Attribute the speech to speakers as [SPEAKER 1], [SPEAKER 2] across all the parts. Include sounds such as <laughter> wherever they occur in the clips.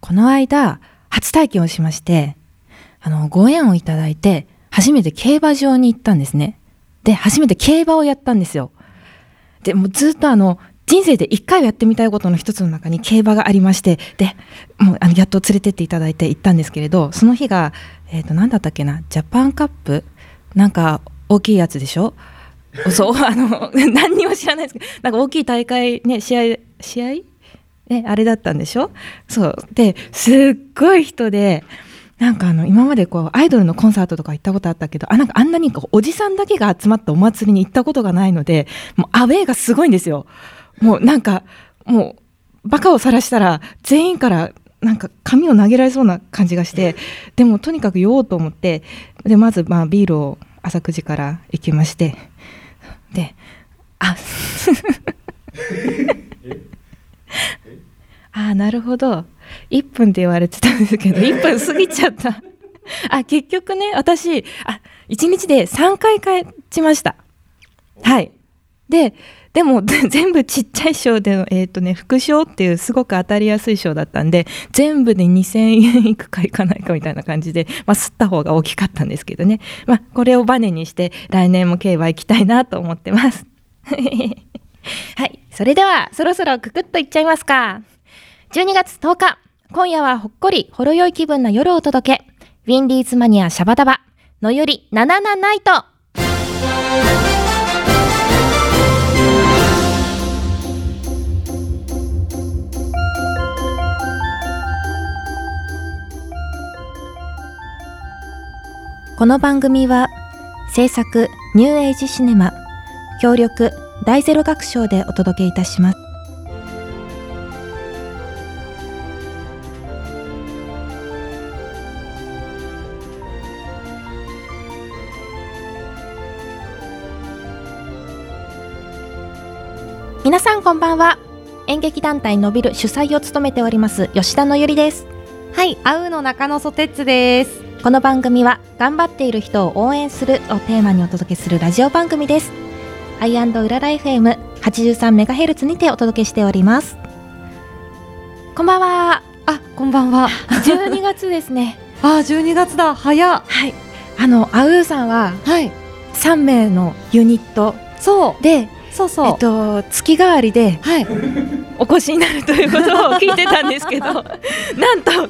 [SPEAKER 1] この間、初体験をしまして、あの、ご縁をいただいて、初めて競馬場に行ったんですね。で、初めて競馬をやったんですよ。で、もうずっとあの、人生で一回はやってみたいことの一つの中に競馬がありまして、で、もうあの、やっと連れてっていただいて行ったんですけれど、その日が、えっ、と、なんだったっけな、ジャパンカップなんか、大きいやつでしょそう、 <laughs> あの、何にも知らないですけど、なんか大きい大会、ね、試合、試合ね、あれだったんでしょそう。で、すっごい人で、なんかあの、今までこう、アイドルのコンサートとか行ったことあったけど、あ、なんかあんなにこうおじさんだけが集まったお祭りに行ったことがないので、もうアウェーがすごいんですよ。もうなんか、もう、バカを晒したら、全員から、なんか髪を投げられそうな感じがして、でもとにかく酔おうと思って、で、まずまあビールを朝9時から行きまして、で、あ、ああなるほど1分って言われてたんですけど1分過ぎちゃったあ結局ね私あ1日で3回勝ちましたはいででも <laughs> 全部ちっちゃい賞での、えーとね、副賞っていうすごく当たりやすい賞だったんで全部で2,000円いくかいかないかみたいな感じで、まあ、吸った方が大きかったんですけどね、まあ、これをバネにして来年も競馬行きたいなと思ってます <laughs> はいそれではそろそろくくっといっちゃいますか。12月10日、今夜はほっこり、ほろ酔い気分な夜をお届け。ウィンディーズマニアシャバダバ、のよりナナナナイト。この番組は、制作ニューエイジシネマ、協力大ゼロ学賞でお届けいたします。皆さんこんばんは演劇団体のびる主催を務めております吉田のゆりです
[SPEAKER 2] はい、あうの中野ソテツです。
[SPEAKER 1] この番組は頑張っている人を応援するをテーマにお届けするラジオ番組ですアイうらら FM83 メガヘルツにてお届けしておりますこんばんは
[SPEAKER 2] あ、こんば
[SPEAKER 1] <laughs>
[SPEAKER 2] んは。
[SPEAKER 1] 12月ですね
[SPEAKER 2] あ、12月だ。早っ。
[SPEAKER 1] はいあのあうさんは
[SPEAKER 2] はい。
[SPEAKER 1] 3名のユニット
[SPEAKER 2] そう、
[SPEAKER 1] で
[SPEAKER 2] そうそう。
[SPEAKER 1] えっと月替わりで <laughs>
[SPEAKER 2] はい。
[SPEAKER 1] お越しになるということを聞いてたんですけどなんと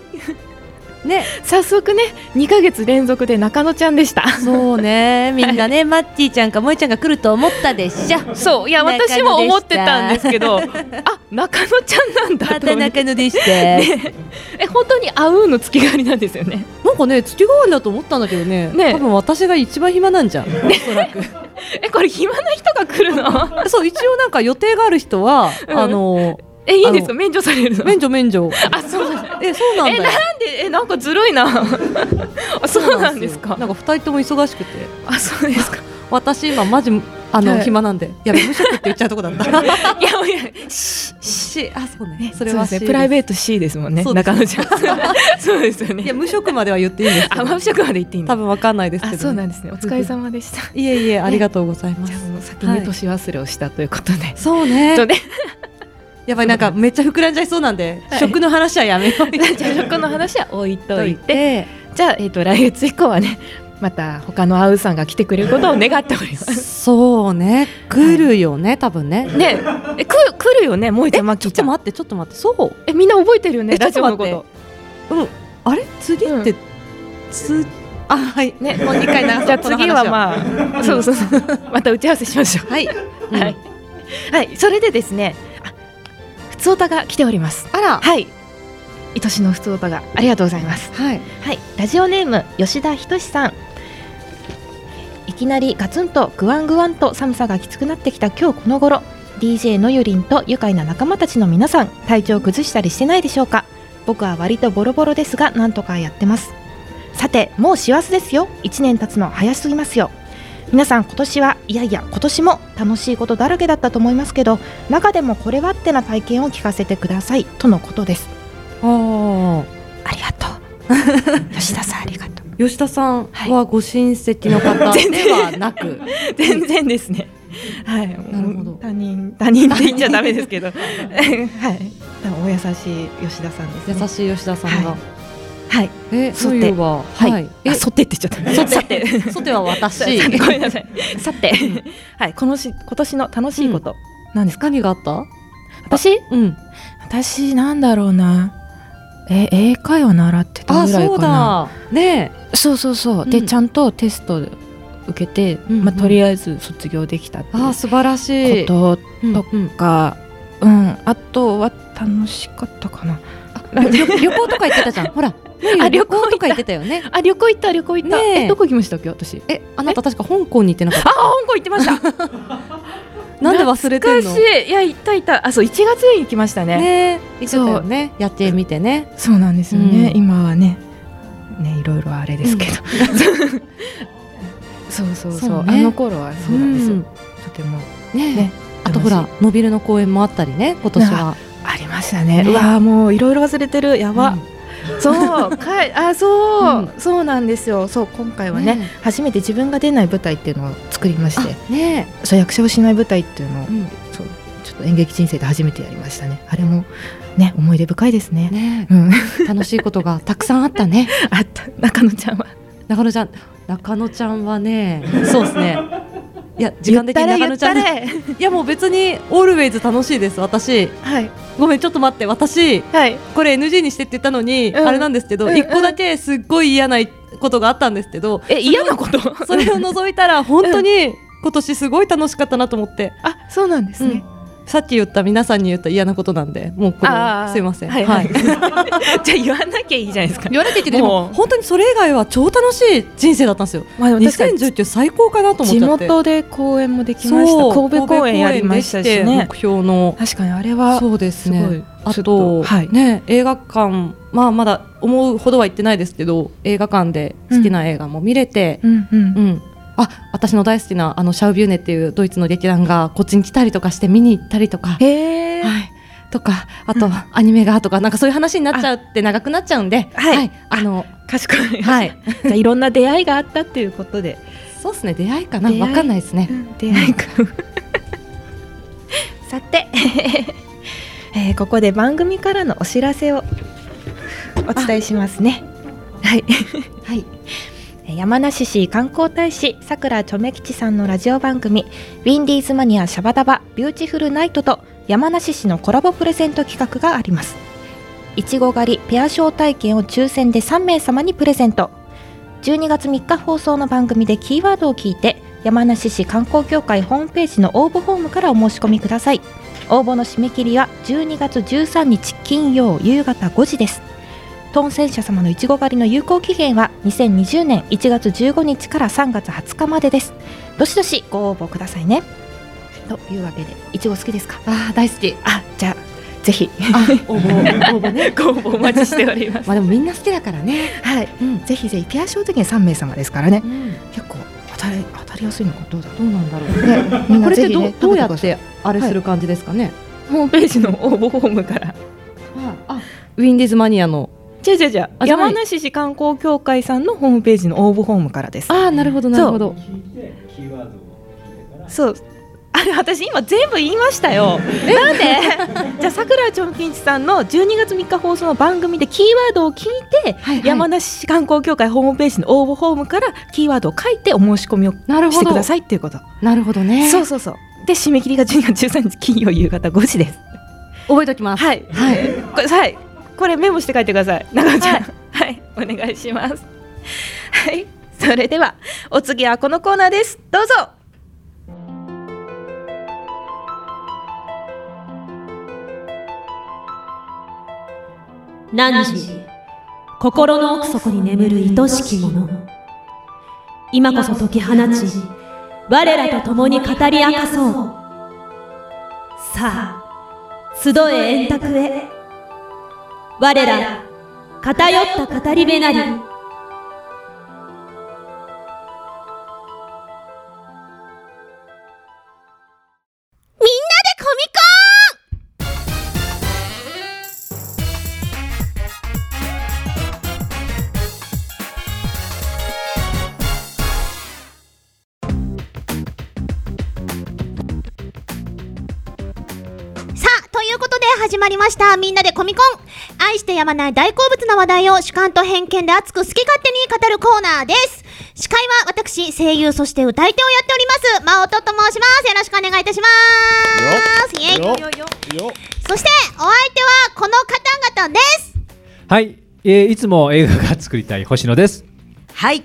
[SPEAKER 2] ね、
[SPEAKER 1] 早速ね2ヶ月連続で中野ちゃんでした
[SPEAKER 2] そうね。
[SPEAKER 1] <laughs>
[SPEAKER 2] みんなね、マッティちゃんか萌えちゃんが来ると思ったでしょ。
[SPEAKER 1] そういや
[SPEAKER 2] 中野でした
[SPEAKER 1] 私も思ってたんですけどあ中野ちゃんなんだ
[SPEAKER 2] ま
[SPEAKER 1] と思
[SPEAKER 2] た
[SPEAKER 1] って
[SPEAKER 2] 中野でして。
[SPEAKER 1] え本当に合うの月替わりなんですよね
[SPEAKER 2] なんかね、月替わりだと思ったんだけどね。
[SPEAKER 1] ね
[SPEAKER 2] 多分私が一番暇なんじゃん。おそらく。
[SPEAKER 1] <laughs> えこれ暇な人が来るの
[SPEAKER 2] <laughs> そう、一応なんか予定がある人は、
[SPEAKER 1] うん
[SPEAKER 2] あの、
[SPEAKER 1] えいいんです
[SPEAKER 2] あ
[SPEAKER 1] か免除されるの
[SPEAKER 2] 免除免除。
[SPEAKER 1] あそうなんだ
[SPEAKER 2] え、そうなん
[SPEAKER 1] え
[SPEAKER 2] だよ。
[SPEAKER 1] なんでえなんかずるい
[SPEAKER 2] <laughs>
[SPEAKER 1] なあそうなんです
[SPEAKER 2] よ
[SPEAKER 1] か
[SPEAKER 2] なんか二人とも忙しくて。
[SPEAKER 1] あそうですか
[SPEAKER 2] 私今マジあの、
[SPEAKER 1] はい
[SPEAKER 2] 暇なんでやべ
[SPEAKER 1] <laughs>
[SPEAKER 2] 無職って言っちゃうとこだった
[SPEAKER 1] いやいや
[SPEAKER 2] しあそうね
[SPEAKER 1] ね
[SPEAKER 2] それは
[SPEAKER 1] そうですねプライ
[SPEAKER 2] ー
[SPEAKER 1] ベート C ですもんね
[SPEAKER 2] そうです
[SPEAKER 1] 中野ちゃんそうですよ
[SPEAKER 2] い
[SPEAKER 1] ね
[SPEAKER 2] や無職までは言っていいんですけ
[SPEAKER 1] あ
[SPEAKER 2] ど
[SPEAKER 1] まぶしゃくまで行っていいんだ
[SPEAKER 2] 多分わかんないですけど、
[SPEAKER 1] あそうなんですねお疲れ様でした
[SPEAKER 2] <laughs> いえいえありがとうございま
[SPEAKER 1] じゃあ
[SPEAKER 2] す
[SPEAKER 1] もう先に
[SPEAKER 2] はい
[SPEAKER 1] 年忘れをしたということで、
[SPEAKER 2] そう
[SPEAKER 1] えっと
[SPEAKER 2] ね
[SPEAKER 1] ね、
[SPEAKER 2] <laughs> やばいなんかめっちゃ膨らんじゃいそうなんで、
[SPEAKER 1] はい
[SPEAKER 2] 食の話はやめよう
[SPEAKER 1] <laughs> じゃあ食の話は置いと
[SPEAKER 2] <laughs>
[SPEAKER 1] いて
[SPEAKER 2] て
[SPEAKER 1] じゃあ、えっと来月以降はねまた他のアウさんが来てくれることを願っております
[SPEAKER 2] そうね来るよね多分ね
[SPEAKER 1] ねえく来るよね萌えちゃんま
[SPEAKER 2] ちょ
[SPEAKER 1] き
[SPEAKER 2] っ
[SPEAKER 1] ちゃ
[SPEAKER 2] と
[SPEAKER 1] ん
[SPEAKER 2] 待ってちょっと待ってそう
[SPEAKER 1] えみんな覚えてるよね
[SPEAKER 2] えちょ
[SPEAKER 1] ラ
[SPEAKER 2] っ
[SPEAKER 1] ジ
[SPEAKER 2] と
[SPEAKER 1] オ
[SPEAKER 2] 待
[SPEAKER 1] の
[SPEAKER 2] っ
[SPEAKER 1] こと
[SPEAKER 2] てうんあれ釣りって、つあはい
[SPEAKER 1] ね
[SPEAKER 2] もう二回流そう
[SPEAKER 1] じゃあ
[SPEAKER 2] この話
[SPEAKER 1] 次はまあそうそうそうまた打ち合わせしましょう
[SPEAKER 2] はい、うん
[SPEAKER 1] はい、はい、それでですねあふつおたが来ております
[SPEAKER 2] あら
[SPEAKER 1] はい愛しのふつおたがありがとうございます
[SPEAKER 2] はい
[SPEAKER 1] はい、ラジオネーム吉田ひとしさんいきなりガツンとグワングワンと寒さがきつくなってきた今日この頃 DJ のゆりんと愉快な仲間たちの皆さん体調崩したりしてないでしょうか僕は割とボロボロですがなんとかやってますさてもう師走ですよ1年経つの早すぎますよ皆さん今年はいやいや今年も楽しいことだらけだったと思いますけど中でもこれはってな体験を聞かせてくださいとのことです
[SPEAKER 2] あー
[SPEAKER 1] ありがとう
[SPEAKER 2] <laughs>
[SPEAKER 1] 吉田さんありがとう
[SPEAKER 2] 吉田さん
[SPEAKER 1] はい
[SPEAKER 2] はご親戚の方
[SPEAKER 1] 全
[SPEAKER 2] では
[SPEAKER 1] 然
[SPEAKER 2] な <laughs> く、
[SPEAKER 1] 全然ですね。はい、
[SPEAKER 2] なるほ
[SPEAKER 1] <laughs>
[SPEAKER 2] ど <laughs>
[SPEAKER 1] 他人、他人って言っちゃダメですけど。はい、お優しい吉田さんです、ね。
[SPEAKER 2] 優しい吉田さんが、
[SPEAKER 1] ははい。
[SPEAKER 2] え
[SPEAKER 1] ソ
[SPEAKER 2] そう
[SPEAKER 1] テ
[SPEAKER 2] いえば
[SPEAKER 1] はい
[SPEAKER 2] はいえ
[SPEAKER 1] あ、そってって言っ <laughs> ちゃった。
[SPEAKER 2] ソテ
[SPEAKER 1] さて。
[SPEAKER 2] ソテは <laughs> 私
[SPEAKER 1] ごめんなさい。 <laughs> さて。はい。このし、今年の楽しいこと。なんですか
[SPEAKER 2] 何があった
[SPEAKER 1] 私
[SPEAKER 2] うん
[SPEAKER 1] 私、なんだろうな。え、英会話習ってた
[SPEAKER 2] あ
[SPEAKER 1] ぐらい
[SPEAKER 2] そう
[SPEAKER 1] かな。
[SPEAKER 2] だね
[SPEAKER 1] そうそうそう
[SPEAKER 2] うん
[SPEAKER 1] で、ちゃんとテスト受けて、
[SPEAKER 2] うんうん
[SPEAKER 1] まあ、とりあえず卒業できたって
[SPEAKER 2] あ素晴らし
[SPEAKER 1] い
[SPEAKER 2] いう
[SPEAKER 1] こと
[SPEAKER 2] うん
[SPEAKER 1] と
[SPEAKER 2] うん
[SPEAKER 1] か、うん、あとは楽しかったかな。
[SPEAKER 2] あ旅旅行とか行ってたじゃんほら
[SPEAKER 1] あ旅
[SPEAKER 2] 旅
[SPEAKER 1] 行行った
[SPEAKER 2] 行とか行ってたよね
[SPEAKER 1] <laughs> あ、旅行行った、旅行行
[SPEAKER 2] った
[SPEAKER 1] え
[SPEAKER 2] え
[SPEAKER 1] ど
[SPEAKER 2] ど
[SPEAKER 1] こ行きましたっけ、私。
[SPEAKER 2] えあなた確か香港に行ってなかっ
[SPEAKER 1] あ、香港行ってました。
[SPEAKER 2] たなんで忘れてんの
[SPEAKER 1] 懐かしい。いや、行った行った。あ、そう、1月に行きましたね。
[SPEAKER 2] ね行ってたよねやってみてね
[SPEAKER 1] そうなんですよね。
[SPEAKER 2] うん
[SPEAKER 1] 今はね、ね、いろいろあれですけど。 <laughs> そうそうそう
[SPEAKER 2] そうね
[SPEAKER 1] あの頃はそうなんですよ。
[SPEAKER 2] うん
[SPEAKER 1] とても
[SPEAKER 2] ね
[SPEAKER 1] ね
[SPEAKER 2] あとほらのびるの公演もあったりね今年は
[SPEAKER 1] ありましたね。
[SPEAKER 2] ね
[SPEAKER 1] うわー、もういろいろ忘れてる。やば。
[SPEAKER 2] うん
[SPEAKER 1] そう、かい、あ、そう、
[SPEAKER 2] う
[SPEAKER 1] そうなんですよ。そう、今回はね。
[SPEAKER 2] ね
[SPEAKER 1] 初めて自分が出ない舞台っていうのを作りまして
[SPEAKER 2] あね
[SPEAKER 1] そう役者をしない舞台っていうのを
[SPEAKER 2] うん
[SPEAKER 1] そうちょっと演劇人生で初めてやりましたねあれもね思い出深いですね
[SPEAKER 2] ね
[SPEAKER 1] うん
[SPEAKER 2] 楽しいことがたくさんあったね
[SPEAKER 1] <laughs> あった中野ちゃんは
[SPEAKER 2] 中野ちゃん中野ちゃんはねそうですねいや時間的に中
[SPEAKER 1] 言
[SPEAKER 2] 野
[SPEAKER 1] っ
[SPEAKER 2] ちゃ
[SPEAKER 1] た
[SPEAKER 2] ん
[SPEAKER 1] れ
[SPEAKER 2] い
[SPEAKER 1] 言ったれ
[SPEAKER 2] やもう別にオールウェイズ楽しいです私
[SPEAKER 1] はい
[SPEAKER 2] ごめんちょっと待って私
[SPEAKER 1] はい
[SPEAKER 2] これ NG にしてって言ったのに、
[SPEAKER 1] うん
[SPEAKER 2] あれなんですけど、
[SPEAKER 1] うん
[SPEAKER 2] 一個だけすっごい嫌なことがあったんですけど
[SPEAKER 1] え嫌なこと
[SPEAKER 2] <laughs> それを除いたら本当に今年すごい楽しかったなと思って、
[SPEAKER 1] あそうなんですね、
[SPEAKER 2] さっき言った皆さんに言った嫌なことなんでもうこれ
[SPEAKER 1] <laughs> あ
[SPEAKER 2] は
[SPEAKER 1] ー
[SPEAKER 2] すいません
[SPEAKER 1] はいはい、 <laughs> じゃあ言わなきゃいいじゃないですか
[SPEAKER 2] 言われていて
[SPEAKER 1] もう
[SPEAKER 2] でも本当にそれ以外は超楽しい人生だったんですよ
[SPEAKER 1] まあでも確かに
[SPEAKER 2] 2019最高かなと思っ
[SPEAKER 1] 地
[SPEAKER 2] ちゃって
[SPEAKER 1] 元で公演もできました
[SPEAKER 2] そう
[SPEAKER 1] 神戸公演やりましたし
[SPEAKER 2] 神戸公演で
[SPEAKER 1] ね
[SPEAKER 2] きて目標の
[SPEAKER 1] 確かにあれは
[SPEAKER 2] そうです
[SPEAKER 1] す
[SPEAKER 2] ね
[SPEAKER 1] ごい
[SPEAKER 2] あ
[SPEAKER 1] ちょっ
[SPEAKER 2] と
[SPEAKER 1] とはい
[SPEAKER 2] ね、映画館、まあ、まだ思うほどは行ってないですけど映画館で好きな映画も見れて、
[SPEAKER 1] うんうん、
[SPEAKER 2] うんあ私の大好きなあのシャウビューネっていうドイツの劇団がこっちに来たりとかして見に行ったりとか、
[SPEAKER 1] へえ、
[SPEAKER 2] はい、とかあと
[SPEAKER 1] うん
[SPEAKER 2] アニメがとかなんかそういう話になっちゃうって長くなっちゃうんで、
[SPEAKER 1] はい
[SPEAKER 2] あの
[SPEAKER 1] かしこまりました
[SPEAKER 2] はい、
[SPEAKER 1] <laughs> じゃあいろんな出会いがあったっていうことで
[SPEAKER 2] そうですね出会いかな
[SPEAKER 1] 出会い
[SPEAKER 2] わかんないですね。
[SPEAKER 1] 出会いか <laughs> さて、 <laughs> えーここで番組からのお知らせをお伝えしますね <laughs> はい
[SPEAKER 2] はい、
[SPEAKER 1] 山梨市観光大使さくらちょめきちさんのラジオ番組「ウィンディーズマニアシャバダバビューティフルナイト」と山梨市のコラボプレゼント企画がありますいちご狩りペア招待券を抽選で3名様にプレゼント12月3日放送の番組でキーワードを聞いて山梨市観光協会ホームページの応募フォームからお申し込みください応募の締め切りは12月13日金曜夕方5時です当選者様のいちご狩りの有効期限は2020年1月15日から3月20日までですどしどしご応募くださいねというわけでいちご好きですか
[SPEAKER 2] あー大好き
[SPEAKER 1] あじゃあぜひ
[SPEAKER 2] あ応募応募ね
[SPEAKER 1] <laughs> ご応募お待ちしております
[SPEAKER 2] まあでもみんな好きだからね。
[SPEAKER 1] はい
[SPEAKER 2] うん
[SPEAKER 1] ぜひぜひピア賞的に3名様ですからね
[SPEAKER 2] うん
[SPEAKER 1] 結構当たり当たりやすいのかどうだろ
[SPEAKER 2] どうなんだろう。
[SPEAKER 1] うね <laughs> みん
[SPEAKER 2] こ
[SPEAKER 1] な
[SPEAKER 2] れっ
[SPEAKER 1] ぜ
[SPEAKER 2] て
[SPEAKER 1] ひ
[SPEAKER 2] ど,、
[SPEAKER 1] ね
[SPEAKER 2] どうやっ
[SPEAKER 1] 食べ
[SPEAKER 2] てあれする感じですかね。
[SPEAKER 1] くださいホームページの応募フォームから
[SPEAKER 2] あウィンディーズマニアの。
[SPEAKER 1] じゃじゃじゃ
[SPEAKER 2] あじゃない
[SPEAKER 1] 山梨市観光協会さんのホームページの応募フォームからです
[SPEAKER 2] ああなるほどなるほど。
[SPEAKER 3] 聞いてキーワードを聞いてから
[SPEAKER 1] そう。 <laughs> あれ私今全部言いましたよ。なんで？ <laughs> じゃあさくらちょんきんちさんの12月3日放送の番組でキーワードを聞いて、
[SPEAKER 2] はいはい
[SPEAKER 1] 山梨市観光協会ホームページの応募フォームからキーワードを書いてお申し込みをし
[SPEAKER 2] なるほ
[SPEAKER 1] て
[SPEAKER 2] ど。
[SPEAKER 1] くださいっていうこと。
[SPEAKER 2] なるほどね。
[SPEAKER 1] そうそうそう。で締め切りが12月13日金曜夕方5時です。
[SPEAKER 2] 覚えておきます。
[SPEAKER 1] はい
[SPEAKER 2] はい。
[SPEAKER 1] これはいこれメモして書いてください長尾ちゃん
[SPEAKER 2] は
[SPEAKER 1] はい、お願いしますはいそれではお次はこのコーナーですどうぞ
[SPEAKER 4] 何時心の奥底に眠る愛しきもの今こそ解き放ち我らと共に語り明かそうさあ集え円卓へ我ら偏った語り部なり
[SPEAKER 5] さあということで始始まりました。みんなでコミコン。愛してやまない大好物な話題を主観と偏見で熱く好き勝手に語るコーナーです。司会は私、声優、そして歌い手をやっております、まおとと申します。よろしくお願いいたします。イェイ
[SPEAKER 6] よよ
[SPEAKER 5] そして、お相手はこの方々です。
[SPEAKER 7] はい、えーいつも映画が作りたい星野です。
[SPEAKER 8] はい。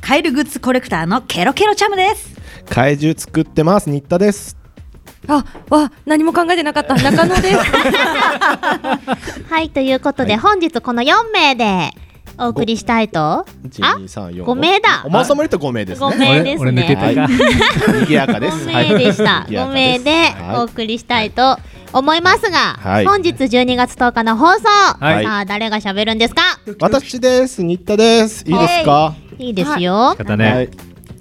[SPEAKER 8] カエルグッズコレクターのケロケロチャムです。
[SPEAKER 6] 怪獣作ってます新田です
[SPEAKER 2] あ、わ、何も考えてなかった。中野です。
[SPEAKER 5] <laughs> はい、ということで、本日この4名でお送りしたいと。あ
[SPEAKER 6] 1234
[SPEAKER 5] 五名だ
[SPEAKER 6] おまさまりと5名です
[SPEAKER 5] ご
[SPEAKER 6] ね
[SPEAKER 5] めんです
[SPEAKER 7] 俺
[SPEAKER 5] ね。
[SPEAKER 7] 俺抜けた
[SPEAKER 6] はい賑やかです
[SPEAKER 5] 5名でした。
[SPEAKER 6] はい
[SPEAKER 5] 5名でお送りしたいと思いますが、
[SPEAKER 6] はい
[SPEAKER 5] 本日12月10日の放送、
[SPEAKER 7] はい
[SPEAKER 5] さあ誰が喋るんですか
[SPEAKER 6] 私です新田ですいいですか
[SPEAKER 5] いいですよ。
[SPEAKER 7] 方
[SPEAKER 6] は
[SPEAKER 7] ね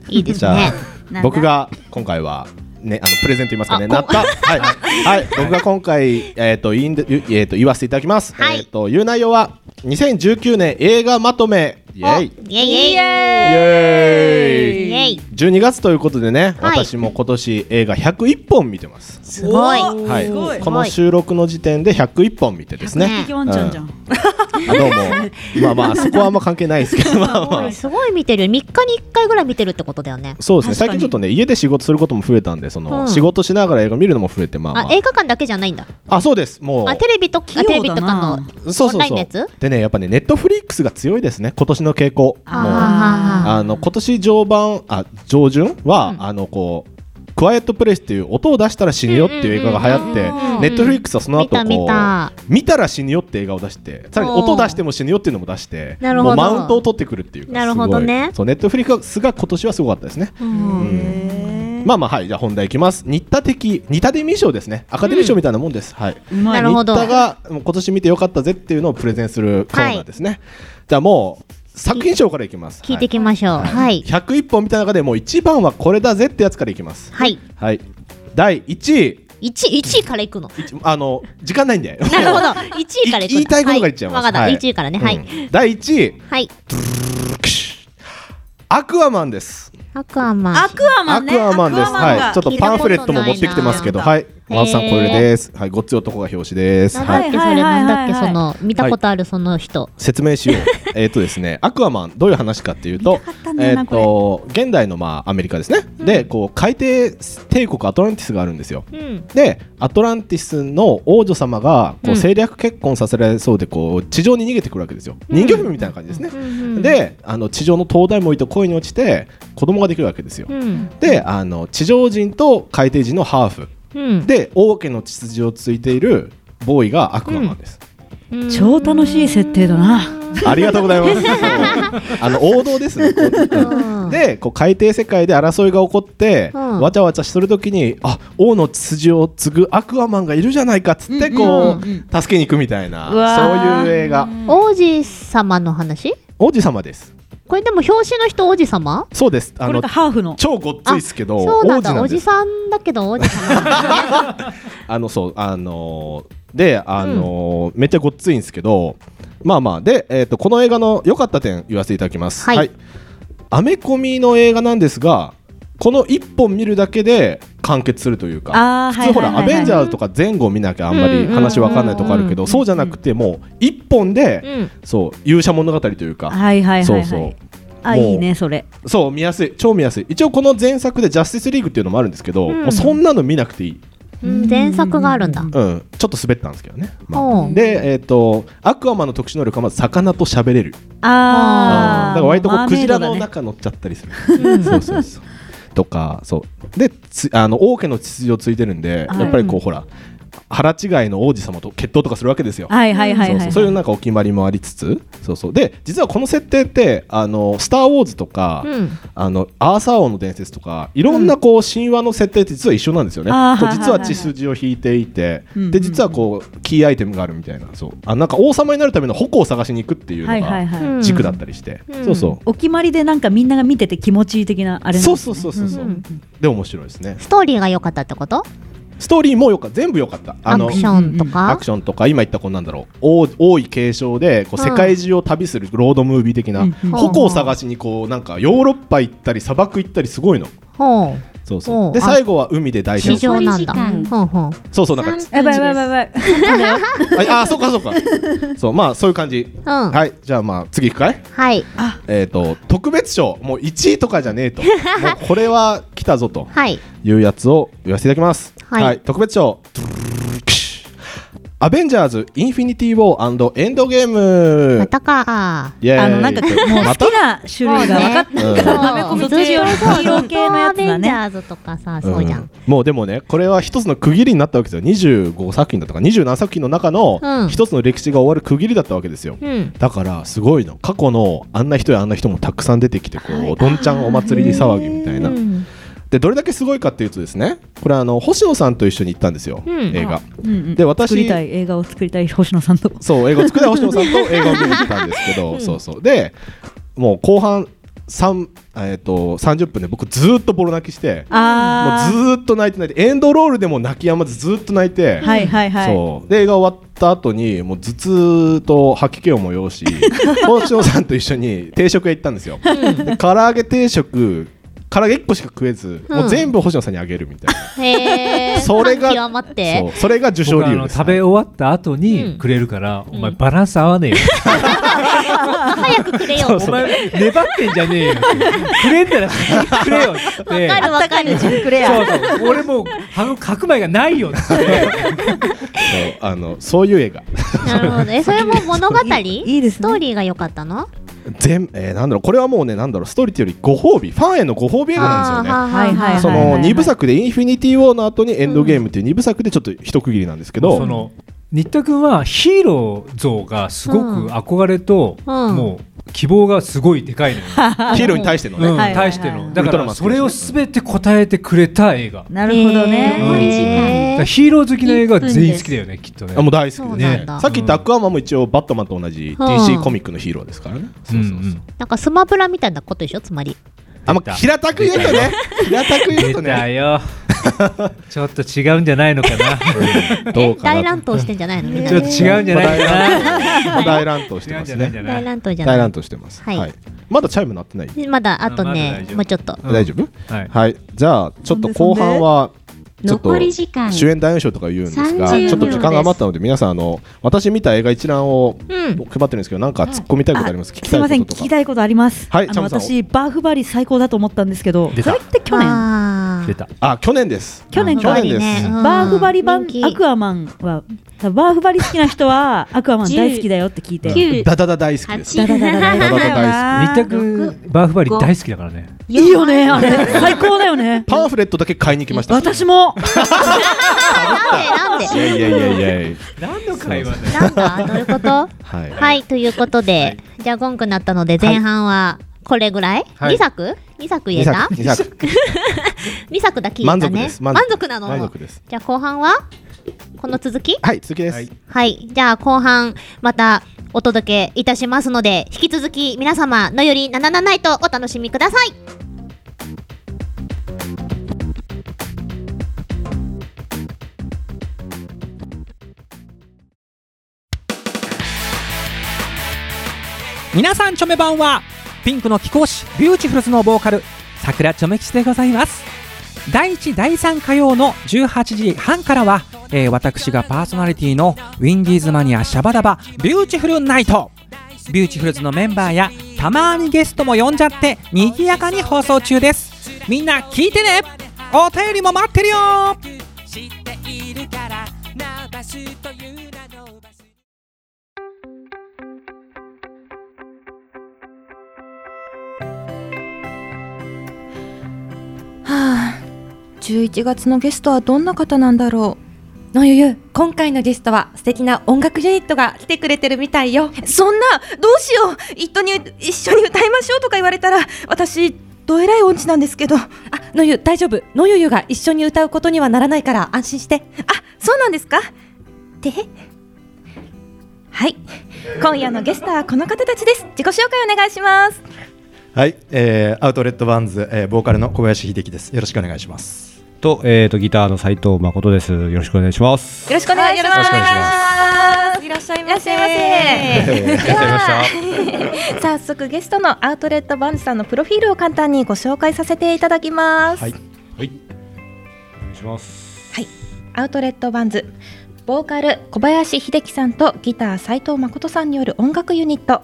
[SPEAKER 6] い。
[SPEAKER 5] いいです
[SPEAKER 6] じゃ
[SPEAKER 5] ね
[SPEAKER 6] あ。僕が今回はねあのプレゼント言いますかねな
[SPEAKER 5] あ
[SPEAKER 6] っ
[SPEAKER 5] こ
[SPEAKER 6] たはいはい僕が今回えっと言いんでゆえっと言わせていただきます
[SPEAKER 5] はい
[SPEAKER 6] えっと言う内容は2019年映画まとめイエイイ
[SPEAKER 5] イエイイエ
[SPEAKER 6] エ
[SPEAKER 5] イイエイ
[SPEAKER 6] 12月ということでね、
[SPEAKER 5] はい
[SPEAKER 6] 私も今年映画101本見てます。
[SPEAKER 5] すごい。
[SPEAKER 6] はい、
[SPEAKER 8] すごい。
[SPEAKER 6] この収録の時点で101本見てですね。
[SPEAKER 8] キョンちゃんじゃん。
[SPEAKER 6] あどうも、 <laughs> まあまあそこはあんま関係ないですけ
[SPEAKER 8] <laughs>
[SPEAKER 6] ど、まあまあ。
[SPEAKER 5] <laughs> すごい見てる。3日に1回ぐらい見てるってことだよね。
[SPEAKER 6] そうですね。
[SPEAKER 8] 確
[SPEAKER 6] 最
[SPEAKER 8] か
[SPEAKER 6] 近
[SPEAKER 8] に
[SPEAKER 6] ちょっとね家で仕事することも増えたんで、その、
[SPEAKER 5] うん
[SPEAKER 6] 仕事しながら映画見るのも増えて、まあま
[SPEAKER 5] あ
[SPEAKER 6] あ。、
[SPEAKER 5] 映画館だけじゃないんだ。
[SPEAKER 6] あそうです。もう
[SPEAKER 5] あ、テレビとか、あ
[SPEAKER 8] 器
[SPEAKER 5] テレ
[SPEAKER 8] 用
[SPEAKER 5] ビ
[SPEAKER 8] だ
[SPEAKER 5] とかの
[SPEAKER 8] な。
[SPEAKER 6] そうそう
[SPEAKER 5] オンラインの
[SPEAKER 6] そ
[SPEAKER 5] や
[SPEAKER 6] う。
[SPEAKER 5] つ
[SPEAKER 6] でねやっぱねネットフリックスが強いですね。今年の傾向。もう
[SPEAKER 5] あ
[SPEAKER 6] あの今年上盤あ上旬は、
[SPEAKER 5] うん
[SPEAKER 6] あのこうクワイエットプレイスっていう音を出したら死ぬよっていう映画が流行って、
[SPEAKER 2] うんうんうんうん
[SPEAKER 6] ネットフリックスはその後こう
[SPEAKER 5] 見た見た
[SPEAKER 6] 見ら死ぬよって映画を出してさらに音を出しても死ぬよっていうのも出して
[SPEAKER 5] なるほど
[SPEAKER 6] もうマウントを取ってくるっていうか
[SPEAKER 5] なるほどね
[SPEAKER 6] すごいそうネットフリックスが今年はすごかったですね、うんまあまあはいじゃあ本題いきます新田的新田デミー賞ですねアカデミー賞みたいなもんです、はい
[SPEAKER 8] うんま。
[SPEAKER 5] ないるほど
[SPEAKER 6] 新田がもう今年見てよかったぜっていうのをプレゼンするコーナーですね、じゃあもう作品賞からいきます
[SPEAKER 5] 聞いていきましょう。はい。
[SPEAKER 6] 101本見た中でもう一番はこれだぜってやつからいきます
[SPEAKER 5] はい。
[SPEAKER 6] はい第1位
[SPEAKER 5] 1位、1位からいくの。
[SPEAKER 6] 一あの時間ないんで
[SPEAKER 5] <laughs> なるほど。1位からいくの。
[SPEAKER 6] <laughs> 言いたいことが言っちゃいます
[SPEAKER 5] はわかった。
[SPEAKER 6] はい
[SPEAKER 5] 1位からね。は
[SPEAKER 6] う
[SPEAKER 5] い。
[SPEAKER 6] ん第1位
[SPEAKER 5] はい。
[SPEAKER 6] アクアマンです、
[SPEAKER 5] アクアマン。
[SPEAKER 8] アクアマンね。
[SPEAKER 6] アクアマンですはいちょっとパンフレットも
[SPEAKER 5] 聞いたことないな
[SPEAKER 6] 持ってきてますけど
[SPEAKER 8] なんだ
[SPEAKER 6] はいマウさん
[SPEAKER 5] へー
[SPEAKER 6] これですはいごっつい男が表紙です
[SPEAKER 5] なん
[SPEAKER 6] は
[SPEAKER 5] だ
[SPEAKER 6] い
[SPEAKER 5] っけ、それなんだっけ、
[SPEAKER 8] はい
[SPEAKER 5] その、見たことあるその人。
[SPEAKER 6] 説明しよう <laughs> えっとですねアクアマンどういう話かっていうと
[SPEAKER 8] 見たかったんだ
[SPEAKER 6] え
[SPEAKER 8] よ
[SPEAKER 6] っ
[SPEAKER 8] な
[SPEAKER 6] と現代のまあアメリカですねでこう海底帝国アトランティスがあるんですよ
[SPEAKER 5] うん。
[SPEAKER 6] でアトランティスの王女様がこ
[SPEAKER 5] うん
[SPEAKER 6] う政略結婚させられそうでこう地上に逃げてくるわけですよ人魚姫みたいな感じですね、
[SPEAKER 5] うん、
[SPEAKER 6] であの地上の灯台も置いて恋に落ちて子供ができるわけですよ、
[SPEAKER 5] うん。
[SPEAKER 6] であの地上人と海底人のハーフ
[SPEAKER 5] うん。
[SPEAKER 6] で王家の血筋を継いでいるボーイがアクアマンです、
[SPEAKER 5] うん
[SPEAKER 8] 超楽しい設定だな。
[SPEAKER 6] ありがとうございます
[SPEAKER 5] <laughs>
[SPEAKER 6] あの王道です
[SPEAKER 8] <laughs>
[SPEAKER 6] ね
[SPEAKER 5] うん
[SPEAKER 6] でこう海底世界で争いが起こって、
[SPEAKER 5] うん
[SPEAKER 6] わちゃわちゃしてる時にあ王の血筋を継ぐアクアマンがいるじゃないかっつってこう、助けに行くみたいな
[SPEAKER 8] うわー
[SPEAKER 6] そういう映画
[SPEAKER 5] 王子様の話
[SPEAKER 6] 王子様です
[SPEAKER 5] これでも表紙の人王子様
[SPEAKER 6] そうですあ
[SPEAKER 8] これ
[SPEAKER 6] の
[SPEAKER 8] がハーフの。
[SPEAKER 6] 超ごっついっすけど
[SPEAKER 5] そう
[SPEAKER 6] 王
[SPEAKER 5] な
[SPEAKER 6] 子
[SPEAKER 5] んだ、
[SPEAKER 6] な
[SPEAKER 5] お
[SPEAKER 6] んで
[SPEAKER 5] じ
[SPEAKER 6] す
[SPEAKER 5] さんだけど王子様。
[SPEAKER 6] あのそうあのーであのーめっちゃごっついんですけどまあまあで、えー、とこの映画の良かった点言わせていただきます
[SPEAKER 5] はい
[SPEAKER 6] アメコミの映画なんですがこの1本見るだけで完結するというか
[SPEAKER 8] あー
[SPEAKER 6] 普通ほら、
[SPEAKER 8] はいはいはい
[SPEAKER 6] ア
[SPEAKER 8] はい
[SPEAKER 6] ベンジャーズとか前後見なきゃあんまり話わかんないとこあるけど、そうじゃなくてもう1本で、
[SPEAKER 5] うん。
[SPEAKER 6] そう勇者物語というか、
[SPEAKER 8] はいはいは
[SPEAKER 6] そ
[SPEAKER 8] いうは
[SPEAKER 6] そう
[SPEAKER 8] い。あ、いいね、それ。
[SPEAKER 6] そう見やすい超見やすい一応この前作でジャスティスリーグっていうのもあるんですけど、
[SPEAKER 5] うん
[SPEAKER 6] もうそんなの見なくていい、
[SPEAKER 5] うん前作があるんだ。
[SPEAKER 6] うん、ちょっと滑ったんですけどね、まあ
[SPEAKER 5] おう
[SPEAKER 6] でえっ、とアクアマンの特殊能力はまず魚と喋れるだ
[SPEAKER 8] あー
[SPEAKER 6] から割とこ
[SPEAKER 8] マ
[SPEAKER 6] う
[SPEAKER 8] ー
[SPEAKER 6] ク
[SPEAKER 8] メイ
[SPEAKER 6] ジ
[SPEAKER 8] ド
[SPEAKER 6] ラ
[SPEAKER 8] だ
[SPEAKER 6] の
[SPEAKER 8] ね
[SPEAKER 6] 中乗っちゃったりする、そうそうそうとかそうでつあの王家の血筋をついてるんで、
[SPEAKER 8] はい
[SPEAKER 6] やっぱりこうほら腹違いの王子様と決闘とかするわけですよ、
[SPEAKER 8] はいはいはい
[SPEAKER 6] そう
[SPEAKER 8] は
[SPEAKER 6] そ。
[SPEAKER 8] いう
[SPEAKER 6] そういうなんかお決まりもありつつそうそうで実はこの設定って「あのスター・ウォーズ」とか、
[SPEAKER 5] うん。
[SPEAKER 6] あのアーサー王の伝説とかいろんなこう神話の設定って実は一緒なんですよね、
[SPEAKER 8] あー
[SPEAKER 6] こう
[SPEAKER 8] はいはい
[SPEAKER 6] 実は血筋を引いていて、
[SPEAKER 8] うん
[SPEAKER 6] で実はこうキーアイテムがあるみたいなそうあなんか王様になるための矛を探しに行くっていう
[SPEAKER 8] は
[SPEAKER 6] の
[SPEAKER 8] いはい
[SPEAKER 6] が
[SPEAKER 8] はい。
[SPEAKER 5] うん
[SPEAKER 6] 軸だったりして、
[SPEAKER 5] うん
[SPEAKER 6] そうそう、
[SPEAKER 8] お決まりでなんかみんなが見てて気持ちいい的なあれなんです
[SPEAKER 6] そ
[SPEAKER 8] ね
[SPEAKER 6] うそうそうそうそう、
[SPEAKER 5] うん
[SPEAKER 6] で面白いですね
[SPEAKER 5] ストーリーが良かったってこと
[SPEAKER 6] ストーリーもよかった全部良かった
[SPEAKER 5] アクションと
[SPEAKER 6] ア
[SPEAKER 5] か
[SPEAKER 6] ク。ションとか今言ったこうなんだろう王王位継承でこう
[SPEAKER 5] うん
[SPEAKER 6] 世界中を旅するロードムービー的な、
[SPEAKER 8] うんうん
[SPEAKER 6] 矛を探しにこうなんかヨーロッパ行ったり砂漠行ったりすごいの
[SPEAKER 5] ほう。
[SPEAKER 6] そう
[SPEAKER 5] お
[SPEAKER 6] そう
[SPEAKER 5] う
[SPEAKER 6] で
[SPEAKER 5] あ
[SPEAKER 6] 最後は海で大
[SPEAKER 5] 地
[SPEAKER 6] 体
[SPEAKER 5] 上なんだ。
[SPEAKER 9] 残り時
[SPEAKER 5] ほんほん。
[SPEAKER 6] そうそうなんか
[SPEAKER 9] やばいやばいやばいやばい。
[SPEAKER 6] ああそうかそうかそうまあそういう感じ、
[SPEAKER 5] うん
[SPEAKER 6] はいじゃあまあ次行くかい
[SPEAKER 5] はい。
[SPEAKER 6] えっ、と特別賞もう1位とかじゃねえともうこれは来たぞと
[SPEAKER 5] はい。
[SPEAKER 6] いうやつを言わせていただきます
[SPEAKER 5] はい
[SPEAKER 6] 特別賞アベンジャーズインフィニティ・ウォーエンドゲーム
[SPEAKER 5] またか。
[SPEAKER 6] イエーイ
[SPEAKER 8] あのなんかもう
[SPEAKER 6] ま
[SPEAKER 8] 好
[SPEAKER 6] た
[SPEAKER 8] きな種類が分かっ
[SPEAKER 6] うん
[SPEAKER 8] たからアメコミ系よりヒーロー系のや
[SPEAKER 5] ア
[SPEAKER 8] つ
[SPEAKER 5] ベ
[SPEAKER 8] だ
[SPEAKER 5] ンジ
[SPEAKER 8] ね
[SPEAKER 5] ャーズとかさ、そうじゃん。
[SPEAKER 6] もうでもねこれは一つの区切りになったわけですよ25作品だとか27作品の中
[SPEAKER 5] う
[SPEAKER 6] の
[SPEAKER 5] ん
[SPEAKER 6] 一つの歴史が終わる区切りだったわけですよ、
[SPEAKER 5] うん。
[SPEAKER 6] だからすごいの過去のあんな人やあんな人もたくさん出てきてこう、どんちゃんお祭りに騒ぎみたいな、
[SPEAKER 5] うん
[SPEAKER 6] でどれだけすごいかっていうとですねこれあの星野さんと一緒に行ったんですよ、
[SPEAKER 5] うん
[SPEAKER 6] 映画
[SPEAKER 8] うんうん
[SPEAKER 6] で私
[SPEAKER 8] 作りたい映画を作りたい星野さんと
[SPEAKER 6] そう映画を作りたい星野さんと映画を見に行ったんですけど、そうそうでもう後半三えっ、と30分で僕ずーっとボロ泣きしてもう
[SPEAKER 8] あ
[SPEAKER 6] ずーっと泣いて泣いてエンドロールでも泣き止まずずーっと泣いて、
[SPEAKER 8] あはいはいはい
[SPEAKER 6] そうで映画終わった後にもう頭痛と吐き気を催
[SPEAKER 8] <laughs>
[SPEAKER 6] し星野さんと一緒に定食屋行ったんですよ、で唐揚げ定食唐揚げ1個しか食えず、
[SPEAKER 5] うん
[SPEAKER 6] もう全部星野さんにあげるみたいな、
[SPEAKER 5] へえ。
[SPEAKER 6] それが
[SPEAKER 5] 感極まって。
[SPEAKER 6] そうそれが受賞
[SPEAKER 7] 僕あ
[SPEAKER 6] 理由
[SPEAKER 7] の
[SPEAKER 6] です
[SPEAKER 7] 食べ終わった後
[SPEAKER 5] うん
[SPEAKER 7] にくれるから、お前
[SPEAKER 5] うん
[SPEAKER 7] バランス合わねえよ、
[SPEAKER 5] 早くくれよ。
[SPEAKER 7] お前粘ってんじゃねえよくれんだら先にくれよっ
[SPEAKER 5] わ
[SPEAKER 7] て
[SPEAKER 5] かるわかる。
[SPEAKER 8] くれ
[SPEAKER 7] そう
[SPEAKER 8] や
[SPEAKER 7] そう俺もうあの白米がないよっつ
[SPEAKER 6] そ
[SPEAKER 7] って
[SPEAKER 6] うあのそういう映画
[SPEAKER 5] なるほど。え、それも物語
[SPEAKER 8] いいですね
[SPEAKER 5] ストーリーが良かったの
[SPEAKER 6] 全、えーなんだろうこれはもうねなんだろうストーリーというよりご褒美ファンへのご褒美映画なんですよね
[SPEAKER 8] はいはい
[SPEAKER 6] そ
[SPEAKER 8] はいはいは
[SPEAKER 6] の
[SPEAKER 8] い
[SPEAKER 6] 2部作で「インフィニティ・ウォー」の後に「エンドゲーム」っていう2部作でちょっと一区切りなんですけど、
[SPEAKER 7] その新田君はヒーロー像がすご
[SPEAKER 5] うん
[SPEAKER 7] く憧れと、
[SPEAKER 5] うん
[SPEAKER 7] もう希望がすごいでかいの
[SPEAKER 5] <laughs>
[SPEAKER 7] よ、
[SPEAKER 6] ヒーローに対してのね、
[SPEAKER 7] うん、
[SPEAKER 8] はいはいはい
[SPEAKER 7] 対してのだ
[SPEAKER 6] ウル
[SPEAKER 7] か
[SPEAKER 6] トラマン好
[SPEAKER 7] ら
[SPEAKER 6] きです
[SPEAKER 7] それを全て答えてくれた映画、
[SPEAKER 8] なるほどね
[SPEAKER 7] だ
[SPEAKER 5] へ
[SPEAKER 7] から
[SPEAKER 5] ー
[SPEAKER 7] ヒーロー好きの映画は全員好きだよねきっとね
[SPEAKER 6] あもう大好き
[SPEAKER 5] そう
[SPEAKER 6] で
[SPEAKER 5] なん
[SPEAKER 6] ね
[SPEAKER 5] だ
[SPEAKER 6] さっき言ったアクアマンも一応バットマンと同じ
[SPEAKER 5] うん
[SPEAKER 6] DC コミックのヒーローですからね、そうそうそう、
[SPEAKER 7] んん
[SPEAKER 5] なんかスマブラみたいなことでしょつまり。
[SPEAKER 6] あまあ平たく言うとね平たく言うと
[SPEAKER 7] 出た
[SPEAKER 6] ね
[SPEAKER 7] よ <laughs> ちょっと違うんじゃないのかな
[SPEAKER 6] ど
[SPEAKER 5] え
[SPEAKER 6] う、かな
[SPEAKER 5] 大乱闘してんじゃないのみんな
[SPEAKER 7] <laughs> ちょっと違うんじゃないかな
[SPEAKER 6] 大乱闘して
[SPEAKER 7] 違うん
[SPEAKER 6] ま
[SPEAKER 7] じ
[SPEAKER 6] す
[SPEAKER 7] ゃないんじ
[SPEAKER 6] ね
[SPEAKER 7] ゃな
[SPEAKER 5] 大
[SPEAKER 7] い
[SPEAKER 5] 乱闘じゃ
[SPEAKER 6] 大
[SPEAKER 5] ない
[SPEAKER 6] 乱闘してます
[SPEAKER 5] はい
[SPEAKER 6] はいまだチャイム鳴ってない
[SPEAKER 5] まだあと
[SPEAKER 7] まだ大
[SPEAKER 5] ね
[SPEAKER 7] 丈、夫
[SPEAKER 5] もうちょっと。
[SPEAKER 6] <laughs>
[SPEAKER 7] うん
[SPEAKER 6] 大丈夫
[SPEAKER 7] はい
[SPEAKER 6] はいじゃあちょっと後半はちょっと
[SPEAKER 9] 残り時間
[SPEAKER 6] 主演男優賞とか言うんですが
[SPEAKER 9] 30
[SPEAKER 6] ちょっと時間が余ったので皆さんあの私見た映画一覧を
[SPEAKER 5] うん
[SPEAKER 6] 配ってるんですけどなんか突っ込みたいことあります聞き
[SPEAKER 8] すいま
[SPEAKER 6] た
[SPEAKER 8] せ
[SPEAKER 6] い
[SPEAKER 8] ん
[SPEAKER 6] こと
[SPEAKER 8] 聞き
[SPEAKER 6] とか
[SPEAKER 8] たいことあります
[SPEAKER 6] はいチ
[SPEAKER 8] あ
[SPEAKER 6] ャ
[SPEAKER 8] の
[SPEAKER 6] ムさん
[SPEAKER 8] 私バーフバリ最高だと思ったんですけど
[SPEAKER 7] 出
[SPEAKER 8] そ
[SPEAKER 7] た
[SPEAKER 8] れって去年
[SPEAKER 5] あー
[SPEAKER 7] 出た
[SPEAKER 6] あ去年です
[SPEAKER 8] 去年
[SPEAKER 6] 去
[SPEAKER 8] か
[SPEAKER 6] 年です
[SPEAKER 8] バーフバリ版ア
[SPEAKER 5] ア。
[SPEAKER 8] クアマンは多分バーフバリ好きな人はアクアマン大好きだよって聞いて
[SPEAKER 9] 九
[SPEAKER 6] ダダダ大好きです
[SPEAKER 9] 八
[SPEAKER 8] ダダダ
[SPEAKER 6] ダダダ大好き
[SPEAKER 7] 新田君バーフバリ大好きだからね
[SPEAKER 8] いいよねあれ最高だよね
[SPEAKER 6] パンフレットだけ買いに行きました
[SPEAKER 8] 私も
[SPEAKER 5] なんで
[SPEAKER 6] いやいやいやいやいや
[SPEAKER 7] 何の会話だよ
[SPEAKER 5] なんでなんだどういうこと
[SPEAKER 6] はい
[SPEAKER 5] はい、ということで、じゃあゴンくなったので前半はこれぐらい
[SPEAKER 6] はい
[SPEAKER 5] ?2 作 ?2 作言えた
[SPEAKER 6] 2作
[SPEAKER 5] <laughs> ?2 作だけ言え
[SPEAKER 6] 満
[SPEAKER 5] た
[SPEAKER 6] 足
[SPEAKER 5] ね
[SPEAKER 6] で。す
[SPEAKER 5] 満足な
[SPEAKER 6] 満
[SPEAKER 5] の
[SPEAKER 6] 足です
[SPEAKER 5] じゃあ後半はこの続き
[SPEAKER 6] はい続きです、
[SPEAKER 7] はい
[SPEAKER 5] はい。じゃあ後半、またお届けいたしますので、引き続き皆様、のより77へとお楽しみください。
[SPEAKER 10] 皆さんチョメ版はピンクの貴公子ビューティフルズのボーカル桜チョメ吉でございます第1第3火曜の18時半からは、えー私がパーソナリティのウィンディーズマニアシャバダバビューティフルナイトビューティフルズのメンバーやたまにゲストも呼んじゃって賑やかに放送中ですみんな聞いてねお便りも待ってるよ
[SPEAKER 1] はあ11月のゲストはどんな方なんだろ
[SPEAKER 11] のゆゆ今回のゲストは素敵な音楽ユニットが来てくれてるみたいよ
[SPEAKER 9] えそんなどうしよう一緒に一緒に歌いましょうとか言われたら私どえらい音痴なんですけどあ
[SPEAKER 11] あのゆ大丈夫のゆゆが一緒に歌うことにはならないから安心して
[SPEAKER 9] そうなんですかてへはい今夜のゲストはこの方たちです自己紹介お願いします
[SPEAKER 12] はい、えー、アウトレットバンズ、えー、ボーカルの小林秀樹です。よろしくお願いします。
[SPEAKER 13] と、えー、とギターの斉藤誠です。よろしくお願いします。
[SPEAKER 9] よろしくお願いします,、
[SPEAKER 12] はいよろしくお
[SPEAKER 9] いらっしゃいませ
[SPEAKER 12] え
[SPEAKER 9] <laughs>
[SPEAKER 12] ー、
[SPEAKER 9] 早速ゲストのアウトレットバンズさんのプロフィールを簡単にご紹介させていただきます、
[SPEAKER 12] はい、え
[SPEAKER 6] はい
[SPEAKER 13] お願いします
[SPEAKER 9] はい、アウトレットバンズボーカル小林秀樹さんとギター斉藤誠さんによる音楽ユニット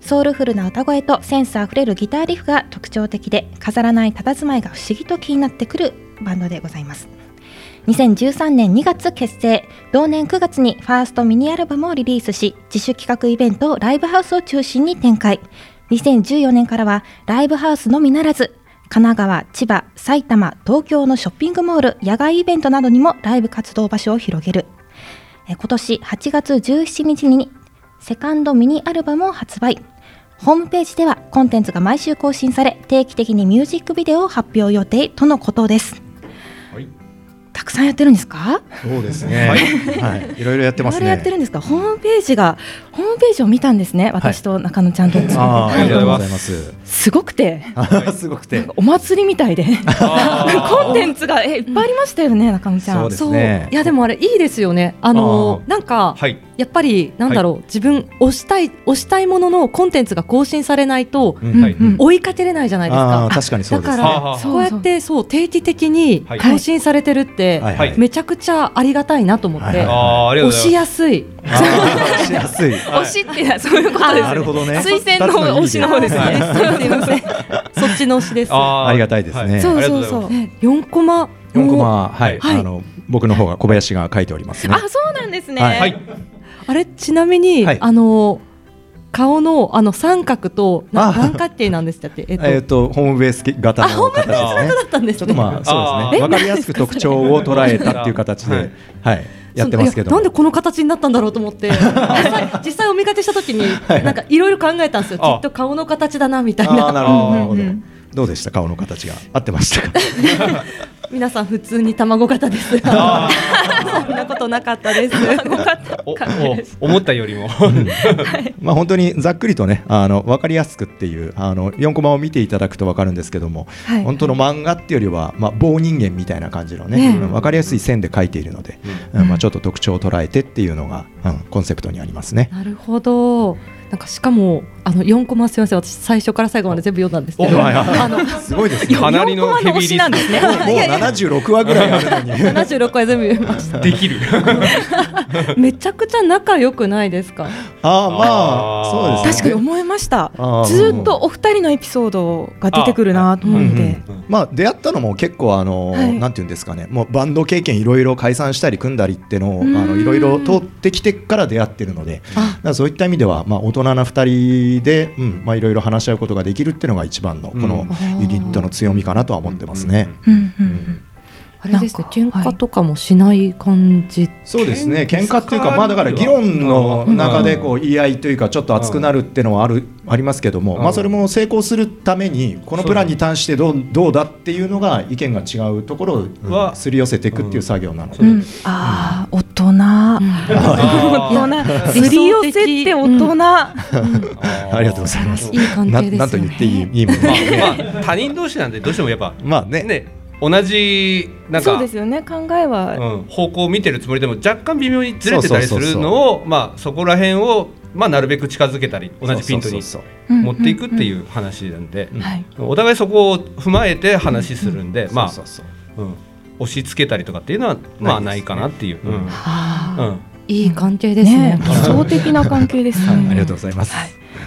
[SPEAKER 9] ソウルフルな歌声とセンスあふれるギターリフが特徴的で飾らない佇まいが不思議と気になってくるバンドでございます2013年2月結成同年9月にファーストミニアルバムをリリースし自主企画イベントをライブハウスを中心に展開2014年からはライブハウスのみならず神奈川、千葉、埼玉、東京のショッピングモール、野外イベントなどにもライブ活動場所を広げる。えー今年8月17日にセカンドミニアルバムを発売。ホームページではコンテンツが毎週更新され、定期的にミュージックビデオを発表予定とのことです。
[SPEAKER 6] はい
[SPEAKER 9] たくさんやってるんですか
[SPEAKER 12] そうですね。
[SPEAKER 9] はい
[SPEAKER 12] はい、いろいろやってます
[SPEAKER 9] いろいろやっ
[SPEAKER 12] ね
[SPEAKER 9] て。るんですかホームページが、ホームページを見たんですね。私と中野ちゃんと。。
[SPEAKER 12] ああ、ありがとうござ
[SPEAKER 1] <laughs>
[SPEAKER 12] いますす。
[SPEAKER 9] すごくて。
[SPEAKER 12] すごくて。
[SPEAKER 9] お祭りみたいでコンテンツがえいっぱいありましたよね、中野ちゃん。
[SPEAKER 12] そうですね
[SPEAKER 2] いやでもあれいいですよね。あの
[SPEAKER 12] あー
[SPEAKER 2] なんか、
[SPEAKER 12] はい
[SPEAKER 2] やっぱりなんだろう、
[SPEAKER 12] は
[SPEAKER 2] 自分推したい推したいもののコンテンツが更新されないと、
[SPEAKER 12] うんはい
[SPEAKER 2] うん追いかけれないじゃないですか。
[SPEAKER 12] あー確かにそうですね
[SPEAKER 2] だ
[SPEAKER 12] はあは
[SPEAKER 2] か
[SPEAKER 12] あ
[SPEAKER 2] らこうやってそう定期的に
[SPEAKER 12] はい
[SPEAKER 2] 更新されてるって、
[SPEAKER 12] はいはい
[SPEAKER 2] めちゃくちゃありがたいなと思って、
[SPEAKER 12] はいはいあーありがとうございます
[SPEAKER 2] 推
[SPEAKER 12] <laughs>
[SPEAKER 2] しやすい。
[SPEAKER 12] 押しやすい。
[SPEAKER 2] <laughs> 推しっていうのはそういうことです、ね。
[SPEAKER 12] なるほどね
[SPEAKER 2] 推薦の方推しの方ですね。すいません。そっちの推しです。
[SPEAKER 12] あーありがたいですね。
[SPEAKER 2] そうそうそう。ね四コマ。
[SPEAKER 12] 四コマ、はい、
[SPEAKER 2] はい
[SPEAKER 12] あの、僕の方が小林が書いておりますね。
[SPEAKER 2] あ、そうなんですね。
[SPEAKER 12] はいはい
[SPEAKER 2] あれちなみに、あの顔のあの三角とな何角形なんですだって。えっと。
[SPEAKER 12] えっと、ホームベース型
[SPEAKER 2] あ、ホ
[SPEAKER 12] の
[SPEAKER 2] ーム
[SPEAKER 12] 形
[SPEAKER 2] ページ
[SPEAKER 12] です
[SPEAKER 2] の
[SPEAKER 12] ね。
[SPEAKER 2] だったんですね。
[SPEAKER 12] まあ、そうですね。
[SPEAKER 2] え
[SPEAKER 12] わかりやすく特徴を捉えたっていう形で、はい、やってますけど
[SPEAKER 2] いや
[SPEAKER 12] も。
[SPEAKER 2] なんでこの形になったんだろうと
[SPEAKER 12] <laughs>
[SPEAKER 2] 思って、実際実際お見かけしたときに、なんかいろいろ考えたんですよ。き
[SPEAKER 12] あ
[SPEAKER 2] っと顔の形だなみたい
[SPEAKER 12] あ
[SPEAKER 2] な。
[SPEAKER 12] ーなるほどなるほ
[SPEAKER 2] うん
[SPEAKER 12] ど
[SPEAKER 2] うんうん
[SPEAKER 12] どうでした顔の形が合ってましたか。
[SPEAKER 2] 皆さん普通に卵
[SPEAKER 12] <laughs>
[SPEAKER 2] 型ですが、そんなことなかったです。
[SPEAKER 12] お思ったより
[SPEAKER 14] <laughs>
[SPEAKER 12] も、まあ本当にざっくりとねあの分かりやすくっていうあの4コマを見ていただくと分かるんですけども、
[SPEAKER 6] はい
[SPEAKER 12] 本当の漫画っていうよりは、まあ、棒人間みたいな感じのね、
[SPEAKER 6] ね
[SPEAKER 12] 分かりやすい線で描いているので、うんまあ、ちょっと特徴を捉えてっていうのが、うん、コンセプトにありますね。
[SPEAKER 2] なるほど。なんかしかもあの四コマすみません私最初から最後まで全部読んだんですけど、あの
[SPEAKER 12] <laughs> すごいです
[SPEAKER 2] ねよかなりのヘビーリスナーですね
[SPEAKER 12] もうもう76話ぐらいあるのに
[SPEAKER 2] 七十六回全部読みました。
[SPEAKER 12] できる
[SPEAKER 2] <laughs> めちゃくちゃ仲良くないですか。
[SPEAKER 12] ああまあそうです
[SPEAKER 1] 確か
[SPEAKER 12] ね
[SPEAKER 1] に思いました
[SPEAKER 12] あー
[SPEAKER 1] ずーっとお二人のエピソードが出てくるなと思って、
[SPEAKER 12] うんうんまあ出会ったのも結構あの、
[SPEAKER 1] はい
[SPEAKER 12] なんていうんですかねもうバンド経験いろいろ解散したり組んだりってのをあ
[SPEAKER 1] うん
[SPEAKER 12] のいろいろ通ってきてから出会ってるのでだからそういった意味ではまあ大人な二人でうんまあいろいろ話し合うことができるっていうのが一番のこのユニットの強みかなとは思ってますね。
[SPEAKER 2] あれですね喧嘩とかもしない感じ。
[SPEAKER 12] そうですね喧嘩っていうかまあだから議論の中でこう言い合いというかちょっと熱くなるっていうのはあるありますけどもまあそれも成功するためにこのプランに対してどうどうだっていうのが意見が違うところをうんすり寄せていくっていう作業なので
[SPEAKER 1] うんああ、大人、大人、すり寄せって大人、
[SPEAKER 12] <laughs> ありがとうございます
[SPEAKER 1] いい関係ですよ
[SPEAKER 12] な
[SPEAKER 1] ね
[SPEAKER 12] なんと言っていいいいもの
[SPEAKER 14] まあ、まあ、他人同士なんでどうしてもやっぱ
[SPEAKER 12] まあね
[SPEAKER 14] 同じなん
[SPEAKER 1] そう
[SPEAKER 14] か
[SPEAKER 1] ですよね、考えは、
[SPEAKER 14] うん方向を見てるつもりでも若干微妙にずれてたりす
[SPEAKER 12] そうそう
[SPEAKER 14] る
[SPEAKER 12] そうそう
[SPEAKER 14] のをまあそこら辺をまあなるべく近づけたり同じピントに
[SPEAKER 12] そうそう
[SPEAKER 1] そう
[SPEAKER 14] 持っていくっていう話なんで
[SPEAKER 1] んはい
[SPEAKER 14] お互いそこを踏まえて話するんでまあ
[SPEAKER 12] そうそう
[SPEAKER 14] うん押し付けたりとかっていうのはまあ
[SPEAKER 12] な
[SPEAKER 14] な
[SPEAKER 12] ですね
[SPEAKER 14] いいかなっていう。うんうん
[SPEAKER 2] いい関係ですね。
[SPEAKER 1] 理想的な関係ですね。
[SPEAKER 12] ありがとうございます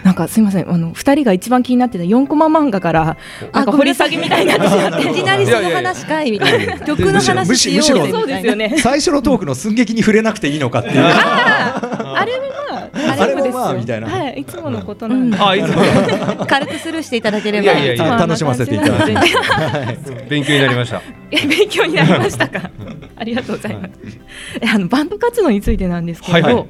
[SPEAKER 1] なんかすみません、あの二人が一番気になってた四コマ漫画から、なんか掘り下げみたいになってし
[SPEAKER 2] <laughs>
[SPEAKER 1] まっ
[SPEAKER 2] い
[SPEAKER 1] て、
[SPEAKER 2] きなりその話かいみたいな曲の話しようぜ
[SPEAKER 1] そう
[SPEAKER 2] みた
[SPEAKER 1] で
[SPEAKER 2] い
[SPEAKER 1] す
[SPEAKER 2] な
[SPEAKER 1] よね。
[SPEAKER 12] 最初のトークの寸劇に触れなくていいのかっていう
[SPEAKER 1] あれはまあ、
[SPEAKER 12] あれはまあ
[SPEAKER 1] ですよ
[SPEAKER 12] みたいな
[SPEAKER 1] はい、いつものことなんで。
[SPEAKER 14] あいつも
[SPEAKER 2] 軽くスルーしていただければ
[SPEAKER 14] いやいやいや
[SPEAKER 12] 楽しませていただきま
[SPEAKER 2] <laughs>
[SPEAKER 14] <laughs> 勉強になりました。
[SPEAKER 1] え勉強になりましたか。 <laughs> ありがとうございます。えあのバンド活動についてなんですけど、
[SPEAKER 14] はいはい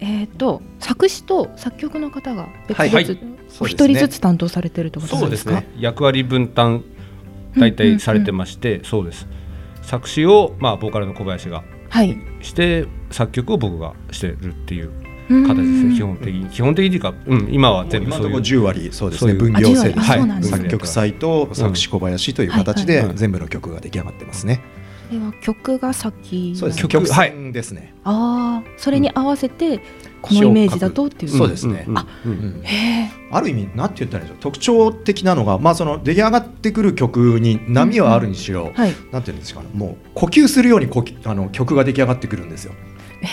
[SPEAKER 1] えっ、と作詞と作曲の方が別々、
[SPEAKER 14] はいはい
[SPEAKER 1] お一人ずつ担当されてるってこと
[SPEAKER 14] そ
[SPEAKER 1] な
[SPEAKER 14] うんで
[SPEAKER 1] ですすか。
[SPEAKER 14] ね役割分担大体されてまして、そうです作詞をまあボーカルの小林が
[SPEAKER 1] はい。
[SPEAKER 14] して作曲を僕がしてるっていう
[SPEAKER 1] うん
[SPEAKER 14] 形ですね基本的に基本的にっていうか、うん、今は全部
[SPEAKER 12] 今
[SPEAKER 14] そ
[SPEAKER 12] の
[SPEAKER 14] う
[SPEAKER 12] と
[SPEAKER 14] い
[SPEAKER 12] こ
[SPEAKER 14] う
[SPEAKER 12] ろ10割そうですね
[SPEAKER 14] い
[SPEAKER 12] 分業制です、
[SPEAKER 14] はい
[SPEAKER 12] 作曲祭と作詞小林という形
[SPEAKER 14] はい
[SPEAKER 12] で
[SPEAKER 14] はい
[SPEAKER 12] 全部の曲が出来上がってますね、
[SPEAKER 1] れは曲が先
[SPEAKER 12] そうです
[SPEAKER 1] 曲
[SPEAKER 12] 曲線ですね、
[SPEAKER 1] ああそれに合わせてこのイメージだとっていう、
[SPEAKER 12] そうですね、
[SPEAKER 1] あへえ
[SPEAKER 12] ある意味なんて言ったらいいんでしょう特徴的なのが、まあ、その出来上がってくる曲に波はあるにしろ、
[SPEAKER 1] はい
[SPEAKER 12] なんていうんですかねもう呼吸するように呼吸あの曲が出来上がってくるんですよ。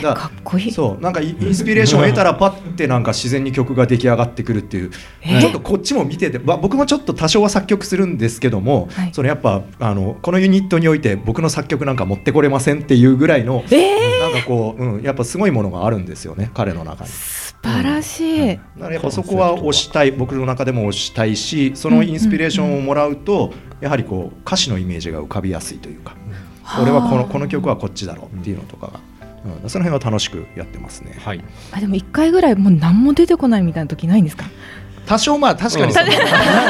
[SPEAKER 12] だか
[SPEAKER 1] っこい
[SPEAKER 12] いそうなんかイインスピレーションを得たらパッてなんか自然に曲が出来上がってくるっていう、ちょっとこっちも見てて、まあ、僕もちょっと多少は作曲するんですけども、そのやっぱあのこのユニットにおいて僕の作曲なんか持ってこれませんっていうぐらいの、なんかこう、うん、やっぱすごいものがあるんですよね彼の中に。
[SPEAKER 1] 素晴らしい、
[SPEAKER 12] だからやっぱそこは推したい僕の中でも推したいしそのインスピレーションをもらうと、やはりこう歌詞のイメージが浮かびやすいというか、俺はこのこの曲はこっちだろうっていうのとかが、うんその辺は楽しくやってますね。はい、
[SPEAKER 1] あでも一回ぐらいもう何も出てこないみたいな時ないんですか
[SPEAKER 12] 多少まあ確かにその、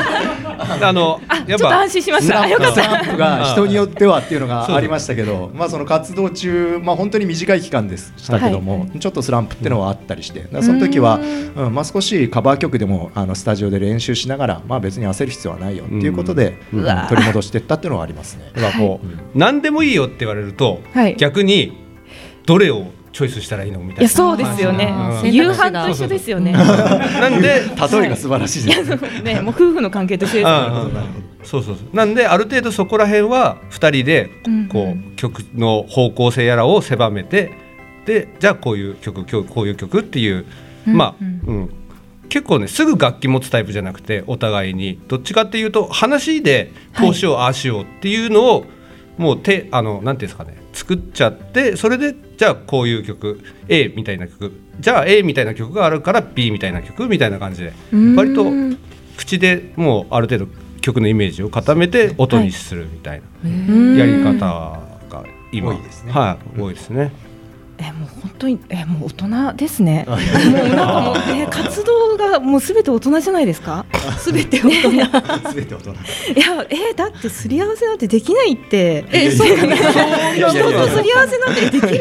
[SPEAKER 14] あの
[SPEAKER 1] ちょっと安心しましたあよかった
[SPEAKER 12] スランプが人によってはっていうのがありましたけど、まあ、その活動中、まあ、本当に短い期間でしたけども、ちょっとスランプっていうのはあったりして、だからその時は、うんまあ、少しカバー曲でもあのスタジオで練習しながら、まあ、別に焦る必要はないよっていうことで、
[SPEAKER 14] うん
[SPEAKER 12] うん取り戻していったっていうのはあります
[SPEAKER 1] <laughs>
[SPEAKER 12] ね。
[SPEAKER 14] だからこう、何でもいいよって言われると、
[SPEAKER 1] はい
[SPEAKER 14] 逆にどれをチョイスしたらいいのみたいな。
[SPEAKER 1] いやそうですよね
[SPEAKER 14] うん
[SPEAKER 1] 夕飯と一緒ですよね
[SPEAKER 14] なんで
[SPEAKER 12] 例えが素晴らしい
[SPEAKER 1] いやそうねもう夫婦の関係と一緒ですよね
[SPEAKER 14] そうそうそうなんである程度そこら辺は二人でこう曲の方向性やらを狭めてでじゃあこういう曲今日こういう曲っていう
[SPEAKER 15] うん
[SPEAKER 14] まあうん結構ねすぐ楽器持つタイプじゃなくてお互いにどっちかっていうと話でこうしようああしようっていうのをもう手あのなんていうんですかね作っちゃってそれでじゃあこういう曲 A みたいな曲じゃあ A みたいな曲があるから B みたいな曲みたいな感じで割と口でもうある程度曲のイメージを固めて音にするみたい
[SPEAKER 1] うん
[SPEAKER 14] なやり方が今多いですね。はい、多いですね。
[SPEAKER 1] えもう本当にえもう大人ですね。もうなんかもうね活動がもうすべて大人じゃないですか。 <laughs> すべて大人。いや
[SPEAKER 12] 全て大人
[SPEAKER 1] えだってすり合わせなんてできないって。
[SPEAKER 2] えそうなの
[SPEAKER 1] いや人とすり合わせなんてでき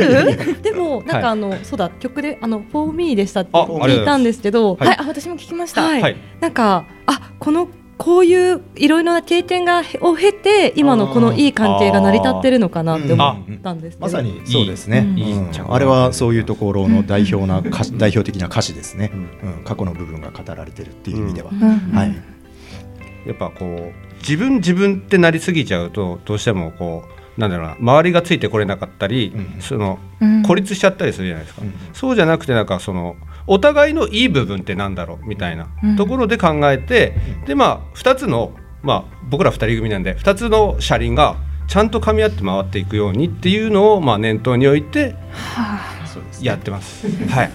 [SPEAKER 1] る？
[SPEAKER 2] でもなんかあの、そうだ曲であの For Me でしたって
[SPEAKER 1] あありがとうございます
[SPEAKER 2] 聞いたんですけど、
[SPEAKER 1] はいあ私も聞きました
[SPEAKER 2] はい
[SPEAKER 1] はい
[SPEAKER 2] なんかあこのこういういろいろな経験がを経て今のこのいい関係が成り立ってるのかなって思ったんですけど、
[SPEAKER 12] まさにそうですね。うんあれはそういうところの代表な歌詞代表的な歌詞ですね、うん過去の部分が語られてるっていう意味では、
[SPEAKER 14] うん
[SPEAKER 12] はい。
[SPEAKER 14] <laughs> やっぱこう自分自分ってなりすぎちゃうとどうしてもこうなんだろうな周りがついてこれなかったり、その
[SPEAKER 15] うん
[SPEAKER 14] 孤立しちゃったりするじゃないですか、そうじゃなくてなんかそのお互いのいい部分ってなんだろうみたいな
[SPEAKER 15] うん
[SPEAKER 14] ところで考えて、でまあ2つの、まあ、僕ら2人組なんで2つの車輪がちゃんと噛み合って回っていくようにっていうのをまあ念頭に置いてやってます。
[SPEAKER 15] <laughs>
[SPEAKER 14] はい、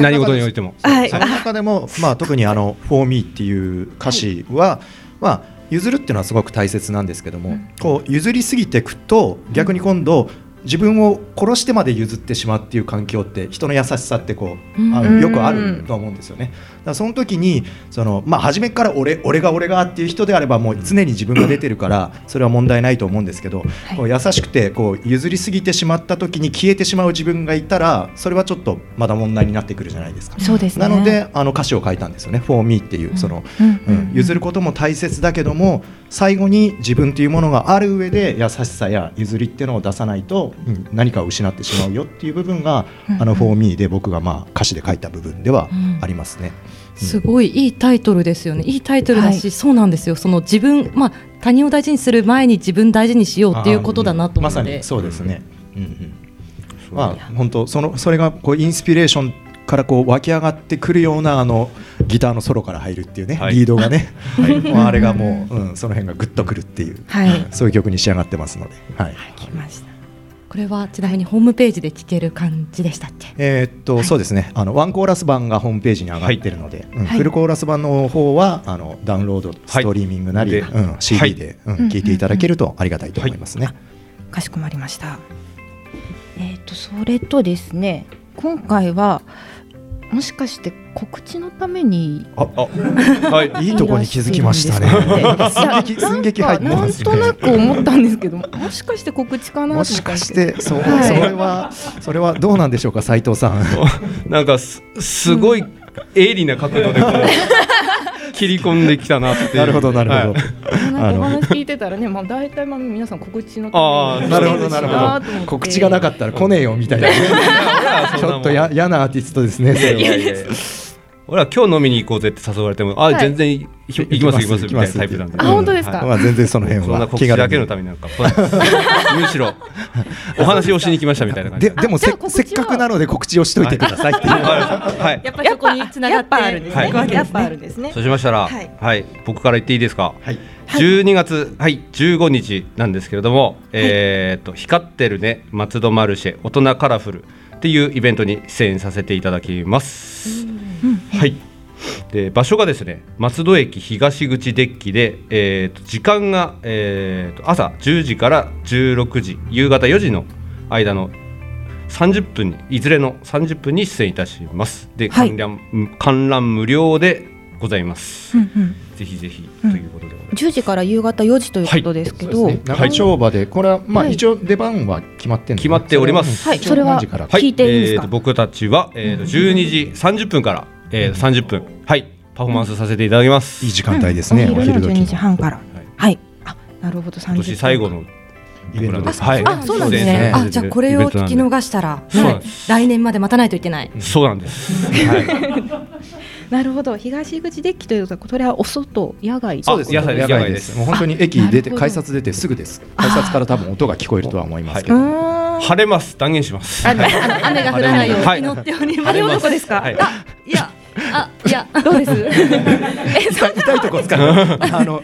[SPEAKER 14] 何事においても。
[SPEAKER 1] はい
[SPEAKER 12] その中でも、まあ、特にあの「For Me」っていう歌詞は、まあ、譲るっていうのはすごく大切なんですけども、こう譲りすぎていくと逆に今度自分を殺してまで譲ってしまうっていう環境って人の優しさってこう、あ
[SPEAKER 15] うん
[SPEAKER 12] のよくあると思うんですよね。だからその時にその、まあ、初めから俺俺が俺がっていう人であればもう常に自分が出てるからそれは問題ないと思うんですけど、こう優しくてこう譲りすぎてしまった時に消えてしまう自分がいたらそれはちょっとまだ問題になってくるじゃないですか。
[SPEAKER 1] そうです
[SPEAKER 12] な
[SPEAKER 1] ね
[SPEAKER 12] のであの歌詞を書いたんですよね「For Me」っていうその、うん譲ることも大切だけども最後に自分というものがある上で優しさや譲りっていうのを出さないと、うん何かを失ってしまうよっていう部分が「あの For Me」で僕がまあ歌詞で書いた部分ではありますね。
[SPEAKER 2] すごいいいタイトルですよね。いいタイトルだし、
[SPEAKER 12] はい
[SPEAKER 2] そうなんですよ。その自分、まあ他人を大事にする前に自分大事にしようっていうことだなと思って。
[SPEAKER 12] まさにそうですね。うんうんまあ本当そのそれがこうインスピレーションからこう湧き上がってくるようなあのギターのソロから入るっていうね、リードがね、 <laughs> もうあれがもう、うん、その辺がグッとくるっていう、
[SPEAKER 2] はい
[SPEAKER 12] そういう曲に仕上がってますので、はい。
[SPEAKER 2] これはちなみにホームページで聞ける感じでしたっけ。
[SPEAKER 12] えーっと、そうですね。あのワンコーラス版がホームページに上がってるので、うん
[SPEAKER 2] はい
[SPEAKER 12] フルコーラス版の方はあのダウンロード、ストリーミングなり、うん CD で、うん聞いていただけるとありがたいと思いますね。
[SPEAKER 1] かしこまりました。えっ、とそれとですね今回はもしかして告知のために
[SPEAKER 12] あ、 <laughs> い、いとこに気づきましたね。 <laughs> 寸劇寸劇入ってますね。
[SPEAKER 1] なんとなく思ったんですけどもしかして告知かなと思
[SPEAKER 12] も
[SPEAKER 1] った
[SPEAKER 12] し
[SPEAKER 1] んで
[SPEAKER 12] か
[SPEAKER 1] す
[SPEAKER 12] し
[SPEAKER 1] けど
[SPEAKER 12] て、そう、
[SPEAKER 1] はい
[SPEAKER 12] それは、それはどうなんでしょうか、斉藤さん。
[SPEAKER 14] なんかすすごい鋭利な角度でこう切り込んできたなっていう。
[SPEAKER 12] なるほどなるほど
[SPEAKER 14] はい
[SPEAKER 1] なんかお話聞いいてたらね、まあ、大体まあ皆さん告知の
[SPEAKER 12] ああなるほどなるほど告知がなかったら来ねえよみたいなねちょっとや嫌なアーティストですねそれは
[SPEAKER 14] 俺は今日飲みに行こうぜって誘われても、あ、
[SPEAKER 1] はい
[SPEAKER 14] 全然いひ行きます行きますみたいなタイプなんで。
[SPEAKER 1] あ本当ですか
[SPEAKER 14] はい
[SPEAKER 1] まあ
[SPEAKER 12] 全然その辺は
[SPEAKER 14] そんな告知だけのためになんか、むしろお話をしに来ましたみたいな感じ。
[SPEAKER 12] ででもせせっかくなので告知をしといてくださいっていう
[SPEAKER 14] はい。
[SPEAKER 2] やっぱりそこに繋がってあるん
[SPEAKER 14] ですねはい
[SPEAKER 2] やっぱあるんですね
[SPEAKER 14] そうしましたら、
[SPEAKER 2] は
[SPEAKER 14] はいい、僕から言っていいですか。はい。12月はい15日なんですけれども、えーっと光ってるね松戸マルシェ大人カラフルっていうイベントに出演させていただきます。はい。で場所がですね松戸駅東口デッキで、えーと時間が、えーと朝10時から16時夕方4時の間の30分にいずれの30分に出演いたしますで観覧,、観覧無料でございます、
[SPEAKER 1] うんうん
[SPEAKER 14] ぜひぜひ、
[SPEAKER 1] うん
[SPEAKER 14] ということで
[SPEAKER 1] 10時から夕方4時ということですけど、
[SPEAKER 14] はいそうですね
[SPEAKER 12] 長丁場でこれはまあ
[SPEAKER 1] はい
[SPEAKER 12] 一応出番は決まってんのね
[SPEAKER 14] 決まっております
[SPEAKER 1] はいそれは聞いていいんですか
[SPEAKER 14] えーと僕たちは、えー、と12時30分から、えー、30分はいパフォーマンスさせていただきます、いい時間帯です
[SPEAKER 1] お昼の12時半からはい、あなるほど
[SPEAKER 14] 今
[SPEAKER 1] 30
[SPEAKER 14] 年最後のイベントですね。はい
[SPEAKER 2] あそうなんですねあじゃあこれを聞き逃したら、はい来年まで待たないといけない
[SPEAKER 14] そうなんです。 <laughs> はい
[SPEAKER 1] なるほど東口デッキということはこれはお外野外
[SPEAKER 12] そうです
[SPEAKER 14] 野
[SPEAKER 1] <laughs>
[SPEAKER 14] 菜で
[SPEAKER 12] 野
[SPEAKER 14] す野
[SPEAKER 12] 外
[SPEAKER 14] 菜
[SPEAKER 12] で
[SPEAKER 14] ですす
[SPEAKER 12] もう本当に駅出て
[SPEAKER 1] あなるほど
[SPEAKER 12] 改札出てすぐです改札から多分音が聞こえるとは思いますけど
[SPEAKER 14] 晴れます断言します。
[SPEAKER 2] あのあの雨が降らないよう
[SPEAKER 14] はい
[SPEAKER 2] に祈っております。
[SPEAKER 14] 晴れますはい
[SPEAKER 2] あいやどうです？
[SPEAKER 12] 痛い痛いとこ使うあの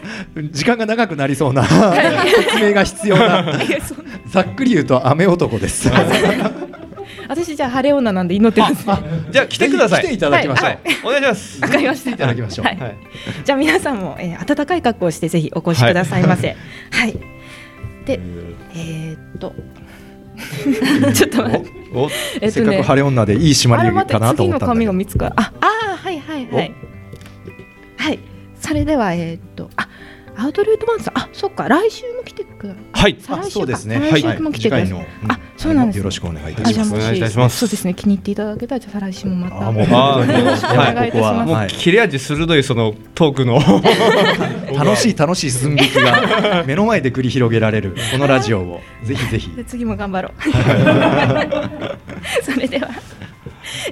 [SPEAKER 12] 時間が長くなりそうな説明が必要なざっくり言うと雨男です
[SPEAKER 1] 私じゃあ晴れ女なんで祈ってます
[SPEAKER 14] じゃあ来てください。
[SPEAKER 12] 来ていただきましょう
[SPEAKER 14] はいお願いします。
[SPEAKER 1] わかりました
[SPEAKER 12] いただきましょう
[SPEAKER 1] はいじゃあ皆さんも、えー、暖かい格好をしてぜひお越しくださいませ。はい。で、えーっと。ちょっと待って。
[SPEAKER 12] お
[SPEAKER 1] えっとね
[SPEAKER 12] せっかく晴れ女でいい締まりかなと思ったん
[SPEAKER 1] あれ待って次
[SPEAKER 12] だ
[SPEAKER 1] の
[SPEAKER 12] け
[SPEAKER 1] 紙
[SPEAKER 12] ど
[SPEAKER 1] が見つかあ、あーはいはいはい。はい。それではえーっとあ。アウトレートバンさん、あ、そっか、来週も来てくだ
[SPEAKER 14] はい。
[SPEAKER 1] 再来週か
[SPEAKER 12] そうですね。
[SPEAKER 1] 再来週も来てください。
[SPEAKER 12] あ、
[SPEAKER 1] そうなんです
[SPEAKER 12] よろしくお願いいた
[SPEAKER 1] あ
[SPEAKER 12] し
[SPEAKER 1] じゃ
[SPEAKER 12] ま
[SPEAKER 1] あ
[SPEAKER 12] す。
[SPEAKER 1] もしそうですね、気に入っていただけたら、じゃあ再来週もまた。
[SPEAKER 12] あもう
[SPEAKER 14] あー
[SPEAKER 1] よろしくお願いいたします。
[SPEAKER 14] もう切れ味鋭いそのトークの
[SPEAKER 12] <laughs> 楽しい楽しい寸劇
[SPEAKER 14] <laughs>
[SPEAKER 12] が目の前で繰り広げられるこのラジオをぜひぜひ。
[SPEAKER 1] で次も
[SPEAKER 12] <laughs>
[SPEAKER 1] 頑張ろう。それでは、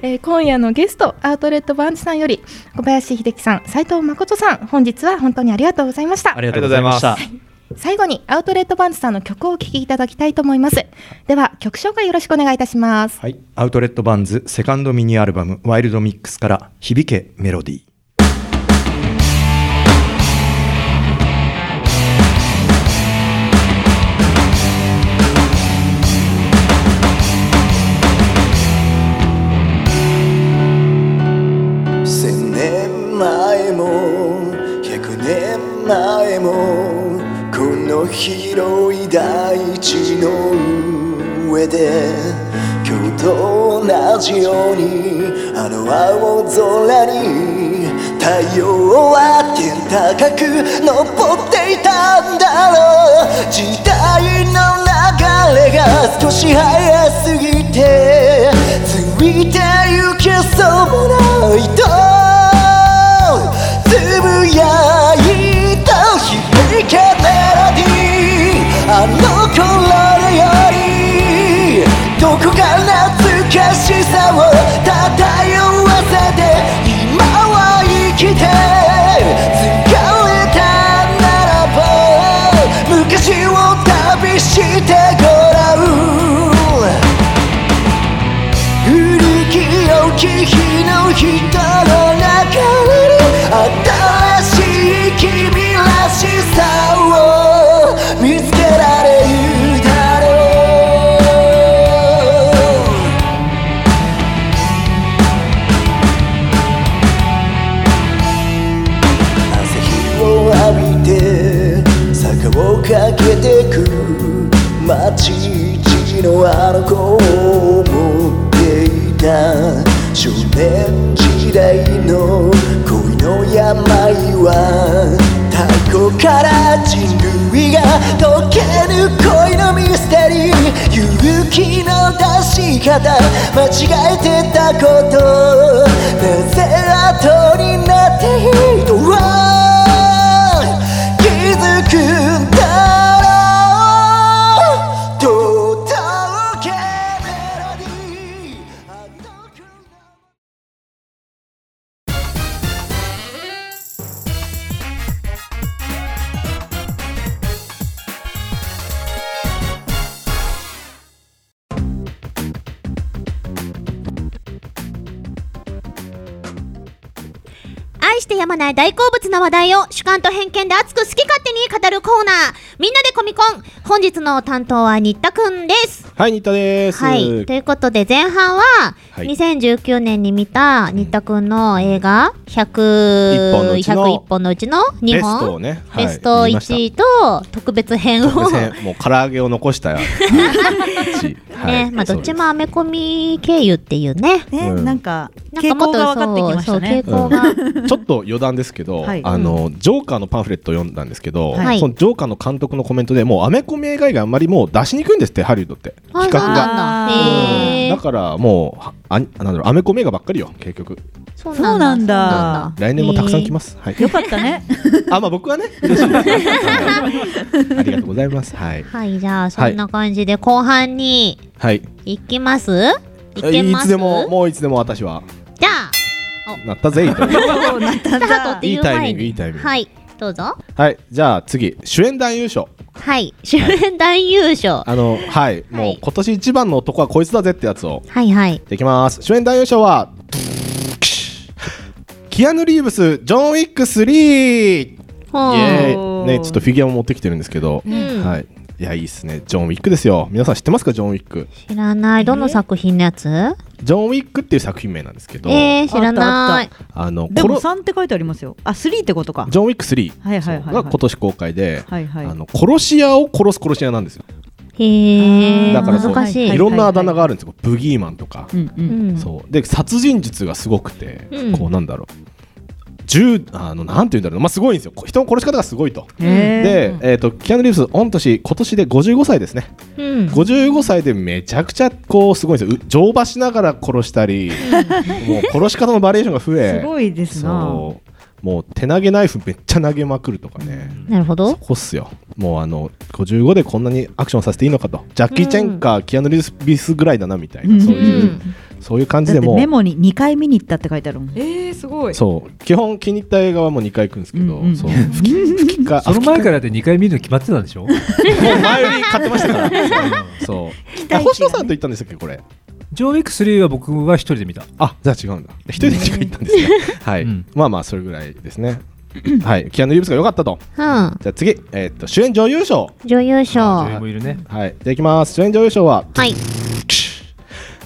[SPEAKER 1] えー今夜のゲストアウトレットバンチさんより小林秀樹さん、斉藤誠さん、本日は本当にありがとうございました。
[SPEAKER 12] ありがとうございました。
[SPEAKER 1] 最後にアウトレットバンチさんの曲をお聴きいただきたいと思います。では曲紹介よろしくお願いいたします。
[SPEAKER 12] はい、アウトレットバンズセカンドミニアルバムワイルドミックスから響けメロディー。
[SPEAKER 15] 千年前も百年前もこの広い大地の上で今日と同じようにあの青空に太陽は天高く昇っていたんだろう時代の流れが少し早すぎてついてゆけそうもないとつぶやいた響けメロディーあの頃よりどこか懐かしさを漂わせて今は生きて疲れたならば昔を旅してごらん古き良き日の人の中に新しい君らしさを見つけられるだろう朝日を浴びて坂を駆けてく街一のあの子を持っていた少年時代の恋の病は太鼓から人類が溶ける恋のミステリー勇気の出し方間違えてたことなぜ後になって人は気づくんだ
[SPEAKER 5] 愛してやまない大好物な話題を主観と偏見で熱く好き勝手に語るコーナーみんなでコミコン本日の担当は新田くんです
[SPEAKER 6] はい新田です
[SPEAKER 5] はいということで前半は
[SPEAKER 6] はい
[SPEAKER 5] 2019年に見た新田くんの映画100 101
[SPEAKER 6] 101
[SPEAKER 5] 本のうちの2
[SPEAKER 6] ベスト
[SPEAKER 5] 本
[SPEAKER 6] をねはい
[SPEAKER 5] ベスト
[SPEAKER 6] 言いました
[SPEAKER 5] 1位と特別編を
[SPEAKER 6] もう唐揚げを残
[SPEAKER 5] <laughs>
[SPEAKER 6] したよはい
[SPEAKER 5] ね、まあどっちもアメコミ経由っていうね。
[SPEAKER 6] ねうんなん
[SPEAKER 5] か
[SPEAKER 8] 傾向が分かってきましたね
[SPEAKER 5] そうそう傾向が、
[SPEAKER 6] うんちょっと余談ですけど、
[SPEAKER 5] はい
[SPEAKER 6] あのジョーカーのパンフレットを読んだんですけど、
[SPEAKER 5] はい
[SPEAKER 6] そのジョーカーの監督のコメントでもうアメコミ映画以外あんまりもう出しにくいんですってハリウッドって
[SPEAKER 5] あ
[SPEAKER 6] 企画が
[SPEAKER 5] そうなんだ。へえ
[SPEAKER 6] だからもうはあなんだろうアメコミ映画ばっかりよ結局
[SPEAKER 5] そう
[SPEAKER 8] なんだ。
[SPEAKER 6] 来年もたくさん来ます、はい、
[SPEAKER 8] よかったね。
[SPEAKER 6] <laughs> あ、まあ僕はね。ありがとうございますはい
[SPEAKER 5] <laughs> はい、じゃあそんな感じで後半に
[SPEAKER 6] はい
[SPEAKER 5] 行きます。行け
[SPEAKER 6] い
[SPEAKER 5] ま
[SPEAKER 6] つ
[SPEAKER 5] す。
[SPEAKER 6] でももういつでも私は
[SPEAKER 5] じゃあ
[SPEAKER 6] なったぜいという
[SPEAKER 5] スタートってい
[SPEAKER 6] いい
[SPEAKER 5] う前に
[SPEAKER 6] タイミングいいタイミング
[SPEAKER 5] はい、どうぞ。
[SPEAKER 6] はいじゃあ次主演男優賞
[SPEAKER 5] はい、主演男優賞。
[SPEAKER 6] あのはい、もう今年一番の男はこいつだぜってやつを
[SPEAKER 5] はいはい。
[SPEAKER 6] できます主演男優賞はキアヌ・リーブスジョン・ウィック3
[SPEAKER 5] ほう
[SPEAKER 6] イエーイねちょっとフィギュアも持ってきてるんですけど、
[SPEAKER 5] うん
[SPEAKER 6] はいいやいいっすねジョン・ウィックですよ皆さん知ってますかジョン・ウィック
[SPEAKER 5] 知らないどの作品のやつ？
[SPEAKER 6] ジョン・ウィックっていう作品名なんですけど、
[SPEAKER 5] えー、知ら
[SPEAKER 8] あ
[SPEAKER 5] な
[SPEAKER 8] っ
[SPEAKER 5] い。
[SPEAKER 6] あの
[SPEAKER 8] でも
[SPEAKER 6] 殺
[SPEAKER 8] 三って書いてありますよ。あ、スリーってことか。
[SPEAKER 6] ジョン・ウィック3
[SPEAKER 8] はいはいはいは
[SPEAKER 6] が今
[SPEAKER 8] い。
[SPEAKER 6] 年公開で、
[SPEAKER 8] はいはい
[SPEAKER 6] あの殺し屋を殺す殺し屋なんですよ
[SPEAKER 5] へえ。
[SPEAKER 6] だからこう
[SPEAKER 5] 難しい。
[SPEAKER 6] いろんなあだ名があるんですよブギーマンとか、
[SPEAKER 5] うん
[SPEAKER 6] そうで殺人術がすごくて、
[SPEAKER 5] うん
[SPEAKER 6] こうなんだろう銃あのなんて言うんだろうまあすごいんですよこ人の殺し方がすごいと
[SPEAKER 5] へ
[SPEAKER 6] で、えー、とキアヌ・リーブス御年今年で55歳ですね
[SPEAKER 5] うん。
[SPEAKER 6] 55歳でめちゃくちゃこうすごいんですよう乗馬しながら殺したりもう殺し方のバリエーションが増え
[SPEAKER 8] すごいですな
[SPEAKER 6] そうもう手投げナイフめっちゃ投げまくるとかね
[SPEAKER 5] なるほど。
[SPEAKER 6] こっすよもうあの55でこんなにアクションさせていいのかとジャッキー・チェンか、キアヌ・リーブスぐらいだなみたいな、そういうそういう感じ
[SPEAKER 8] だ
[SPEAKER 6] で
[SPEAKER 8] って
[SPEAKER 6] もう
[SPEAKER 8] メモに二回見に行ったって書いてあるもん。
[SPEAKER 2] えー、すごい。
[SPEAKER 6] そう基本気に入った映画はもう2回行くんですけど、そう
[SPEAKER 7] <laughs> その前からだって2回見るの決まってたんでしょ
[SPEAKER 6] 前売り買ってましたからそうあ星野さんと行ったんでしたっけこれ
[SPEAKER 7] ジョン・ウィック3は僕は一人で見た
[SPEAKER 6] あじゃあ違うんだ一人で違う行ったんですねはい、まあまあそれぐらいですねはいキアヌ・リーブスが良かったと
[SPEAKER 5] うん。
[SPEAKER 6] じゃあ次、えーっと主演女優賞
[SPEAKER 5] 女優賞。
[SPEAKER 6] もいるねはいじゃあいきます主演女優賞は
[SPEAKER 5] はい。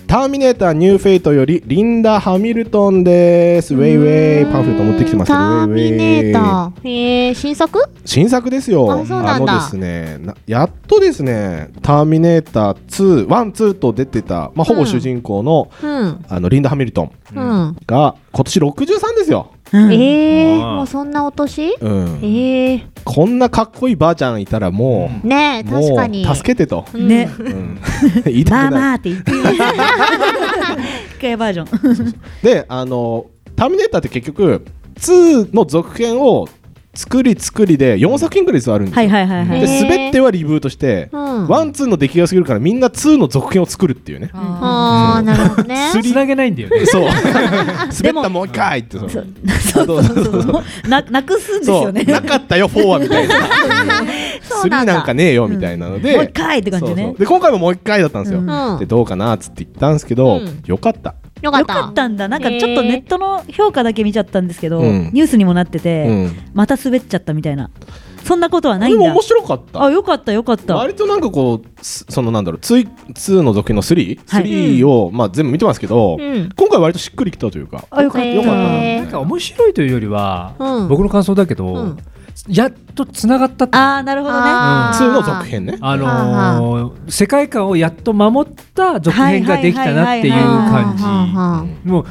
[SPEAKER 6] ターミネーターニューフェイトよりリンダ・ハミルトンです。ウェイウェイ。パンフレット持ってきてますけど、ウェイウェイ。
[SPEAKER 5] えーと、えー、新作？
[SPEAKER 6] 新作ですよ。
[SPEAKER 5] あそうなんだ
[SPEAKER 6] のですね、なやっとですね、ターミネーター2、1、2と出てた、まあ、ほぼ主人公の、
[SPEAKER 5] うん。
[SPEAKER 6] あのリンダ・ハミルトン
[SPEAKER 5] うん。
[SPEAKER 6] が今年63ですよ。
[SPEAKER 5] えー、
[SPEAKER 6] うん
[SPEAKER 5] もうそんなお年？
[SPEAKER 6] うん
[SPEAKER 5] えー、
[SPEAKER 6] こんなかっこいいばあちゃんいたらもう、
[SPEAKER 5] ねえ
[SPEAKER 6] もう
[SPEAKER 5] 確かに。
[SPEAKER 6] 助けてと。
[SPEAKER 5] うんね
[SPEAKER 6] うん、 <laughs> 言いたくない。
[SPEAKER 8] <laughs> まあって言ってみます。一回バージョン。
[SPEAKER 6] であの「ターミネーター」って結局2の続編を作り作りで4作品ぐらい実はあるんですよ、
[SPEAKER 8] はいはいはいはい
[SPEAKER 6] で滑ってはリブートして、
[SPEAKER 8] うん
[SPEAKER 6] ワンツーの出来が良すぎるからみんな2の続編を作るっていうね
[SPEAKER 5] ああなるほど
[SPEAKER 6] <laughs>
[SPEAKER 8] <laughs>
[SPEAKER 5] ね。
[SPEAKER 6] つなげないんだよねそう滑ったもう一回ってそうそうそうそう
[SPEAKER 8] な、なくすんですよね。
[SPEAKER 6] なかったよ4はみたいな
[SPEAKER 8] <laughs> そう
[SPEAKER 6] 3
[SPEAKER 8] なん
[SPEAKER 6] なん
[SPEAKER 8] だ。
[SPEAKER 6] かねえよみたいなので、
[SPEAKER 8] もう一回って感じね
[SPEAKER 6] そうそうで今回ももう一回だったんですよ、
[SPEAKER 8] うん
[SPEAKER 6] でどうかなっつって言ったんですけど、
[SPEAKER 8] うん
[SPEAKER 6] よかった
[SPEAKER 5] よ
[SPEAKER 8] かったんだなんかちょっとネットの評価だけ見ちゃったんですけど、
[SPEAKER 6] うん
[SPEAKER 8] ニュースにもなってて、
[SPEAKER 6] うん
[SPEAKER 8] また滑っちゃったみたいなそんなことはないんだ
[SPEAKER 6] でも面白かった
[SPEAKER 8] あよかったよかった
[SPEAKER 6] 割となんかこうすそのなんだろうツイ2の続編の3、
[SPEAKER 8] はい
[SPEAKER 6] 3を、まあ、全部見てますけど、
[SPEAKER 8] うん
[SPEAKER 6] 今回割としっくりきたというか、
[SPEAKER 8] あよかった
[SPEAKER 6] よかったな
[SPEAKER 7] なんか面白いというよりは、
[SPEAKER 6] うん
[SPEAKER 7] 僕の感想だけど、
[SPEAKER 6] うん
[SPEAKER 7] やっとつながったって
[SPEAKER 8] ああなるほどね
[SPEAKER 7] うん
[SPEAKER 6] 2の続編ね
[SPEAKER 7] あのー世界観をやっと守った続編ができたなっていう感じ
[SPEAKER 5] じ。
[SPEAKER 7] もう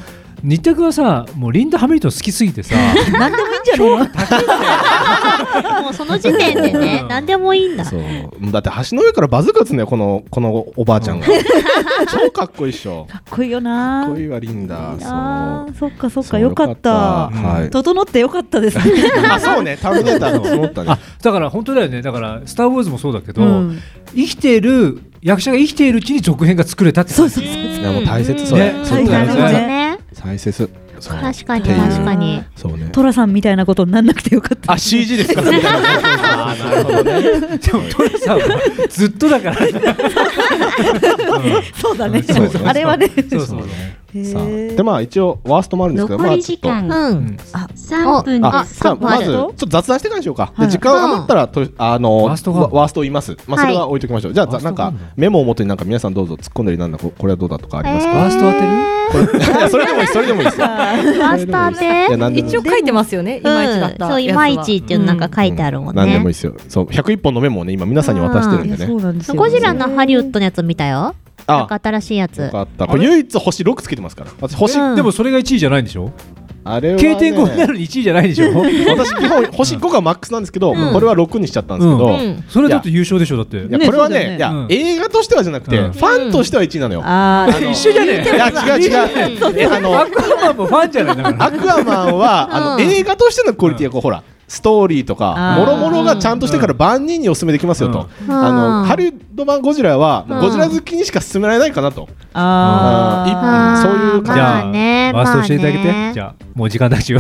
[SPEAKER 7] 新田君はさもうリンダ・ハミルトン好きすぎてさ
[SPEAKER 8] 何でもいいんじゃね
[SPEAKER 5] もうその時点で
[SPEAKER 8] <laughs>
[SPEAKER 5] ね、何でもいいんだ。
[SPEAKER 6] そうだって橋の上からバズーカ打つんだよこのこのおばあちゃんが <laughs> 超かっこいいっしょか
[SPEAKER 8] っこいいよな
[SPEAKER 6] かっこいいわリンダ
[SPEAKER 8] あーそっかそっか
[SPEAKER 6] う
[SPEAKER 8] よかった
[SPEAKER 6] よかったはい
[SPEAKER 8] 整ってよかったで
[SPEAKER 6] <laughs>
[SPEAKER 8] す
[SPEAKER 6] あそうねターミネーターの思ったね
[SPEAKER 7] あだから本当だよねだから「スター・ウォーズ」もそうだけど、
[SPEAKER 8] うん
[SPEAKER 7] 生きている役者が生きているうちに続編が作れたってそうそうそう
[SPEAKER 6] いやもう大切それ、
[SPEAKER 7] ね
[SPEAKER 6] そう大
[SPEAKER 7] 大切
[SPEAKER 6] 切
[SPEAKER 7] だ
[SPEAKER 5] ね
[SPEAKER 6] 大切そう
[SPEAKER 5] 確かに
[SPEAKER 6] っていう
[SPEAKER 5] 確かに
[SPEAKER 6] そうね
[SPEAKER 8] 寅さんみたいなことになんなくてよかった
[SPEAKER 6] あ CG ですか
[SPEAKER 7] <laughs>
[SPEAKER 6] みたいなあーなるほどね
[SPEAKER 7] でも寅さんはずっとだから
[SPEAKER 8] そうだ
[SPEAKER 7] <laughs>
[SPEAKER 8] ね
[SPEAKER 7] そうそうそう
[SPEAKER 8] あれはね
[SPEAKER 7] そうそう
[SPEAKER 6] さあでまあ一応ワーストもあるんですけど、ま
[SPEAKER 16] 残
[SPEAKER 6] あ
[SPEAKER 16] り
[SPEAKER 6] ちょ
[SPEAKER 16] 時
[SPEAKER 6] っと
[SPEAKER 16] 間
[SPEAKER 5] うん
[SPEAKER 16] 3分
[SPEAKER 6] あ
[SPEAKER 16] です
[SPEAKER 6] さあまずちょっと雑談してからにしようか。で時間余ったらとあのワーストワーストを言います。まあそれは置いときましょう。じゃあざなんかメモをもとになんか皆さんどうぞ突っ込んだりなんだここれはどうだとかありますか。
[SPEAKER 7] ワースト当てる
[SPEAKER 6] これいやそれでもいいそれでもいいですよ。
[SPEAKER 5] マスター
[SPEAKER 6] いや何でも
[SPEAKER 2] 一応書いてますよね、いまいちだったやつは。
[SPEAKER 5] そう、いまいちっていうのなんか書いてあるもんね。
[SPEAKER 6] 何でもいいですよ。そう101本のメモをね今皆さんに渡してるんでね。
[SPEAKER 5] ゴジラのハリウッドのやつ見たよ。
[SPEAKER 6] あ
[SPEAKER 5] なんか新しいやつ。
[SPEAKER 6] よかった。これ唯一星6つけてますから。私星
[SPEAKER 5] うん
[SPEAKER 7] でもそれが1位じゃないんでしょ
[SPEAKER 6] あれはね
[SPEAKER 7] ?9.5 になるに1位じゃないでしょ
[SPEAKER 6] <laughs> 私基本星5がマックスなんですけど、
[SPEAKER 7] うん
[SPEAKER 6] これは6にしちゃったんですけど、
[SPEAKER 7] うんそれだって優勝でしょだって
[SPEAKER 6] いやこれはねいや、映画としてはじゃなくて、ファンとしては1位なのよ。あの
[SPEAKER 7] 一緒じゃねえ
[SPEAKER 6] いや違う違う
[SPEAKER 7] <laughs> そうそう
[SPEAKER 6] えあの
[SPEAKER 7] アクアマンもファンじゃないだから
[SPEAKER 6] アクアマンはあの、
[SPEAKER 7] うん
[SPEAKER 6] 映画としてのクオリティがこうほらストーリーとか
[SPEAKER 7] あー
[SPEAKER 6] もろもろがちゃんとしてから万人にお勧めできますよと、
[SPEAKER 7] うん
[SPEAKER 6] あ
[SPEAKER 7] うん
[SPEAKER 6] のハリウッド版ゴジラは、
[SPEAKER 7] うん
[SPEAKER 6] ゴジラ好きにしか勧められないかなと、
[SPEAKER 7] あ
[SPEAKER 6] あー一そういう
[SPEAKER 7] じゃあワースト教えてあげてじゃあもう時間だしよ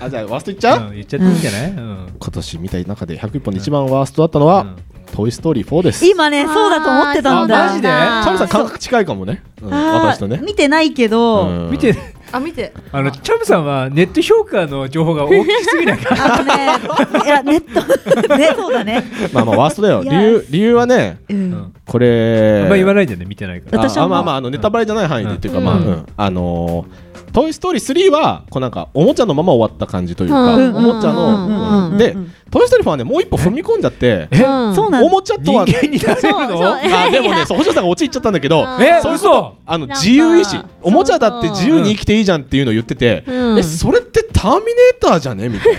[SPEAKER 6] あじゃあワーストいっちゃう、
[SPEAKER 7] 言っちゃっていいんじゃない
[SPEAKER 6] 今年見た中で101本で一番ワーストだったのは「トイ・ストーリー4」です
[SPEAKER 8] 今ねそうだと思ってたんだ
[SPEAKER 6] あマジでチャムさん感覚近いかもね、うん
[SPEAKER 8] あー
[SPEAKER 6] 私とね
[SPEAKER 8] 見てないけど、
[SPEAKER 6] うん
[SPEAKER 7] 見て
[SPEAKER 2] あ、見て。
[SPEAKER 7] あのチャムさんはネット評価の情報が大きすぎないか
[SPEAKER 8] いやネットねそうだね
[SPEAKER 6] <laughs> まあまあワーストだよ理由理由はね、これ
[SPEAKER 7] あんま言わないでね見てないから
[SPEAKER 6] ああまあまああのネタバレじゃない範囲でっていうか、まあ、うんあのートイ・ストーリー3」はこうなんかおもちゃのまま終わった感じというか、
[SPEAKER 7] うん
[SPEAKER 6] おもちゃの、
[SPEAKER 7] うん
[SPEAKER 6] で「トイ・ストーリー4」はねもう一歩踏み込んじゃって、
[SPEAKER 8] そうな
[SPEAKER 6] おもちゃとは
[SPEAKER 7] 人間になれるのそうそう
[SPEAKER 6] <laughs> あでもねそう星野さんが陥っちゃったんだけど
[SPEAKER 7] え
[SPEAKER 6] そういうことあの自由意志おもちゃだって自由に生きていいじゃんっていうのを言ってて、
[SPEAKER 7] うん
[SPEAKER 6] えそれってターミネーターじゃねみたい
[SPEAKER 7] <laughs>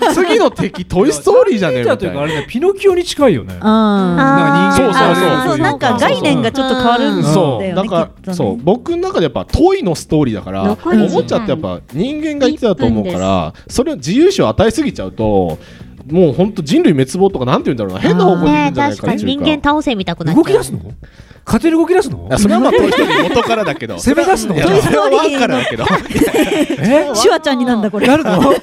[SPEAKER 6] な次の敵トイ・ストーリーじゃねみた
[SPEAKER 7] という
[SPEAKER 6] い
[SPEAKER 7] か
[SPEAKER 6] な
[SPEAKER 7] あれねピノキオに近いよね
[SPEAKER 8] あ
[SPEAKER 6] そうそうそう
[SPEAKER 8] そうなんか概念がちょっと変わるんだよ
[SPEAKER 6] そう
[SPEAKER 8] ね
[SPEAKER 6] だからそう僕の中でやっぱトイのストーリーだから
[SPEAKER 8] 残
[SPEAKER 6] お
[SPEAKER 8] り時間
[SPEAKER 6] もちゃってやっぱ人間が言ってたと思うからそれを自由視を与えすぎちゃうともう本当人類滅亡とかなんて言うんだろうな変な方向に行く
[SPEAKER 5] ね
[SPEAKER 6] んじゃない
[SPEAKER 5] 確
[SPEAKER 6] か
[SPEAKER 5] か
[SPEAKER 6] って
[SPEAKER 5] に
[SPEAKER 6] いう
[SPEAKER 5] 人
[SPEAKER 6] か
[SPEAKER 5] 間倒せみたくなっちゃう。動き出
[SPEAKER 7] すの勝手に動き出すの
[SPEAKER 6] いやそれはまあトイストーリー元からだけど
[SPEAKER 7] 攻め出すの
[SPEAKER 6] いや
[SPEAKER 7] トイ
[SPEAKER 6] それはワンからだけど
[SPEAKER 8] <laughs>
[SPEAKER 7] え
[SPEAKER 8] シュワちゃんになんだこれ
[SPEAKER 7] な
[SPEAKER 8] <laughs>
[SPEAKER 7] るの
[SPEAKER 6] い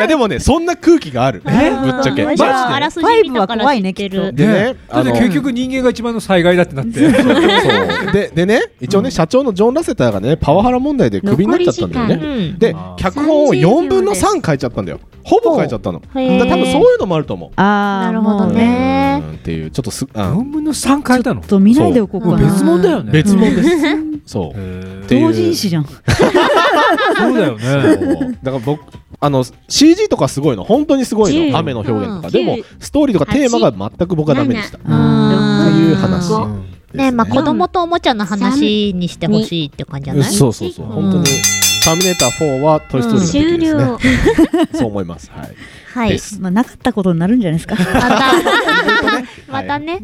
[SPEAKER 6] やでもねそんな空気があるぶっちゃけ
[SPEAKER 8] マジであらすじ見たから知ってるファイブは怖いねきっと
[SPEAKER 6] でね
[SPEAKER 7] だって結局人間が一番の災害だってなって
[SPEAKER 6] <laughs> そうででね一応ね社長のジョン・ラセターがねパワハラ問題でクビになっちゃったんだよ
[SPEAKER 7] 残り時
[SPEAKER 6] ね
[SPEAKER 7] 間
[SPEAKER 6] で脚本を4分の3変えちゃったんだよほぼ変えちゃったのだから
[SPEAKER 7] へー
[SPEAKER 6] 多分そういうのもあると思う
[SPEAKER 8] あなるほどね
[SPEAKER 6] うんっていうちょっとす4
[SPEAKER 7] 分の3
[SPEAKER 6] 変えたの
[SPEAKER 8] と見ないでおこうかな
[SPEAKER 7] 別物だよね
[SPEAKER 6] 別物です
[SPEAKER 8] <laughs>
[SPEAKER 6] そうっていう
[SPEAKER 8] 同人誌じゃん
[SPEAKER 6] そうだよね。だから僕あの CG とかすごいの本当にすごい
[SPEAKER 8] 10
[SPEAKER 6] の雨の表現と
[SPEAKER 5] う
[SPEAKER 6] か
[SPEAKER 5] ん
[SPEAKER 6] でも
[SPEAKER 5] 9
[SPEAKER 6] ストーリーとかテーマが全く僕はダメでした。っていう話。
[SPEAKER 5] ねまあ子供とおもちゃの話にしてほしいって感じじゃ
[SPEAKER 6] うん
[SPEAKER 5] ない
[SPEAKER 6] そうそうそう本当にターミネーター4はトイストーリーの敵ですね。 <laughs> そう思います。はい。
[SPEAKER 5] はい
[SPEAKER 6] です。
[SPEAKER 8] まあなかったことになるんじゃないですか
[SPEAKER 5] またね、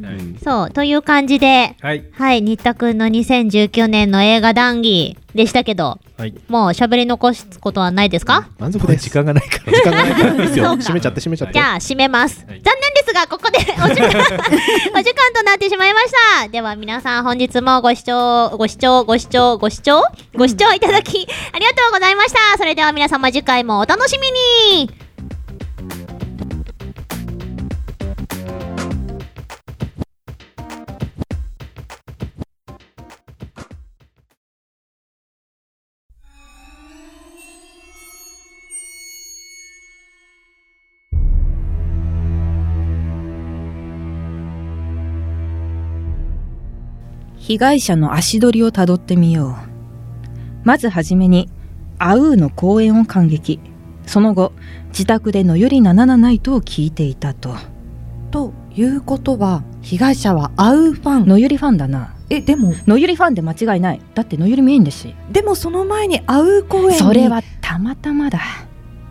[SPEAKER 5] そうという感じでは
[SPEAKER 7] はい
[SPEAKER 5] 新田君の2019年の映画談義でしたけど
[SPEAKER 7] はい
[SPEAKER 5] もう喋り残すことはないですか
[SPEAKER 6] 満足です。。
[SPEAKER 7] 時間がないから
[SPEAKER 6] 時間がないからいいですよ。
[SPEAKER 5] そうか
[SPEAKER 6] 閉めちゃって閉めちゃって。
[SPEAKER 5] じゃあ締めます、残念ですがここでお時間
[SPEAKER 6] <laughs>
[SPEAKER 5] お時間となってしまいましたでは皆さん本日もご視聴ご視聴ご視聴ご視聴ご視聴いただき、ありがとうございましたそれでは皆様次回もお楽しみに
[SPEAKER 1] 被害者の足取りをたどってみようまずはじめにアウーの公演を感激その後自宅でのよりななナイトを聞いていたと
[SPEAKER 2] ということは被害者はアウーファン
[SPEAKER 1] のよりファンだな
[SPEAKER 2] えでも
[SPEAKER 1] のよりファンで間違いないだってのよりメインだし
[SPEAKER 2] でもその前にアウー公演に
[SPEAKER 1] それはたまたまだ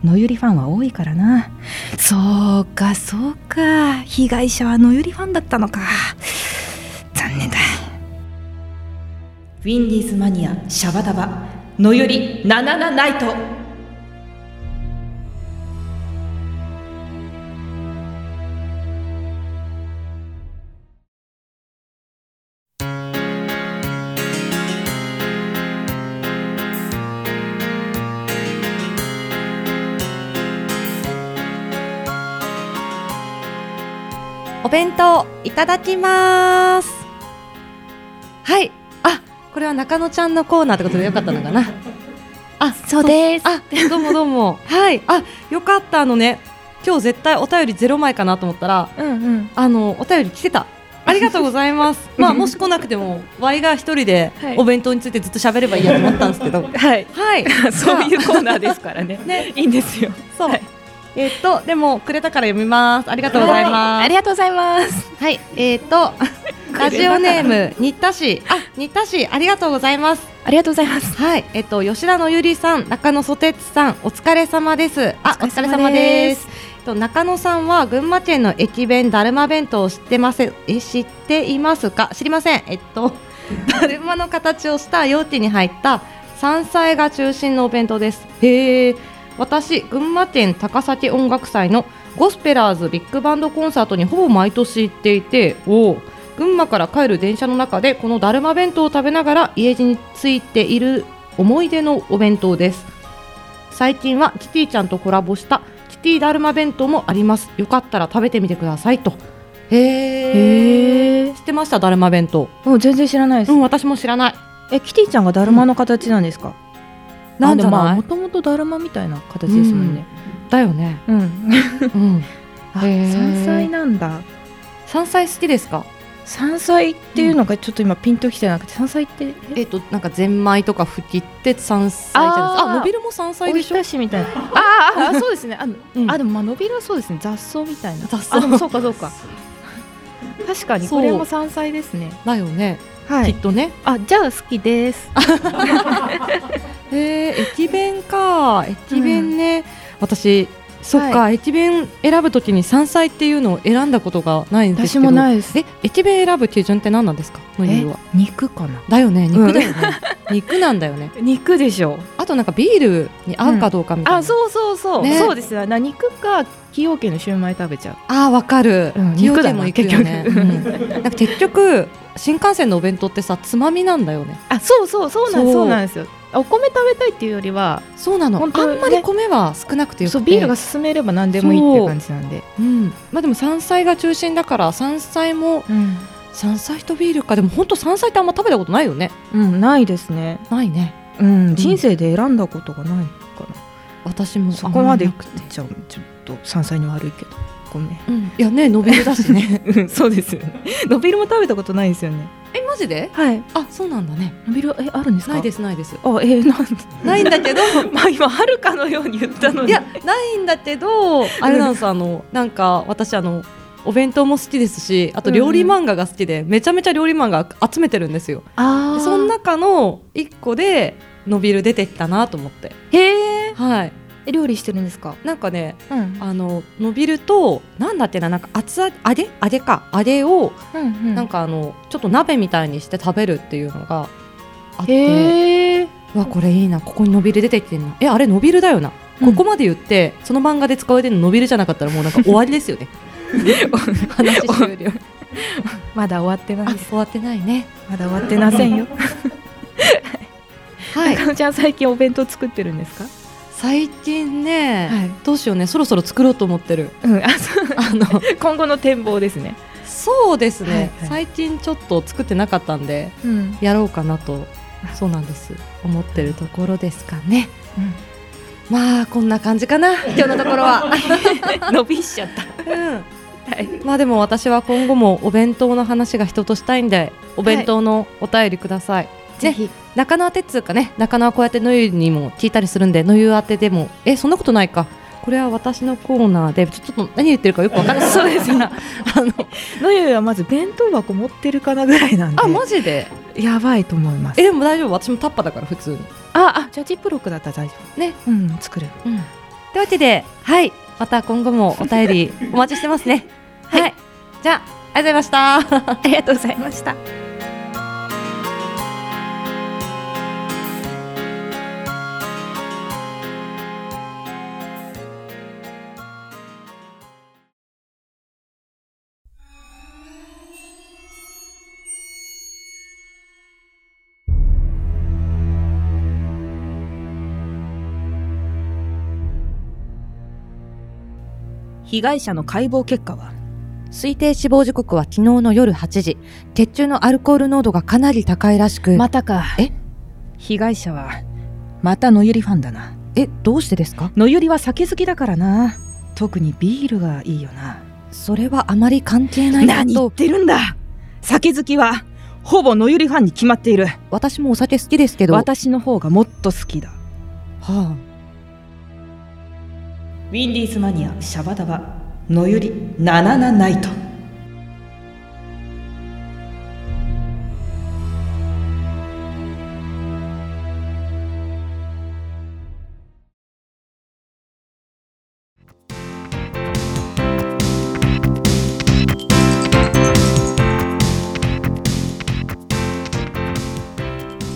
[SPEAKER 1] のゆりファンは多いからなそうかそうか被害者はのゆりファンだったのか残念だウィンディーズマニアシャバダバのゆりナナナナイト
[SPEAKER 11] お弁当いただきますはいあこ
[SPEAKER 2] これは中野ちゃんのコーナーってことでよかった
[SPEAKER 1] <laughs>
[SPEAKER 2] のかなあ
[SPEAKER 1] そうです
[SPEAKER 2] あどうもどうもはいあよかったあのね今日絶対お便りゼロ枚かなと思ったら、
[SPEAKER 1] うんうん、
[SPEAKER 2] あのお便り来てたありがとうございます
[SPEAKER 1] <laughs>
[SPEAKER 2] まあもし来なくても Y が一人でお弁当についてずっと喋ればいいやと思ったんですけ
[SPEAKER 1] <laughs>
[SPEAKER 2] ど
[SPEAKER 1] はい、
[SPEAKER 2] はい
[SPEAKER 1] <laughs> そういうコーナーですから <laughs> ね
[SPEAKER 2] ね
[SPEAKER 1] いいんですよ
[SPEAKER 2] そう、えーっとでもくれたから読みますありがとうございます、
[SPEAKER 1] はいありがとうございます
[SPEAKER 2] はいえーっ
[SPEAKER 1] <laughs>
[SPEAKER 2] とラジオネーム新田氏あ新田氏ありがとうございます
[SPEAKER 1] ありがとうございます
[SPEAKER 2] はいえっと吉田のゆりさん中野ソテツさんお疲れ様ですあお疲れ様ですえっと中野さんは群馬県の駅弁だるま弁当を知ってませえ知っていますか知りませんえっと <laughs> だるまの形をした容器に入った山菜が中心のお弁当ですへえ私群馬県高崎音楽祭のゴスペラーズビッグバンドコンサートにほぼ毎年行っていておお群馬から帰る電車の中でこのだるま弁当を食べながら家路についている思い出のお弁当です最近はキティちゃんとコラボしたキティだるま弁当もありますよかったら食べてみてくださいとへえ知ってましただるま弁当
[SPEAKER 1] うん全然知らないです
[SPEAKER 2] うん私も知らない
[SPEAKER 1] えキティちゃんがだるまの形なんですか、
[SPEAKER 2] なんじゃない
[SPEAKER 1] もともとだるまみたいな形ですもんね、
[SPEAKER 2] だよね
[SPEAKER 1] うん、
[SPEAKER 2] <laughs> うん、
[SPEAKER 1] あ山菜なんだ
[SPEAKER 2] 山菜好きですか
[SPEAKER 1] 山菜っていうのがちょっと今ピンときてなくて、山菜って
[SPEAKER 2] えっとなんかゼンマイとかふきって山菜じゃないですかあ伸びるも山菜でしょ
[SPEAKER 1] おひたしみたいなあーあーそうですねあの、あでもまあ伸びるはそうですね雑草みたいな
[SPEAKER 2] 雑
[SPEAKER 1] あでもそうかそうか確かに
[SPEAKER 2] そう
[SPEAKER 1] これも山菜ですね
[SPEAKER 2] だよね、
[SPEAKER 1] はい
[SPEAKER 2] きっとね
[SPEAKER 1] あじゃあ好きです
[SPEAKER 2] <laughs> へえ駅弁か駅弁ね、私そっか、駅弁選ぶときに山菜っていうのを選んだことがないんですけど
[SPEAKER 1] 私もない
[SPEAKER 2] ですえ駅弁選ぶ基準って何なんですかの理由は
[SPEAKER 1] 肉かな
[SPEAKER 2] だよね
[SPEAKER 1] <laughs>
[SPEAKER 2] 肉だよね、肉なんだよね
[SPEAKER 1] 肉でしょ
[SPEAKER 2] あとなんかビールに合うかどうかみたいな、
[SPEAKER 1] あそうそうそう、
[SPEAKER 2] ね
[SPEAKER 1] そうですよな肉か崎陽軒のシュウマイ食べちゃう
[SPEAKER 2] あーわかる、
[SPEAKER 1] うん
[SPEAKER 2] 崎陽
[SPEAKER 1] 肉だ
[SPEAKER 2] 軒
[SPEAKER 1] な
[SPEAKER 2] も行くよね、
[SPEAKER 1] 結
[SPEAKER 2] うんなんか結局新幹線のお弁当ってさつまみなんだよね
[SPEAKER 1] あそうそうそうなん
[SPEAKER 2] そう
[SPEAKER 1] そうなんですよお米食べたいっていうよりは
[SPEAKER 2] そうなの
[SPEAKER 1] 本当
[SPEAKER 2] あんまり米は少なくてよくて
[SPEAKER 1] そうビールが進めれば何でもいいっていう感じなんで
[SPEAKER 2] うん、まあでも山菜が中心だから山菜も、山菜とビールかでも本当山菜ってあんま食べたことないよね
[SPEAKER 1] うんないですね
[SPEAKER 2] ないね
[SPEAKER 1] うん人生で選んだことがないかな
[SPEAKER 2] 私も
[SPEAKER 1] そこまで
[SPEAKER 2] あ
[SPEAKER 1] い
[SPEAKER 2] ん
[SPEAKER 1] くちゃうちょっと山菜に悪いけどごめん
[SPEAKER 2] うんいやね伸びるだし
[SPEAKER 1] <laughs>
[SPEAKER 2] ね
[SPEAKER 1] うんそうですよねノビルも食べたことないですよね
[SPEAKER 2] えマジで
[SPEAKER 1] はい
[SPEAKER 2] あそうなんだね
[SPEAKER 1] ノビルえあるんですか
[SPEAKER 2] ないですないです
[SPEAKER 1] あえー、なん
[SPEAKER 2] ないんだけど
[SPEAKER 1] <laughs> まあ今あるかのように言ったのに
[SPEAKER 2] いやないんだけどあれなんですあのなんか私あのお弁当も好きですしあと料理漫画が好きで、めちゃめちゃ料理漫画集めてるんですよ
[SPEAKER 1] あ
[SPEAKER 2] でその中の一個で伸びる出てきたなと思って
[SPEAKER 1] へえ
[SPEAKER 2] はい
[SPEAKER 1] え料理してるんですか
[SPEAKER 2] なんかね、
[SPEAKER 1] うん
[SPEAKER 2] あの伸びるとなんだっけななんか厚揚げ揚げ揚げか揚げを、
[SPEAKER 1] うんうん
[SPEAKER 2] なんかあのちょっと鍋みたいにして食べるっていうのがあって
[SPEAKER 1] へえ
[SPEAKER 2] うわこれいいなここに伸びる出てきてんなえあれ伸びるだよな、ここまで言ってその漫画で使われてるの伸びるじゃなかったらもうな
[SPEAKER 1] <laughs>
[SPEAKER 2] んか終わりですよね話終了
[SPEAKER 1] まだ終わってない
[SPEAKER 2] です終わってないね
[SPEAKER 1] まだ終わってません
[SPEAKER 2] <laughs>
[SPEAKER 1] よはい中野ちゃん最近お弁当作ってるんですか
[SPEAKER 2] 最近ね、どうしようねそろそろ作ろうと思ってる
[SPEAKER 1] うんあそうあ
[SPEAKER 2] の
[SPEAKER 1] <laughs> 今後の展望ですね
[SPEAKER 2] そうですね、
[SPEAKER 1] はいはい
[SPEAKER 2] 最近ちょっと作ってなかったんで、
[SPEAKER 1] うん
[SPEAKER 2] やろうかなとそうなんです思ってるところですかね、まあこんな感じかな今日のところは
[SPEAKER 1] <laughs> 伸びしちゃった
[SPEAKER 2] うん <laughs> まあでも私は今後もお弁当の話が人としたいんでお弁当のお便りください、ぜひ中野宛てっつうかね中野はこうやってのゆにも聞いたりするんでのゆ宛てでもえそんなことないかこれは私のコーナーでちょちょっと何言ってるかよくわからな
[SPEAKER 1] <laughs>
[SPEAKER 2] い
[SPEAKER 1] そう
[SPEAKER 2] <laughs>
[SPEAKER 1] です
[SPEAKER 2] ね
[SPEAKER 1] のゆはまず弁当箱持ってるかなぐらいなんで
[SPEAKER 2] あマジで
[SPEAKER 1] やばいと思います
[SPEAKER 2] えでも大丈夫私もタッパだから普通に
[SPEAKER 1] ああじゃあジップロックだったら大丈夫
[SPEAKER 2] ね
[SPEAKER 1] うん作る
[SPEAKER 2] うんというわけではいまた今後もお便り <laughs> お待ちしてますねはい、じゃあありがとう
[SPEAKER 1] <laughs>
[SPEAKER 2] ございましたあ
[SPEAKER 1] りがとうございました
[SPEAKER 8] 被害者の解剖結果は
[SPEAKER 11] 推定死亡時刻は昨日の夜8時血中のアルコール濃度がかなり高いらしく
[SPEAKER 1] またか
[SPEAKER 11] え
[SPEAKER 1] 被害者はまた野ゆりファンだな
[SPEAKER 11] えどうしてですか
[SPEAKER 1] 野ゆりは酒好きだからな特にビールがいいよな
[SPEAKER 11] それはあまり関係ない
[SPEAKER 1] 何言ってるんだ酒好きはほぼ野ゆりファンに決まっている
[SPEAKER 11] 私もお酒好きですけど
[SPEAKER 1] 私の方がもっと好きだ
[SPEAKER 11] はあ
[SPEAKER 1] ウィンディーズマニアシャバダバのゆりナナナナイト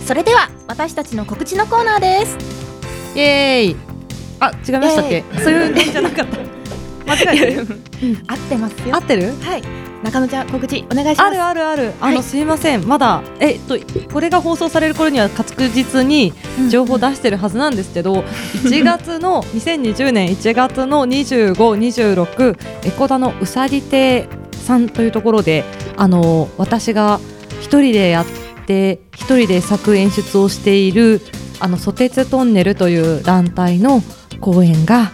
[SPEAKER 9] それでは私たちの告知のコーナーです
[SPEAKER 2] イエーイあ違いましたっけそういうのじゃなかった間違えてる
[SPEAKER 9] 合ってますよ
[SPEAKER 2] 合ってる
[SPEAKER 9] はい中野ちゃん告知お願いします
[SPEAKER 2] あるあるあるあの、
[SPEAKER 9] はい
[SPEAKER 2] すいませんまだえっとこれが放送される頃には確実に情報出してるはずなんですけど、1月の2020年1月の2526エコダのうさぎ亭さんというところであの私が一人でやって一人で作演出をしているあのソテツトンネルという団体の公演が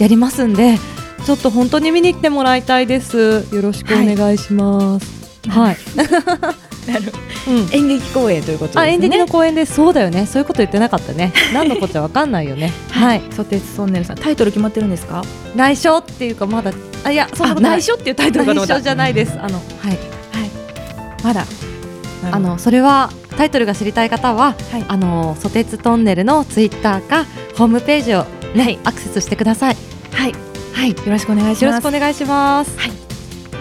[SPEAKER 2] やりますんでちょっと本当に見に来てもらいたいですよろしくお願いしますはい、
[SPEAKER 9] 演劇公演ということですね
[SPEAKER 2] あ演劇の公演ですそうだよねそういうこと言ってなかったね何のこっちゃわかんないよねはい
[SPEAKER 1] ソテツトンネルさんタイトル決まってるんですか
[SPEAKER 2] 内緒っていうかまだあいやそんなことない
[SPEAKER 1] 内緒っていうタイトルかと思った
[SPEAKER 2] 内緒じゃないですあのはい
[SPEAKER 1] まだ
[SPEAKER 2] あのそれはタイトルが知りたい方は、あのソテツトンネルのツイッターかホームページをね、アクセスしてください。
[SPEAKER 9] はい、
[SPEAKER 2] はい、よ
[SPEAKER 1] ろしくお願いします
[SPEAKER 2] よろしくお願いします。
[SPEAKER 9] はい、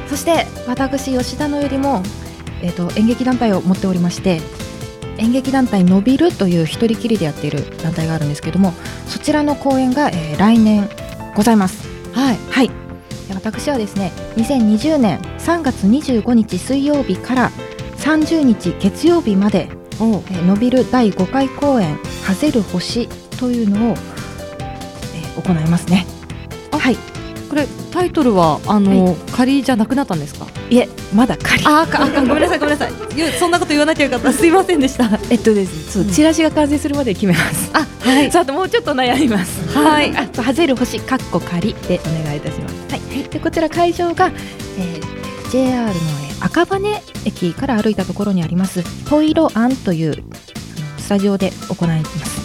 [SPEAKER 1] そして私吉田のよりも、えー、と演劇団体を持っておりまして演劇団体のびるという一人きりでやっている団体があるんですけどもそちらの公演が、えー来年ございます
[SPEAKER 2] はい、
[SPEAKER 1] はい、で私はですね2020年3月25日水曜日から30日月曜日まで、
[SPEAKER 2] えー
[SPEAKER 1] のびる第5回公演「風る星」というのを、えー行いますねはい
[SPEAKER 2] これタイトルはあの、仮じゃなくなったんですか？
[SPEAKER 1] いえまだ仮
[SPEAKER 2] あーかあかごめんなさいごめんなさい。よそんなこと言わなきゃよかった。すいませんでした。
[SPEAKER 1] えっとです、そうチラシが完成するまで決めます。
[SPEAKER 2] あ、
[SPEAKER 1] <laughs>
[SPEAKER 2] はい。
[SPEAKER 1] <laughs> ちょっともうちょっと悩みます。
[SPEAKER 2] はい
[SPEAKER 1] あとハゼル星カッコ仮でお願いいたします。はい。でこちら会場が、えー JR のえー赤羽駅から歩いたところにありますトイロアンというあのスタジオで行います。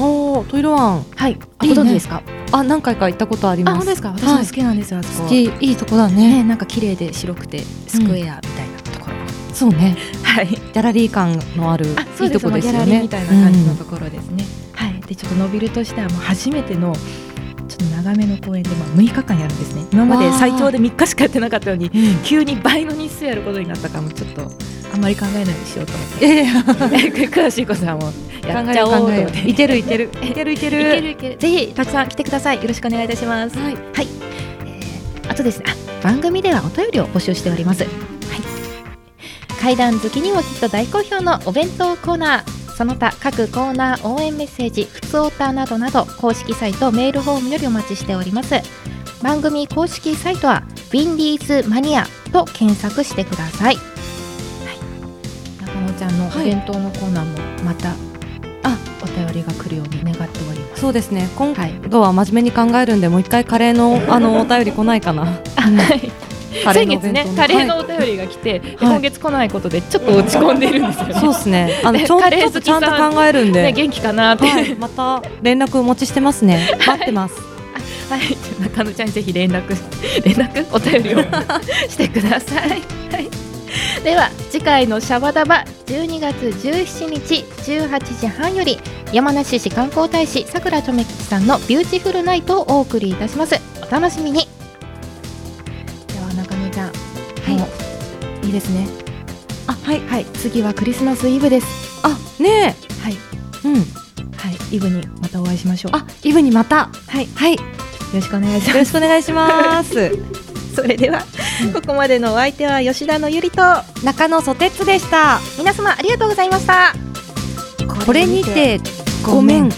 [SPEAKER 2] おおトイロワン。
[SPEAKER 1] はい。あ
[SPEAKER 2] いいね
[SPEAKER 1] ご存知ですか？
[SPEAKER 2] あ何回か行ったことあります。
[SPEAKER 1] あ本当ですか？私も好きなんですよ。あそこ
[SPEAKER 2] 好きいいとこだね。
[SPEAKER 1] なんか綺麗で白くてスクエアみたいなところ。
[SPEAKER 2] そうね。
[SPEAKER 1] はい。ギ
[SPEAKER 2] ャラリー感のある
[SPEAKER 1] あ
[SPEAKER 2] い
[SPEAKER 1] そう
[SPEAKER 2] い
[SPEAKER 1] で
[SPEAKER 2] と
[SPEAKER 1] す
[SPEAKER 2] こです
[SPEAKER 1] ギャ
[SPEAKER 2] よ
[SPEAKER 1] ラリー
[SPEAKER 2] ね。
[SPEAKER 1] みたいな感じのところですね。はい。でちょっとノビルとしてはもう初めてのちょっと長めの公演でまあ6日間やるんですね。今まで最長で3日しかやってなかったのに急に倍の日数やることになったからもうちょっとあんまり考えないようにしようと思って。
[SPEAKER 2] いやいや
[SPEAKER 1] <laughs> 詳しいことはもうやっちゃおうと思
[SPEAKER 2] 考え
[SPEAKER 1] っ
[SPEAKER 2] る考え
[SPEAKER 1] て。
[SPEAKER 2] るいけるいけるいけるいける
[SPEAKER 1] いけるいける。ぜひたくさん来てください。よろしくお願いいたします。はい。はい。えーあとですね。あ番組ではお便りを募集しております。
[SPEAKER 9] 階段好きにもきっと大好評のお弁当コーナーその他各コーナー応援メッセージ「ふつおた」などなど公式サイトメールフォームよりお待ちしております番組公式サイトは「ウィンディーズマニア」と検索してください
[SPEAKER 1] 中野ちゃんのお弁当のコーナーもまた、あお便りが来るように願っております
[SPEAKER 2] そうですね。今度は真面目に考えるんで、もう一回カレーのあ
[SPEAKER 1] <laughs>
[SPEAKER 2] のお便り来ないかな。カレ
[SPEAKER 1] 先
[SPEAKER 2] ーのお
[SPEAKER 1] 月
[SPEAKER 2] 弁当
[SPEAKER 1] ね
[SPEAKER 2] の
[SPEAKER 1] カレーのお便りが来て、で今月来ないことでちょっと落ち込んでいるんですよね
[SPEAKER 2] そうですね。あの
[SPEAKER 1] ね
[SPEAKER 2] ちょ
[SPEAKER 1] カレー
[SPEAKER 2] ちょ
[SPEAKER 1] 好
[SPEAKER 2] っ
[SPEAKER 1] き
[SPEAKER 2] とちゃんと
[SPEAKER 1] さ
[SPEAKER 2] 考えるん
[SPEAKER 1] ね
[SPEAKER 2] で、
[SPEAKER 1] 元気かなって、
[SPEAKER 2] はい
[SPEAKER 1] <laughs>
[SPEAKER 2] また連絡お持ちしてますね。待ってます。
[SPEAKER 1] はい、中野ちゃんにぜひ連絡、 <laughs> 連絡、お便りをしてください。はい
[SPEAKER 9] <laughs> では次回の「シャバダバ」12月17日18時半より山梨市観光大使さくらちょめきちさんの「ビューティフルナイト」をお送りいたしますお楽しみに
[SPEAKER 1] では中野ちゃん、はい、いいですね。
[SPEAKER 2] あ、はい、
[SPEAKER 1] はい、次はクリスマスイブです。
[SPEAKER 2] あ、ね
[SPEAKER 1] え、はい、
[SPEAKER 2] うん、
[SPEAKER 1] はい、イブにまたお会いしましょう。あ、
[SPEAKER 2] イブにまた、
[SPEAKER 1] はい、
[SPEAKER 2] はい、よ
[SPEAKER 1] ろしくお願いします。
[SPEAKER 2] よろしくお願いします。
[SPEAKER 1] <laughs>
[SPEAKER 9] それでは、ここまでのお相手は吉田のゆりと
[SPEAKER 2] 中野ソテツでした。
[SPEAKER 9] 皆様ありがとうございました
[SPEAKER 2] これにてごめん。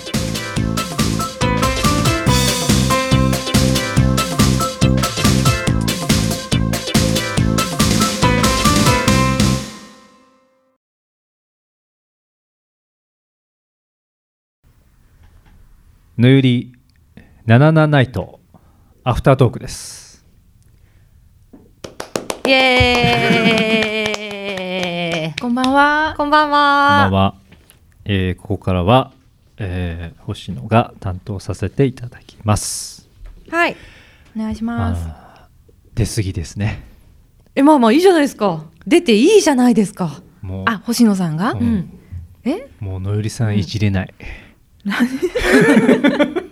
[SPEAKER 7] ぬゆり77ナイトアフタートークです
[SPEAKER 2] イエーイ。
[SPEAKER 1] こんばんは。
[SPEAKER 2] こんばん
[SPEAKER 7] こんばん
[SPEAKER 2] は。
[SPEAKER 7] は、えーここからは、えー星野が担当させていただきます
[SPEAKER 2] はい。
[SPEAKER 1] お願いします。
[SPEAKER 7] あー出過ぎですね
[SPEAKER 2] え、まあまあいいじゃないですか。出ていいじゃないですか。
[SPEAKER 7] もう
[SPEAKER 1] あ、星野さんが、
[SPEAKER 7] うん
[SPEAKER 1] え
[SPEAKER 7] もうのゆりさんいじれない、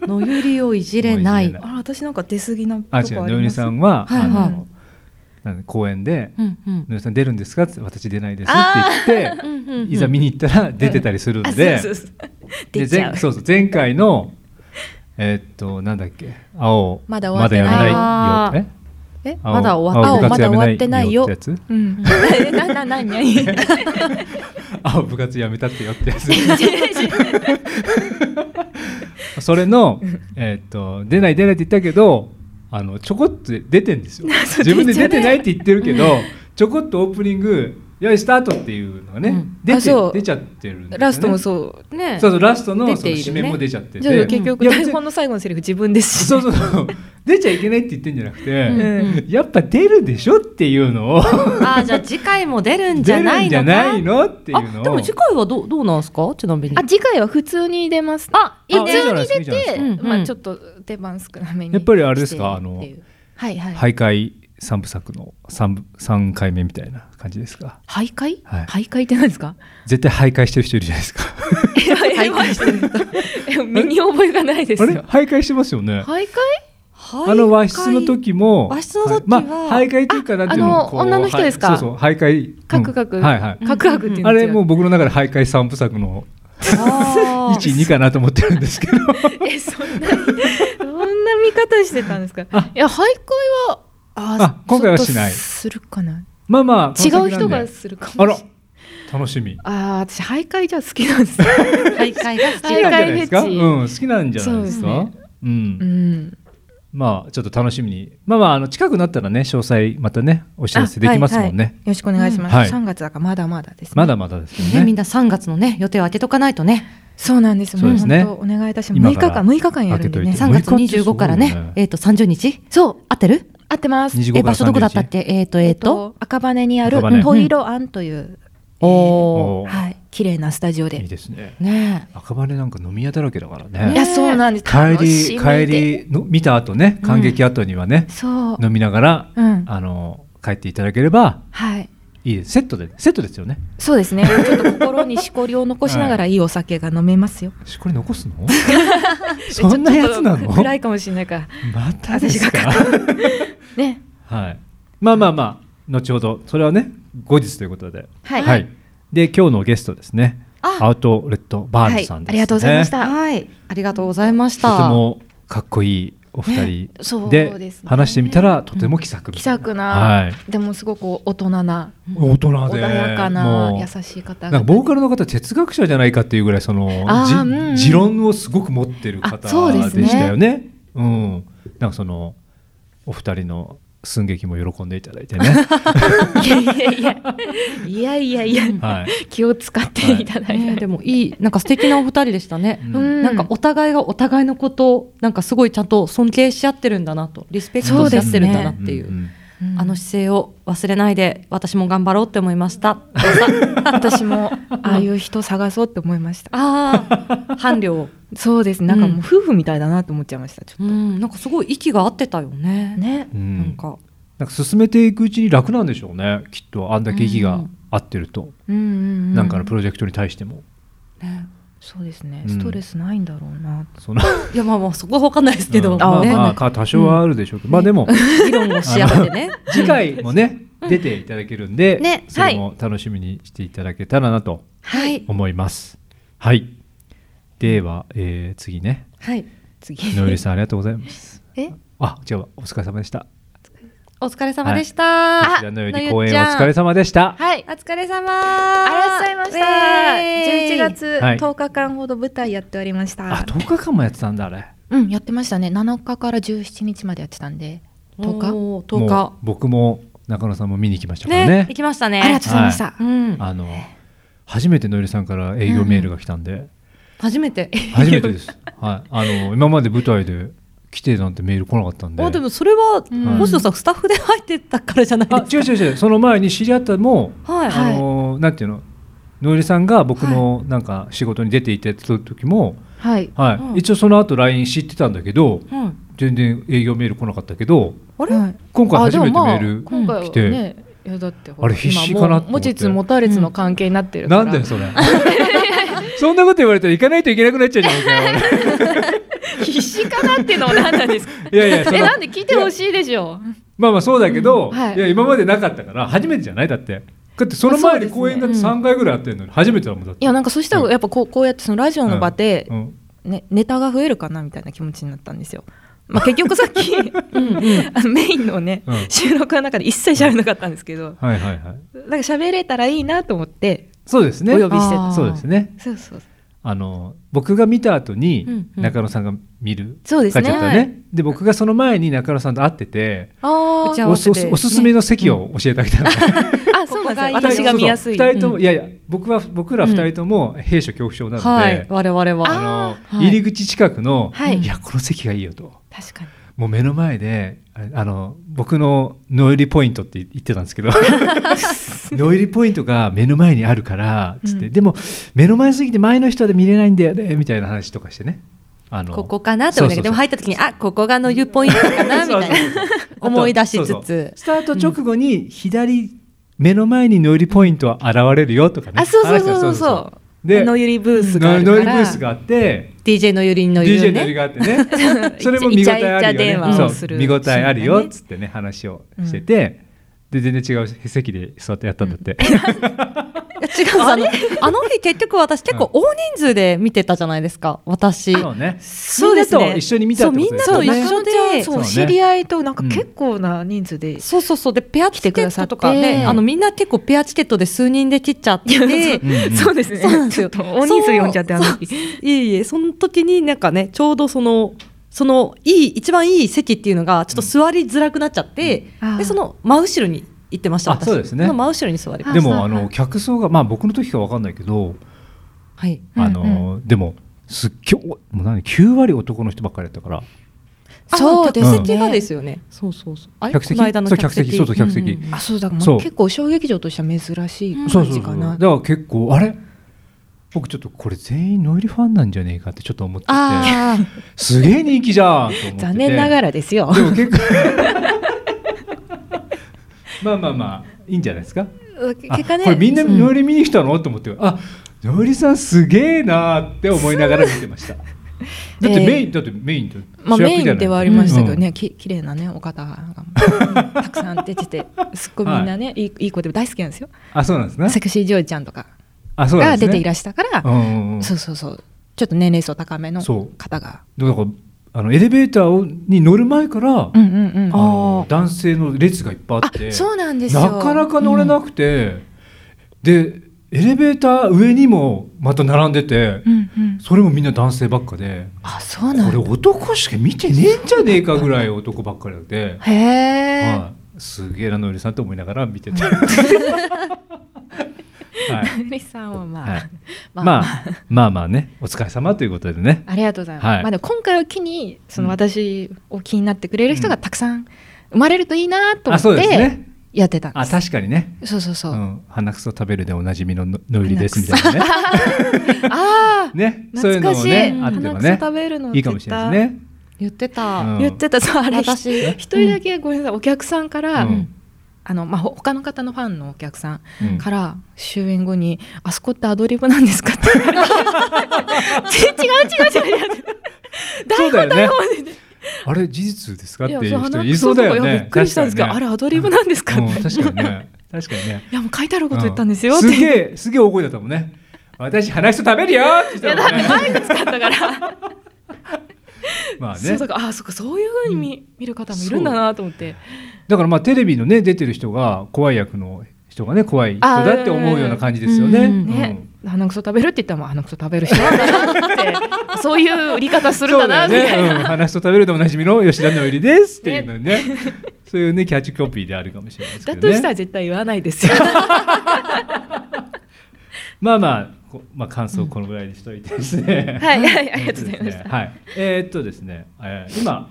[SPEAKER 2] のゆりをいじ
[SPEAKER 7] <laughs>
[SPEAKER 2] れない。
[SPEAKER 1] あら、私なんか出過ぎなとこ
[SPEAKER 7] あ
[SPEAKER 1] あ
[SPEAKER 7] 違
[SPEAKER 1] り
[SPEAKER 7] う
[SPEAKER 1] ま
[SPEAKER 7] の
[SPEAKER 1] す。
[SPEAKER 7] ゆりさんは、
[SPEAKER 1] はい
[SPEAKER 7] あの
[SPEAKER 1] はい
[SPEAKER 7] なんで公演で、
[SPEAKER 1] うんうん
[SPEAKER 7] のゆりさん出るんですかって私出ないですって言って、
[SPEAKER 1] あーうんうんうん
[SPEAKER 7] いざ見に行ったら出てたりするんで、
[SPEAKER 1] あそうそうそう
[SPEAKER 7] で
[SPEAKER 1] 出ちゃう
[SPEAKER 7] 前そうそう前回のえーっとなんだっけ青
[SPEAKER 1] まだ終わってない
[SPEAKER 7] まだやめ
[SPEAKER 1] あ
[SPEAKER 7] ないよえ
[SPEAKER 1] え
[SPEAKER 7] 青
[SPEAKER 1] まだ終わ
[SPEAKER 7] 青
[SPEAKER 1] っ
[SPEAKER 7] 部
[SPEAKER 1] 青ま
[SPEAKER 7] 活
[SPEAKER 1] だ
[SPEAKER 7] やめ
[SPEAKER 1] 終
[SPEAKER 7] な
[SPEAKER 1] わっ
[SPEAKER 7] い
[SPEAKER 1] てな
[SPEAKER 7] よ
[SPEAKER 1] いよ。
[SPEAKER 7] ってやつ
[SPEAKER 1] うんえなななに
[SPEAKER 7] <laughs> 青部活やめたってよってやつそれのえーっと出ない出ないって言ったけどあのちょこっと出てんです
[SPEAKER 2] <laughs>
[SPEAKER 7] よ自分で出てないって言ってるけどちょこっとオープニングよいスタートっていうのがね、出
[SPEAKER 1] あ
[SPEAKER 7] て
[SPEAKER 1] そう
[SPEAKER 7] 出ちゃってるんですよね
[SPEAKER 1] ラストもそうね。
[SPEAKER 7] そうそうラストの
[SPEAKER 1] 出ている
[SPEAKER 7] その締めも出ちゃってて
[SPEAKER 1] じゃあ結局
[SPEAKER 7] いや別に
[SPEAKER 1] 台本の最後のセリフ自分ですし。
[SPEAKER 7] そうそうそう。出ちゃいけないって言ってんじゃなくて、
[SPEAKER 1] う
[SPEAKER 7] やっぱ出るでしょっていうのを
[SPEAKER 2] <laughs> あー、じゃあ次回も出るんじ
[SPEAKER 7] <laughs> 出
[SPEAKER 2] ゃな
[SPEAKER 7] る
[SPEAKER 2] い
[SPEAKER 7] ん
[SPEAKER 2] の
[SPEAKER 7] じ
[SPEAKER 2] か。
[SPEAKER 7] ゃないのっていうのを
[SPEAKER 2] でも次回はどうどうなんですかちなみに。
[SPEAKER 1] あ次回は普通に出ます。あ
[SPEAKER 7] いいね
[SPEAKER 1] 普通に出
[SPEAKER 7] いいじゃないです
[SPEAKER 1] て
[SPEAKER 7] かいいじゃないです、か
[SPEAKER 1] まあちょっと出番少なめに。
[SPEAKER 7] やっぱりあれですかあの
[SPEAKER 1] はいはい。
[SPEAKER 7] 徘徊三部作の三部三回目みたいな感じですか
[SPEAKER 1] 徘徊？
[SPEAKER 7] はい
[SPEAKER 1] 徘徊って何です <laughs> か？
[SPEAKER 7] 絶対徘徊してる人いるじゃないですか
[SPEAKER 1] 徘徊してる人。身に覚えがないです
[SPEAKER 7] あれ
[SPEAKER 1] よ。
[SPEAKER 7] 徘徊してますよ
[SPEAKER 2] <laughs>
[SPEAKER 7] ね、
[SPEAKER 1] 徘徊？
[SPEAKER 7] あの和室の時も
[SPEAKER 1] 和室の時
[SPEAKER 7] ま
[SPEAKER 1] は
[SPEAKER 7] あ徘徊というかなんていう
[SPEAKER 1] あ
[SPEAKER 7] の
[SPEAKER 1] の
[SPEAKER 7] こう
[SPEAKER 1] 女の人ですか
[SPEAKER 7] はいそうそう徘徊
[SPEAKER 1] カクカク
[SPEAKER 7] うんはいはい
[SPEAKER 1] カクカクっていうの
[SPEAKER 7] あ
[SPEAKER 1] 違う
[SPEAKER 7] れもう僕の中で徘徊三部作の <laughs> 一二かなと思ってるんですけど
[SPEAKER 1] <laughs> えそんなにそんな見方してたんですか。いや徘徊は
[SPEAKER 7] あ今回はしない
[SPEAKER 1] ちょっとするかな。
[SPEAKER 7] まあまあ
[SPEAKER 1] 違う人がするかもしれない。
[SPEAKER 7] 楽しみ。
[SPEAKER 1] ああ私徘徊じゃ好きなんです。 <laughs> 徘
[SPEAKER 2] 徊が
[SPEAKER 7] 好きなんじゃないですか。うん、好きなんじゃないですか。
[SPEAKER 1] そう
[SPEAKER 7] う
[SPEAKER 1] で
[SPEAKER 7] ん。
[SPEAKER 1] うん。
[SPEAKER 7] まあちょっと楽しみに。まあまああの近くなったらね詳細またねお知らせできますもん
[SPEAKER 1] あはいはい
[SPEAKER 7] ね
[SPEAKER 1] よ。ろしくお願いしま
[SPEAKER 7] はい
[SPEAKER 1] す。三月だからまだまだですね。
[SPEAKER 7] まだまだですけど
[SPEAKER 2] ね、み
[SPEAKER 7] ね。
[SPEAKER 2] んな3月のね予定を開けとかないとね。
[SPEAKER 1] そうなんです。
[SPEAKER 7] そうですね
[SPEAKER 1] もう本当お願いいたします。
[SPEAKER 7] 今
[SPEAKER 1] 6
[SPEAKER 7] から
[SPEAKER 1] 日間、6日間やるんでね。
[SPEAKER 2] 3月25からね、えっ、と30日。
[SPEAKER 1] そう、
[SPEAKER 2] 合ってる？
[SPEAKER 1] 合ってます。
[SPEAKER 2] え場所どこだったっけ？えっ、とえっ、と、
[SPEAKER 1] 赤羽にある
[SPEAKER 2] 赤羽
[SPEAKER 1] トイロアンという、
[SPEAKER 7] おー
[SPEAKER 1] はい、綺麗なスタジオで。
[SPEAKER 7] いいですね。
[SPEAKER 1] ね
[SPEAKER 7] 赤羽なんか飲み屋だらけだから
[SPEAKER 1] いや、
[SPEAKER 7] ね。
[SPEAKER 1] そうなんです。
[SPEAKER 7] 帰
[SPEAKER 1] 楽し
[SPEAKER 7] り
[SPEAKER 1] み
[SPEAKER 7] 帰
[SPEAKER 1] で。
[SPEAKER 7] りの見た後ね感激後にはね
[SPEAKER 1] そう。
[SPEAKER 7] 飲みながら
[SPEAKER 1] うん
[SPEAKER 7] あの帰っていただければ
[SPEAKER 1] はい。
[SPEAKER 7] いいです。セットでセットですよね。
[SPEAKER 1] そうです
[SPEAKER 7] <laughs>
[SPEAKER 1] ね。ちょっと心にしこりを残しながらいいお酒が飲めますよ。
[SPEAKER 7] しこり残すの？そんなやつな
[SPEAKER 1] <laughs> ちょ
[SPEAKER 7] の
[SPEAKER 1] っと暗いかもしれないから。
[SPEAKER 7] またですか
[SPEAKER 1] 私が勝手に <laughs> ね。
[SPEAKER 7] はい。まあまあまあ、後ほど、それはね、後日ということで。
[SPEAKER 1] はい
[SPEAKER 7] で、今日のゲストですね。アウトレットバーンズさんです、ね
[SPEAKER 2] ありがとうございました。はい、ありがとうございまし
[SPEAKER 7] とて
[SPEAKER 2] た。
[SPEAKER 7] もかっこいいお二
[SPEAKER 1] ねそ
[SPEAKER 7] 人
[SPEAKER 1] う
[SPEAKER 7] で、
[SPEAKER 1] ですね
[SPEAKER 7] 話してみたら、とても気さく。
[SPEAKER 1] 気さくな、
[SPEAKER 7] はい
[SPEAKER 1] でもすごく大人な、
[SPEAKER 7] 大人で。
[SPEAKER 1] 穏やかな
[SPEAKER 7] もう
[SPEAKER 1] 優しい方
[SPEAKER 7] なんか
[SPEAKER 1] 々
[SPEAKER 7] ボーカルの方哲学者じゃないかっていうぐらいその
[SPEAKER 1] あー
[SPEAKER 7] じ
[SPEAKER 1] うん
[SPEAKER 7] 持論をすごく持ってる方で
[SPEAKER 1] あそうですね
[SPEAKER 7] したよね。うん、なんかそのお二人の寸劇も喜んでいただいてね。
[SPEAKER 1] <laughs> いやいやいや、
[SPEAKER 7] はい
[SPEAKER 1] 気を使っていただいて、
[SPEAKER 2] でもいいなんか素敵なお二人でしたね、
[SPEAKER 1] ん
[SPEAKER 2] なんかお互いがお互いのことをなんかすごいちゃんと尊敬し合ってるんだなとリスペクトし合ってるんだなっていう
[SPEAKER 1] そうです
[SPEAKER 2] あの姿勢を忘れないで私も頑張ろうって思いました
[SPEAKER 1] 私も <laughs> ああいう人探そうって思いました。
[SPEAKER 2] ああ、伴侶
[SPEAKER 1] そうです。なんかもう夫婦みたいだなと思っちゃいました。ちょっと。
[SPEAKER 2] うん、なんかすごい息が合ってたよね
[SPEAKER 1] ね
[SPEAKER 7] うん
[SPEAKER 2] なんか
[SPEAKER 7] なんか進めていくうちに楽なんでしょうねきっとあんだけ息が合ってると、
[SPEAKER 1] うんうんうん
[SPEAKER 7] なんかのプロジェクトに対しても
[SPEAKER 1] そうですね。
[SPEAKER 7] うん
[SPEAKER 1] ストレスないんだろう <laughs> な。
[SPEAKER 7] その
[SPEAKER 2] いやまあまあそこは分かんないですけど、
[SPEAKER 7] うんまあ
[SPEAKER 2] ね
[SPEAKER 7] まあか多少はあるでしょうけど、まあでも
[SPEAKER 2] 議論 <laughs> をし合ってね
[SPEAKER 7] あの次回もね
[SPEAKER 2] うん
[SPEAKER 7] 出ていただけるんで、
[SPEAKER 2] ね
[SPEAKER 7] それも楽しみにしていただけたらなと
[SPEAKER 2] はい
[SPEAKER 7] 思いますはい、では、えー次ね
[SPEAKER 2] はい
[SPEAKER 1] 次
[SPEAKER 7] のゆりさんありがとうございます
[SPEAKER 1] え
[SPEAKER 7] あ違うわお疲れ様でした
[SPEAKER 2] お疲れ様でした、
[SPEAKER 7] はいこちらのように公演お疲れ様でした
[SPEAKER 1] はい、
[SPEAKER 2] お疲れ様。
[SPEAKER 1] ありがとうございました。11月
[SPEAKER 7] はい
[SPEAKER 1] 10日間ほど舞台やっておりました。
[SPEAKER 7] あ10日間もやってたんだあれ
[SPEAKER 1] うん、やってましたね。7日から17日までやってたんで、10日。
[SPEAKER 7] もう僕も中野さんも見に行きましたからね
[SPEAKER 2] ね行きましたね
[SPEAKER 1] ありがとうございました。
[SPEAKER 7] あの初めてのりさんから営業メールが来たんで、
[SPEAKER 2] 初めて。
[SPEAKER 7] 初めてです。はい、あの今まで舞台で来てなんてメール来なかったんで。
[SPEAKER 16] あでもそれは、
[SPEAKER 7] ん
[SPEAKER 16] 星野さんスタッフで入ってたからじゃないですか。
[SPEAKER 7] 違う違う違うその前に知り合ったのも、
[SPEAKER 16] はい
[SPEAKER 7] あのなんていうのノエルさんが僕のなんか仕事に出ていた時も、
[SPEAKER 1] はい
[SPEAKER 7] はい
[SPEAKER 1] うん
[SPEAKER 7] 一応その後 LINE 知ってたんだけど、
[SPEAKER 1] うん
[SPEAKER 7] 全然営業メール来なかったけど
[SPEAKER 1] あれ、
[SPEAKER 7] 今回
[SPEAKER 1] あで
[SPEAKER 7] 初め
[SPEAKER 1] も
[SPEAKER 7] て
[SPEAKER 1] まあ
[SPEAKER 7] メール
[SPEAKER 1] 今回は
[SPEAKER 7] 来て
[SPEAKER 1] ねいやだってほ
[SPEAKER 7] あ
[SPEAKER 1] ら
[SPEAKER 7] れ必死かなと思って
[SPEAKER 1] 今もう持ちつ持たれつの関係になってるから、
[SPEAKER 7] なんだよそれそんなこと言われたら <laughs> 行かないといけなくなっちゃうじゃないかよ
[SPEAKER 1] <laughs> 必死かなっていうのは何な
[SPEAKER 7] <laughs>
[SPEAKER 1] んですか
[SPEAKER 7] いやいやその
[SPEAKER 1] <laughs> えなんで聞いてほしいでしょ
[SPEAKER 7] まあまあそうだけど、
[SPEAKER 1] うんはい
[SPEAKER 7] い、や今までなかったから初めてじゃないだってだってその前に公演だって3回ぐらいあってるのに初めてだもんだって
[SPEAKER 1] いやなんかそしたらやっぱこうこうやってそのラジオの場で、
[SPEAKER 7] うんうん
[SPEAKER 1] ね、ネタが増えるかなみたいな気持ちになったんですよ。まあ、結局さっき <laughs> あのメインのね、
[SPEAKER 7] うん
[SPEAKER 1] 収録の中で一切喋らなかったんですけど、
[SPEAKER 7] はいはいはい
[SPEAKER 1] なんか喋れたらいいなと思って
[SPEAKER 7] そうですね
[SPEAKER 1] お呼びしてた
[SPEAKER 7] そうですね
[SPEAKER 1] そうそう
[SPEAKER 7] あの僕が見た後に
[SPEAKER 1] うんうん
[SPEAKER 7] 中野さんが見る
[SPEAKER 1] そうですね
[SPEAKER 7] 感じだった
[SPEAKER 1] はい
[SPEAKER 7] で僕がその前に中野さんと会ってて
[SPEAKER 1] あ
[SPEAKER 7] おおすおすおすすめの席を教えてあげたの、
[SPEAKER 1] あそうなんですよ私が見やすい
[SPEAKER 7] 2人とも、
[SPEAKER 1] うん
[SPEAKER 7] いやいや僕は僕ら2人とも兵所恐怖症なので、
[SPEAKER 16] はい、我々は。
[SPEAKER 7] あの入り口近くの、
[SPEAKER 16] はい
[SPEAKER 7] い、やこの席がいいよと
[SPEAKER 1] 確かに
[SPEAKER 7] もう目の前であれあの僕のノエリポイントって言ってたん
[SPEAKER 16] <laughs>
[SPEAKER 7] ですけどノエリポイントが目の前にあるからつって、でも目の前すぎて前の人で見れないんだよねみたいな話とかしてねあの
[SPEAKER 16] ここかなって思いながらでも入った時にあここがの湯ポイントかなみたいな思い出しつつ
[SPEAKER 7] そうそうスタート直後に左目の前にノエリポイントは現れるよとかね
[SPEAKER 16] あそうそうそうそう
[SPEAKER 7] 話したら
[SPEAKER 16] でのゆりブースがあるか
[SPEAKER 7] ノ
[SPEAKER 16] ら
[SPEAKER 7] エリブースがあって
[SPEAKER 16] DJ のゆりのゆ
[SPEAKER 7] DJ
[SPEAKER 16] り
[SPEAKER 7] の
[SPEAKER 16] ね
[SPEAKER 7] よりがあってね
[SPEAKER 16] <laughs>
[SPEAKER 7] それも見応えあ
[SPEAKER 16] イチャイチャ
[SPEAKER 7] る
[SPEAKER 16] 電
[SPEAKER 7] よ
[SPEAKER 16] 話
[SPEAKER 7] ね
[SPEAKER 16] を
[SPEAKER 7] そ
[SPEAKER 16] す
[SPEAKER 7] う
[SPEAKER 16] る
[SPEAKER 7] 見応えあるよっつってね話をしてて、で全然違う席で座ってやったんだって、
[SPEAKER 16] 違うあのあの日結局私結構大人数で見てたじゃないですか私
[SPEAKER 7] そうね
[SPEAKER 16] そうです
[SPEAKER 7] みんな
[SPEAKER 16] ね
[SPEAKER 7] と一緒に見たってことです
[SPEAKER 16] そ
[SPEAKER 7] よ
[SPEAKER 16] う
[SPEAKER 7] ね
[SPEAKER 16] みんなと一緒で
[SPEAKER 1] そう知り合いとなんか結構な人数で、
[SPEAKER 16] そうそうそうでペアチケットとか
[SPEAKER 1] 来てくださっ
[SPEAKER 16] ね
[SPEAKER 1] て
[SPEAKER 16] あのみんな結構ペアチケットで数人で切っちゃって
[SPEAKER 1] い <laughs> やそうそうですね
[SPEAKER 16] そうなんですよ
[SPEAKER 1] ちょっと大人数呼んじゃって
[SPEAKER 16] そう
[SPEAKER 1] あの時
[SPEAKER 16] そういえいえその時になんかねちょうどそのそのいい一番いい席っていうのがちょっと座りづらくなっちゃって、でその真後ろに行ってました
[SPEAKER 7] あそうですね
[SPEAKER 16] の真後ろに座りました
[SPEAKER 7] でもあの客層がまあ僕の時かわかんないけど、
[SPEAKER 16] はい
[SPEAKER 7] あのでもすっげえおもう何9割男の人ばっかりやったから
[SPEAKER 16] あ
[SPEAKER 1] そうですね
[SPEAKER 16] 客席がですよね、そうそうそうあれ
[SPEAKER 7] 客席
[SPEAKER 16] この間の
[SPEAKER 7] そう
[SPEAKER 16] 客席
[SPEAKER 7] 客席そうそう客席
[SPEAKER 1] あそうだから
[SPEAKER 7] そう
[SPEAKER 1] 結構小劇場としては珍しい
[SPEAKER 7] そうそ
[SPEAKER 1] 感
[SPEAKER 7] うそ
[SPEAKER 1] じ
[SPEAKER 7] う
[SPEAKER 1] か
[SPEAKER 7] だか
[SPEAKER 1] な
[SPEAKER 7] ら結構あれ僕ちょっとこれ全員ノイリファンなんじゃねえかってちょっと思ってて
[SPEAKER 1] あー
[SPEAKER 7] すげえ人気じゃんと思ってて
[SPEAKER 1] 残念ながらですよ
[SPEAKER 7] でも結構まあまあまあいいんじゃないですかあ
[SPEAKER 1] 結果ね
[SPEAKER 7] これみんな
[SPEAKER 1] うん
[SPEAKER 7] ノイリ見に来たのと思ってあノイリさんすげえなーって思いながら見てま
[SPEAKER 1] <laughs>
[SPEAKER 7] しただってメイン、だってメインだ
[SPEAKER 1] まあ、
[SPEAKER 7] 主役
[SPEAKER 1] メ
[SPEAKER 7] じ
[SPEAKER 1] イ
[SPEAKER 7] ゃない
[SPEAKER 1] ンではありましたけどね、き綺麗なねお方が、うんたくさん出ててすっごいみんなね、い、いいい子で大好きなんですよ
[SPEAKER 7] あそうなんですね
[SPEAKER 1] セクシージョイちゃんとか
[SPEAKER 7] あそうなん
[SPEAKER 1] が
[SPEAKER 7] ですね
[SPEAKER 1] 出ていらしたから
[SPEAKER 7] うんうんうん
[SPEAKER 1] そうそうそうちょっと年齢層高めの
[SPEAKER 7] そう
[SPEAKER 1] 方が
[SPEAKER 7] だからあのエレベーターをに乗る前から、
[SPEAKER 1] うんうんうん
[SPEAKER 7] あの男性の列がいっぱいあって
[SPEAKER 1] あそうなんですよ
[SPEAKER 7] なかなか乗れなくて、でエレベーター上にもまた並んでて、
[SPEAKER 1] うんうん
[SPEAKER 7] それもみんな男性ばっかで
[SPEAKER 1] あそうな
[SPEAKER 7] こ
[SPEAKER 1] ん
[SPEAKER 7] れ男しか見てねえんじゃねえかぐらい男ばっかりで、
[SPEAKER 1] へえ、
[SPEAKER 7] はい、すげえなのりさんと思いながら見て
[SPEAKER 1] <laughs>
[SPEAKER 7] た。はい
[SPEAKER 1] のりさんはまあ、
[SPEAKER 7] はい
[SPEAKER 1] ま
[SPEAKER 7] ま
[SPEAKER 1] あ
[SPEAKER 7] あ、まあまあねお疲れ様ということでね
[SPEAKER 1] ありがとうございます。
[SPEAKER 7] はい
[SPEAKER 1] まあでも今回を機にそ
[SPEAKER 7] う
[SPEAKER 1] の
[SPEAKER 7] ん
[SPEAKER 1] 私を気になってくれる人がたくさん生まれるといいなと
[SPEAKER 7] あそ
[SPEAKER 1] 思
[SPEAKER 7] う
[SPEAKER 1] っ
[SPEAKER 7] です
[SPEAKER 1] て
[SPEAKER 7] ね
[SPEAKER 1] やってたんです。
[SPEAKER 7] あ確かにね
[SPEAKER 1] そうそうそう。
[SPEAKER 7] ん、鼻くそ食べるでおなじみのののりですみたいなね <laughs>
[SPEAKER 1] ああ、
[SPEAKER 7] ねそういうの
[SPEAKER 1] 懐か
[SPEAKER 7] も
[SPEAKER 1] しい。
[SPEAKER 7] ねあって
[SPEAKER 1] 鼻
[SPEAKER 7] も
[SPEAKER 1] くそ
[SPEAKER 7] ね
[SPEAKER 1] 食べるの
[SPEAKER 7] いいかもしれないですね
[SPEAKER 1] 言ってた
[SPEAKER 7] うん
[SPEAKER 1] 言ってたそうあれ
[SPEAKER 16] 私
[SPEAKER 1] 一人だけごめんなさいお客さんから、
[SPEAKER 7] うん
[SPEAKER 1] あのまあほ他の方のファンのお客さ
[SPEAKER 7] うん
[SPEAKER 1] んから終演後に「あそこってアドリブなんですか?」って違う
[SPEAKER 7] <laughs>
[SPEAKER 1] 違う違う違う
[SPEAKER 7] そうだよね
[SPEAKER 1] 台本台本
[SPEAKER 7] あれ事実ですかって
[SPEAKER 1] いや
[SPEAKER 7] いう
[SPEAKER 1] そう
[SPEAKER 7] 人
[SPEAKER 1] 鼻
[SPEAKER 7] い
[SPEAKER 1] く
[SPEAKER 7] そ
[SPEAKER 1] そうと
[SPEAKER 7] だ
[SPEAKER 1] か
[SPEAKER 7] よ
[SPEAKER 1] いや
[SPEAKER 7] ね
[SPEAKER 1] びっくりしたんですけど、あれアドリブなんですか、
[SPEAKER 7] うん確かに
[SPEAKER 1] <laughs>
[SPEAKER 7] ね確かにね
[SPEAKER 1] いやもう書いてあること言ったんですよ
[SPEAKER 7] う
[SPEAKER 1] って、
[SPEAKER 7] すげえすげえ大声だったもんね私鼻くそ食べるよって言
[SPEAKER 1] <laughs>
[SPEAKER 7] ったもんね
[SPEAKER 1] マイク使ったから、
[SPEAKER 7] <laughs> まあ
[SPEAKER 1] そう
[SPEAKER 7] ね
[SPEAKER 1] そうかあそうかそういうふうに見,、見る方もいるんだなと思って
[SPEAKER 7] だからまあテレビのね出てる人が怖い役の人がね怖い人
[SPEAKER 1] あー
[SPEAKER 7] だって思うような感じですよね、
[SPEAKER 1] うんうんね、鼻くそ食べるって言ったらもう鼻くそ食べる人なんだなって <laughs> そういう売り方するんだなみ
[SPEAKER 7] そう
[SPEAKER 1] た
[SPEAKER 7] だ
[SPEAKER 1] い
[SPEAKER 7] よね、
[SPEAKER 1] な、
[SPEAKER 7] うん、話と食べるでおなじみの吉田のりですっていうのねそういうねキャッチコピーであるかもしれないですけ
[SPEAKER 1] だ
[SPEAKER 7] ど <laughs>
[SPEAKER 1] とした
[SPEAKER 7] ね
[SPEAKER 1] ら絶対言わないですよ
[SPEAKER 7] まあまあこまあ、感想をこのぐらいにしといてですね、
[SPEAKER 1] はいはいありがとうございまし
[SPEAKER 7] 本当です
[SPEAKER 1] た
[SPEAKER 7] ねはい、 <laughs> えーっとですね、えー今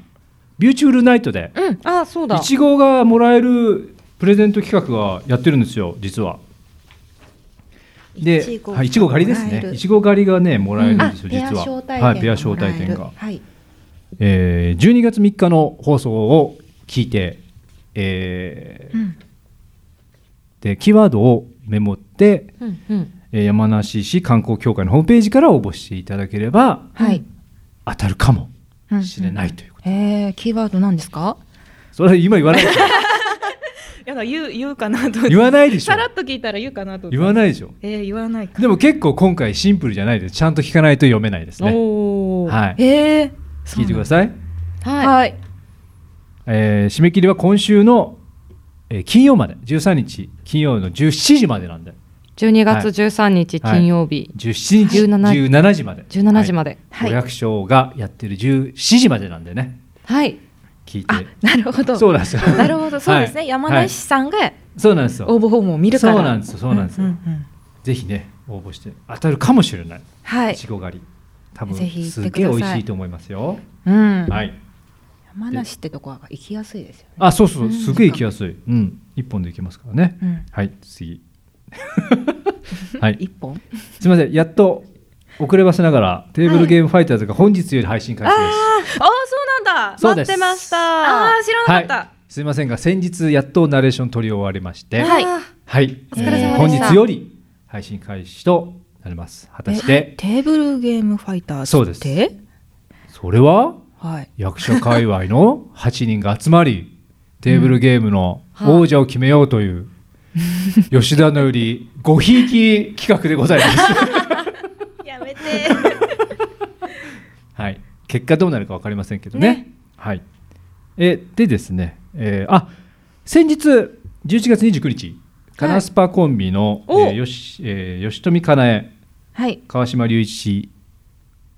[SPEAKER 7] ビューチュールナイトで
[SPEAKER 2] うん、あ、そうだ。
[SPEAKER 7] いちごがもらえるプレゼント企画がやってるんですよ実は。で、
[SPEAKER 2] いちご
[SPEAKER 7] はい、いちご狩りです
[SPEAKER 2] もらえ
[SPEAKER 7] ね。
[SPEAKER 2] る
[SPEAKER 7] いちご狩りがねもらえるんですよ、
[SPEAKER 2] うんあ
[SPEAKER 7] 実は。
[SPEAKER 2] ペア招待券が
[SPEAKER 7] はい、ペア招待券が
[SPEAKER 2] もらえる。はい。
[SPEAKER 7] えー、12月3日の放送を聞いて、えー
[SPEAKER 2] うん
[SPEAKER 7] でキーワードをメモって、
[SPEAKER 2] うんうん。
[SPEAKER 7] えー山梨市観光協会のホームページから応募していただければ
[SPEAKER 1] はい。
[SPEAKER 7] 当たるかもしれ
[SPEAKER 1] い。
[SPEAKER 7] ないという。
[SPEAKER 1] えー、キーワードなんですか？
[SPEAKER 7] それは今言わないでしょ。
[SPEAKER 1] やだ言う言うかなと。
[SPEAKER 7] 言わないでしょ
[SPEAKER 1] さらっと聞いたら言うかなと。
[SPEAKER 7] 言わないでしょ。
[SPEAKER 1] えー、言わないか。
[SPEAKER 7] でも結構今回シンプルじゃないです。ちゃんと聞かないと読めないですね。
[SPEAKER 1] おお。
[SPEAKER 7] はい
[SPEAKER 1] えー、
[SPEAKER 7] 聞いてください。
[SPEAKER 1] はい。はい。
[SPEAKER 7] えー締め切りは今週の、えー金曜まで13日金曜の17時までなんで
[SPEAKER 2] 12月13日
[SPEAKER 7] はい
[SPEAKER 2] 金曜日。
[SPEAKER 7] 17日
[SPEAKER 2] 17
[SPEAKER 7] 17時まで
[SPEAKER 2] 17時まで。
[SPEAKER 7] お役所がやってる17時までなんでね
[SPEAKER 2] はい。
[SPEAKER 7] 聞いて
[SPEAKER 1] なるほど。
[SPEAKER 7] そうなんですよ
[SPEAKER 1] <laughs> なるほど、そうですね。
[SPEAKER 7] はい
[SPEAKER 1] 山梨さんが
[SPEAKER 7] そうなんですよ
[SPEAKER 1] 応募フォームを見るから。
[SPEAKER 7] そうなんですよそうなんですよ、
[SPEAKER 1] うんうんうん
[SPEAKER 7] ぜひね応募して当たるかもしれない
[SPEAKER 1] はい
[SPEAKER 7] いちご狩り多
[SPEAKER 1] ぜ
[SPEAKER 7] 分
[SPEAKER 1] ひ行って
[SPEAKER 7] す
[SPEAKER 1] ください
[SPEAKER 7] げえ美味しいと思いますよ
[SPEAKER 1] うん
[SPEAKER 7] はい
[SPEAKER 1] 山梨ってとこは行きやすいですよね。
[SPEAKER 7] あそうそう、
[SPEAKER 1] ん
[SPEAKER 7] すげえ行きやすい。うん、一本で行けますからね。
[SPEAKER 1] うん
[SPEAKER 7] はい、次。 <laughs> はい、
[SPEAKER 1] 一本。
[SPEAKER 7] すみません、やっと遅ればせながらテーブルゲームファイターズが本日より配信開始です。
[SPEAKER 1] あー、そうなんだ
[SPEAKER 7] そうです
[SPEAKER 1] した。あー、知らなかった。
[SPEAKER 7] はい、すみませんが先日やっとナレーション取り終わりまして、
[SPEAKER 1] はい
[SPEAKER 7] はい、
[SPEAKER 1] お疲れ様でした
[SPEAKER 7] 本日より配信開始となります。果たし
[SPEAKER 1] え
[SPEAKER 7] て
[SPEAKER 1] テーブルゲームファイターズ
[SPEAKER 7] そうです
[SPEAKER 1] って
[SPEAKER 7] それは
[SPEAKER 1] はい
[SPEAKER 7] 役者界隈の8人が集まりテーブルゲームの王者を決めようという吉田のよりごひいき企画でございます
[SPEAKER 1] <laughs> やめて
[SPEAKER 7] はい結果どうなるか分かりませんけどねはいえでですね、えーあ先日11月29日カナスパコンビの、
[SPEAKER 1] お
[SPEAKER 7] えーよしえー吉富かなえ
[SPEAKER 1] はい
[SPEAKER 7] 川島隆一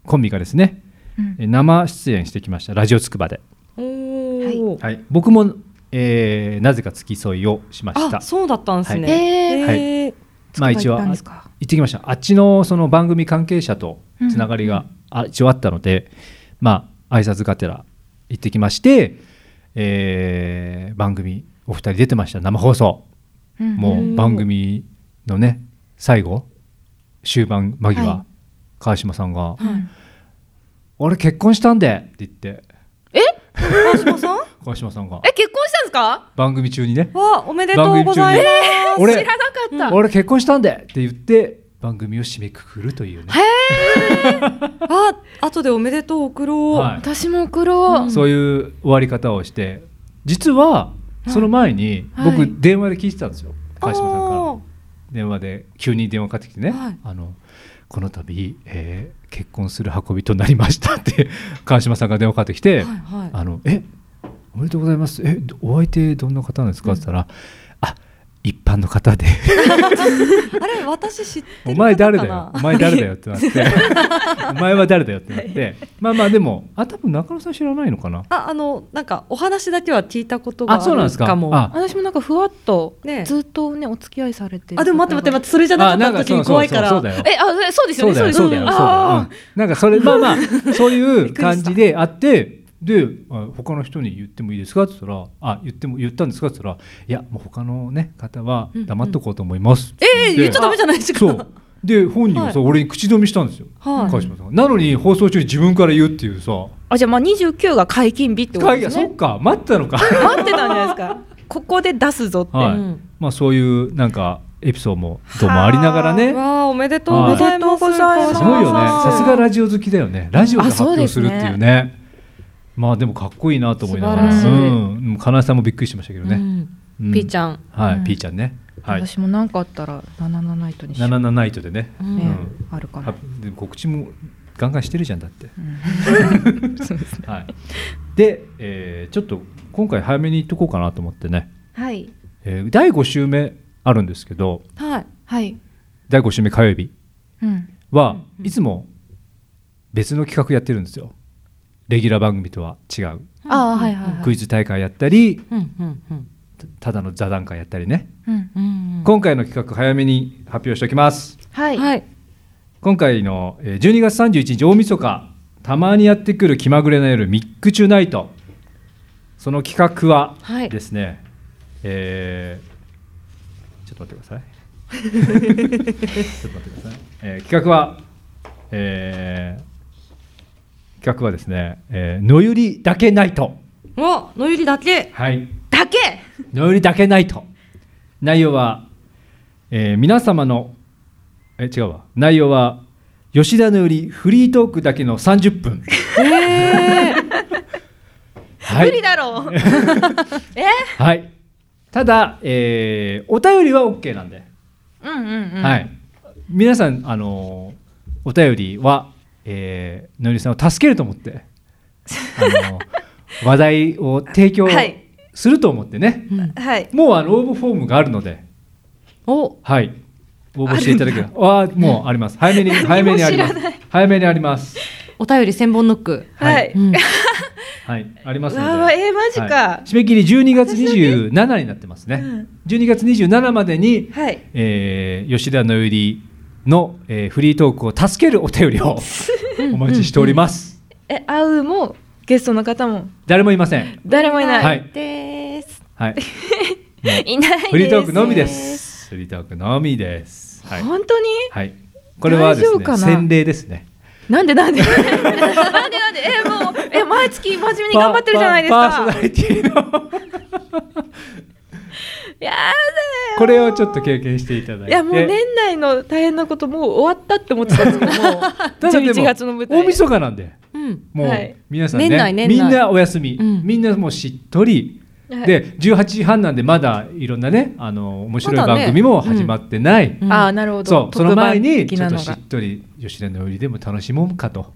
[SPEAKER 7] コンビがですね、
[SPEAKER 1] うん
[SPEAKER 7] えー生出演してきましたラジオつくばで
[SPEAKER 2] おお。
[SPEAKER 7] はい、僕も、えーなぜか付き添いをしました
[SPEAKER 2] あ、そうだったんです
[SPEAKER 7] はい
[SPEAKER 2] ね。
[SPEAKER 7] はい
[SPEAKER 2] へー
[SPEAKER 7] まあ一応
[SPEAKER 2] つくば行ったん
[SPEAKER 7] あ行
[SPEAKER 2] ですか
[SPEAKER 7] ってきましたあっちのその番組関係者とつながりが、あ一応あったのでまあ挨拶がてら行ってきまして、えー番組お二人出てました生放送、
[SPEAKER 1] うん
[SPEAKER 7] もう番組のね最後終盤間際、川島さんが、俺結婚したんで」って言って
[SPEAKER 1] え川島さん
[SPEAKER 7] <laughs> 川島さんが
[SPEAKER 1] え結婚したんですか
[SPEAKER 7] 番組中にね
[SPEAKER 1] わおめ
[SPEAKER 7] でとうございます番組中に
[SPEAKER 1] えー
[SPEAKER 7] 俺
[SPEAKER 1] 知らなか
[SPEAKER 2] <laughs>
[SPEAKER 1] った、
[SPEAKER 7] 俺結婚したんでって言って番組を締めくくるというね、
[SPEAKER 2] あ、後でおめでとう送ろう。
[SPEAKER 7] はい
[SPEAKER 1] 私も送ろう、
[SPEAKER 7] そういう終わり方をして実はその前に
[SPEAKER 1] はい
[SPEAKER 7] 僕電話で聞いてたんですよ、川島さんから
[SPEAKER 2] おー
[SPEAKER 7] 電話で急に電話かかってきてね、
[SPEAKER 2] はい
[SPEAKER 7] あのこの度、えー結婚する運びとなりましたって <laughs> 川島さんが電話かかってきて、
[SPEAKER 2] はい
[SPEAKER 7] あのえおめでとうございますえお相手どんな方なんですかって言ったら、あ一般の方で
[SPEAKER 2] <laughs> あれ、私知ってる方かな。
[SPEAKER 7] お前誰だよお前誰だよってなってお前は誰だよってなって、まあまあでもあ多分中野さん知らないのかな
[SPEAKER 2] あ、あの、なんか、お話だけは聞いたことがあ
[SPEAKER 7] あ
[SPEAKER 2] る
[SPEAKER 7] そうなんですか
[SPEAKER 2] かも。
[SPEAKER 7] あ
[SPEAKER 1] 私もなんかふわっと、ずっとねお付き合いされてる
[SPEAKER 2] あでも待って待って待ってそれじゃなかった
[SPEAKER 7] あなんか
[SPEAKER 2] 時に怖いから
[SPEAKER 7] そうそうそうそうだ
[SPEAKER 1] えあそうですよね
[SPEAKER 7] そうだよ
[SPEAKER 1] そ
[SPEAKER 7] そうう
[SPEAKER 1] で
[SPEAKER 7] だよそう
[SPEAKER 1] すよね
[SPEAKER 7] だよ、
[SPEAKER 1] あ
[SPEAKER 7] うんなんかそれまあまあそういう感じであってであ他の人に言ってもいいですかって言ったら「あ言っても言ったんですか?」って言ったら「いやもう他の、ね、方は黙っとこうと思います」
[SPEAKER 2] えー言っちゃダメじゃないですか
[SPEAKER 7] そうで本人はさ、
[SPEAKER 2] はい
[SPEAKER 7] 俺に口止めしたんですよ、
[SPEAKER 1] はい
[SPEAKER 7] 川島さんがなのに放送中に自分から言うっていうさ
[SPEAKER 1] ああじゃあまあ29が解禁日ってこと
[SPEAKER 7] 会
[SPEAKER 1] で
[SPEAKER 7] 議
[SPEAKER 1] すね
[SPEAKER 7] そっか待ってたのか
[SPEAKER 1] 待ってたんじゃないですかここで出すぞって、
[SPEAKER 7] はい
[SPEAKER 1] うん
[SPEAKER 7] まあ、そういうなんかエピソードもどうもありながらね
[SPEAKER 2] わあ、おめでとうございます。
[SPEAKER 1] おめでとうございます
[SPEAKER 7] すごいよね。さすがラジオ好きだよね。ラジオで
[SPEAKER 1] あ
[SPEAKER 7] 発
[SPEAKER 1] そうで
[SPEAKER 7] 表
[SPEAKER 1] す
[SPEAKER 7] す
[SPEAKER 1] ね
[SPEAKER 7] るっていうね。まあでもかっこいいなと思いながら、
[SPEAKER 1] 素晴らしい
[SPEAKER 2] <laughs>
[SPEAKER 7] うん、 <laughs> でも金井さんもびっくりしましたけどね。う
[SPEAKER 1] ピーちゃん
[SPEAKER 7] はい、
[SPEAKER 1] うん
[SPEAKER 7] ピーちゃんね。はい。
[SPEAKER 1] 私も何かあったら「バナナナイト」にしよ
[SPEAKER 7] ナ
[SPEAKER 1] う
[SPEAKER 7] ナナナイトでね。
[SPEAKER 1] うんあるかな
[SPEAKER 7] はでも告知もガンガンしてるじゃんだって。 <laughs>
[SPEAKER 1] そうですね
[SPEAKER 7] はい。で、えーちょっと今回早めに言っとこうかなと思ってね。
[SPEAKER 1] はい
[SPEAKER 7] えー第5週目あるんですけど、
[SPEAKER 1] はいはい
[SPEAKER 7] 第5週目火曜日。
[SPEAKER 1] うん
[SPEAKER 7] はいつも別の企画やってるんですよレギュラー番組とは違う
[SPEAKER 1] ああはいはいはい
[SPEAKER 7] クイズ大会やったり
[SPEAKER 2] うんうんうん
[SPEAKER 7] ただの座談会やったりね
[SPEAKER 1] うん
[SPEAKER 2] うん
[SPEAKER 7] 今回の企画早めに発表しておきます
[SPEAKER 1] はい
[SPEAKER 2] はい
[SPEAKER 7] 今回のえー12月31日大晦日たまにやってくる気まぐれの夜ミックチュナイトその企画は
[SPEAKER 2] はい
[SPEAKER 7] ですね、えーちょっと待ってくださいちょっと待ってください、えー企画は、えー企画はですね、えー、のゆりだけナイト
[SPEAKER 2] おのゆりだけ
[SPEAKER 7] はい
[SPEAKER 2] だけ
[SPEAKER 7] のよりだけないと内容は、えー皆様のえ違うわ内容は吉田のよりフリートークだけの30分はい
[SPEAKER 1] 無理だろうえ
[SPEAKER 7] はいただ、えーお便りは OK なんで、
[SPEAKER 1] うんうんうん
[SPEAKER 7] はい皆さんあのーお便りは、えーのよりさんを助けると思ってあの
[SPEAKER 1] <laughs>
[SPEAKER 7] ー話題を提供
[SPEAKER 1] はい
[SPEAKER 7] すると思ってね、
[SPEAKER 1] はい
[SPEAKER 7] もうあの応募フォームがあるので
[SPEAKER 2] お
[SPEAKER 7] はい。応募していただける。ああ、もうあります。早めに、早めにあります
[SPEAKER 2] 知らない。
[SPEAKER 7] 早めにあります。
[SPEAKER 2] お便り千本ノック
[SPEAKER 7] はい
[SPEAKER 2] <laughs> うん
[SPEAKER 7] はい、ありますので。
[SPEAKER 2] うわえーマジか
[SPEAKER 7] はい締め切り12月27になってますね。12月27までに、
[SPEAKER 2] はい
[SPEAKER 7] えー吉田のゆりの、えーフリートークを助けるお便り
[SPEAKER 1] <laughs>
[SPEAKER 7] を <laughs> お待ちしております。
[SPEAKER 1] え会うもゲストの方も
[SPEAKER 7] 誰もいません。
[SPEAKER 1] 誰もいない、
[SPEAKER 7] はい
[SPEAKER 1] です
[SPEAKER 7] はい。
[SPEAKER 1] いないです
[SPEAKER 7] フリートークのみです。フリートークのみです。はい。
[SPEAKER 1] 本当に
[SPEAKER 7] はい。これはです
[SPEAKER 1] 大丈夫
[SPEAKER 7] ね
[SPEAKER 1] か、な
[SPEAKER 7] 洗礼ですね。
[SPEAKER 1] なんでなんで <laughs> なんでなんでえもうえ毎月真面目に頑張ってるじゃないです
[SPEAKER 7] パパパーソ
[SPEAKER 1] か
[SPEAKER 7] ナリティ
[SPEAKER 1] いや
[SPEAKER 7] <laughs> これをちょっと経験していただい
[SPEAKER 1] ー
[SPEAKER 7] て。
[SPEAKER 1] いやもう年内の大変なこともう終わったって思ってたんですけどもう
[SPEAKER 7] ただでも
[SPEAKER 1] 11月の舞台
[SPEAKER 7] 大晦日なんで、
[SPEAKER 1] うん
[SPEAKER 7] もう
[SPEAKER 1] はい
[SPEAKER 7] 皆さんね、
[SPEAKER 1] 年内年内
[SPEAKER 7] みんなお休み、みんなもうしっとり、
[SPEAKER 1] はい
[SPEAKER 7] で18時半なんでまだいろんなねあの面白い
[SPEAKER 1] まだね
[SPEAKER 7] 番組も始まってない、
[SPEAKER 1] うんあーなるほど
[SPEAKER 7] そうその前にち
[SPEAKER 1] 特
[SPEAKER 7] ょ
[SPEAKER 1] 番
[SPEAKER 7] っ
[SPEAKER 1] 的な
[SPEAKER 7] と
[SPEAKER 1] の
[SPEAKER 7] し
[SPEAKER 1] が
[SPEAKER 7] っとり吉田の売りでも楽しもうかと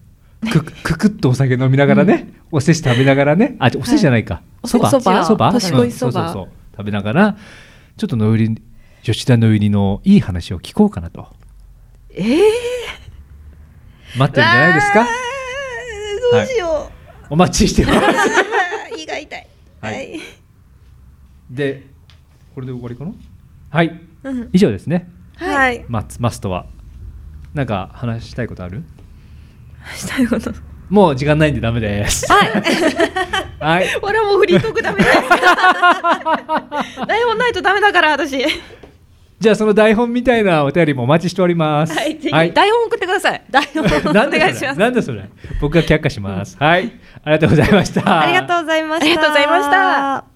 [SPEAKER 7] くくくっとお酒飲みながらね、おせち食べながらねあおせちじゃないか、
[SPEAKER 1] い
[SPEAKER 7] そば
[SPEAKER 1] おそば
[SPEAKER 7] そば
[SPEAKER 1] 年越し
[SPEAKER 7] うんそ
[SPEAKER 1] そば
[SPEAKER 7] うそうそう食べながらちょっとの売り吉田の売りのいい話を聞こうかなと
[SPEAKER 1] えー、
[SPEAKER 7] 待ってるんじゃないですか
[SPEAKER 1] どうしよ
[SPEAKER 7] お待ちして
[SPEAKER 1] う、
[SPEAKER 7] ます <laughs>
[SPEAKER 1] 胃が痛い
[SPEAKER 7] はい。で、これで終わりかな。はい。以上ですね。
[SPEAKER 1] はい
[SPEAKER 7] マツマストは。なんか話したいことある。
[SPEAKER 1] したいこと
[SPEAKER 7] もう時間ないんでダメです。はい。はい。
[SPEAKER 1] <laughs> 俺はもうフリートークダメ
[SPEAKER 7] <laughs>
[SPEAKER 1] です台本ないとダメだから私
[SPEAKER 7] じゃあ、その台本みたいなお便りもお待ちしております。
[SPEAKER 1] はい、ぜひ台本送ってください。台本 <laughs>
[SPEAKER 7] <laughs>
[SPEAKER 1] お
[SPEAKER 7] なんで
[SPEAKER 1] 願い
[SPEAKER 7] そ
[SPEAKER 1] し
[SPEAKER 7] れ
[SPEAKER 1] ま。す。
[SPEAKER 7] なんでそれ。僕が却下します。はい。ありがとうございました。
[SPEAKER 1] ありがとうございました。ありがとうございました。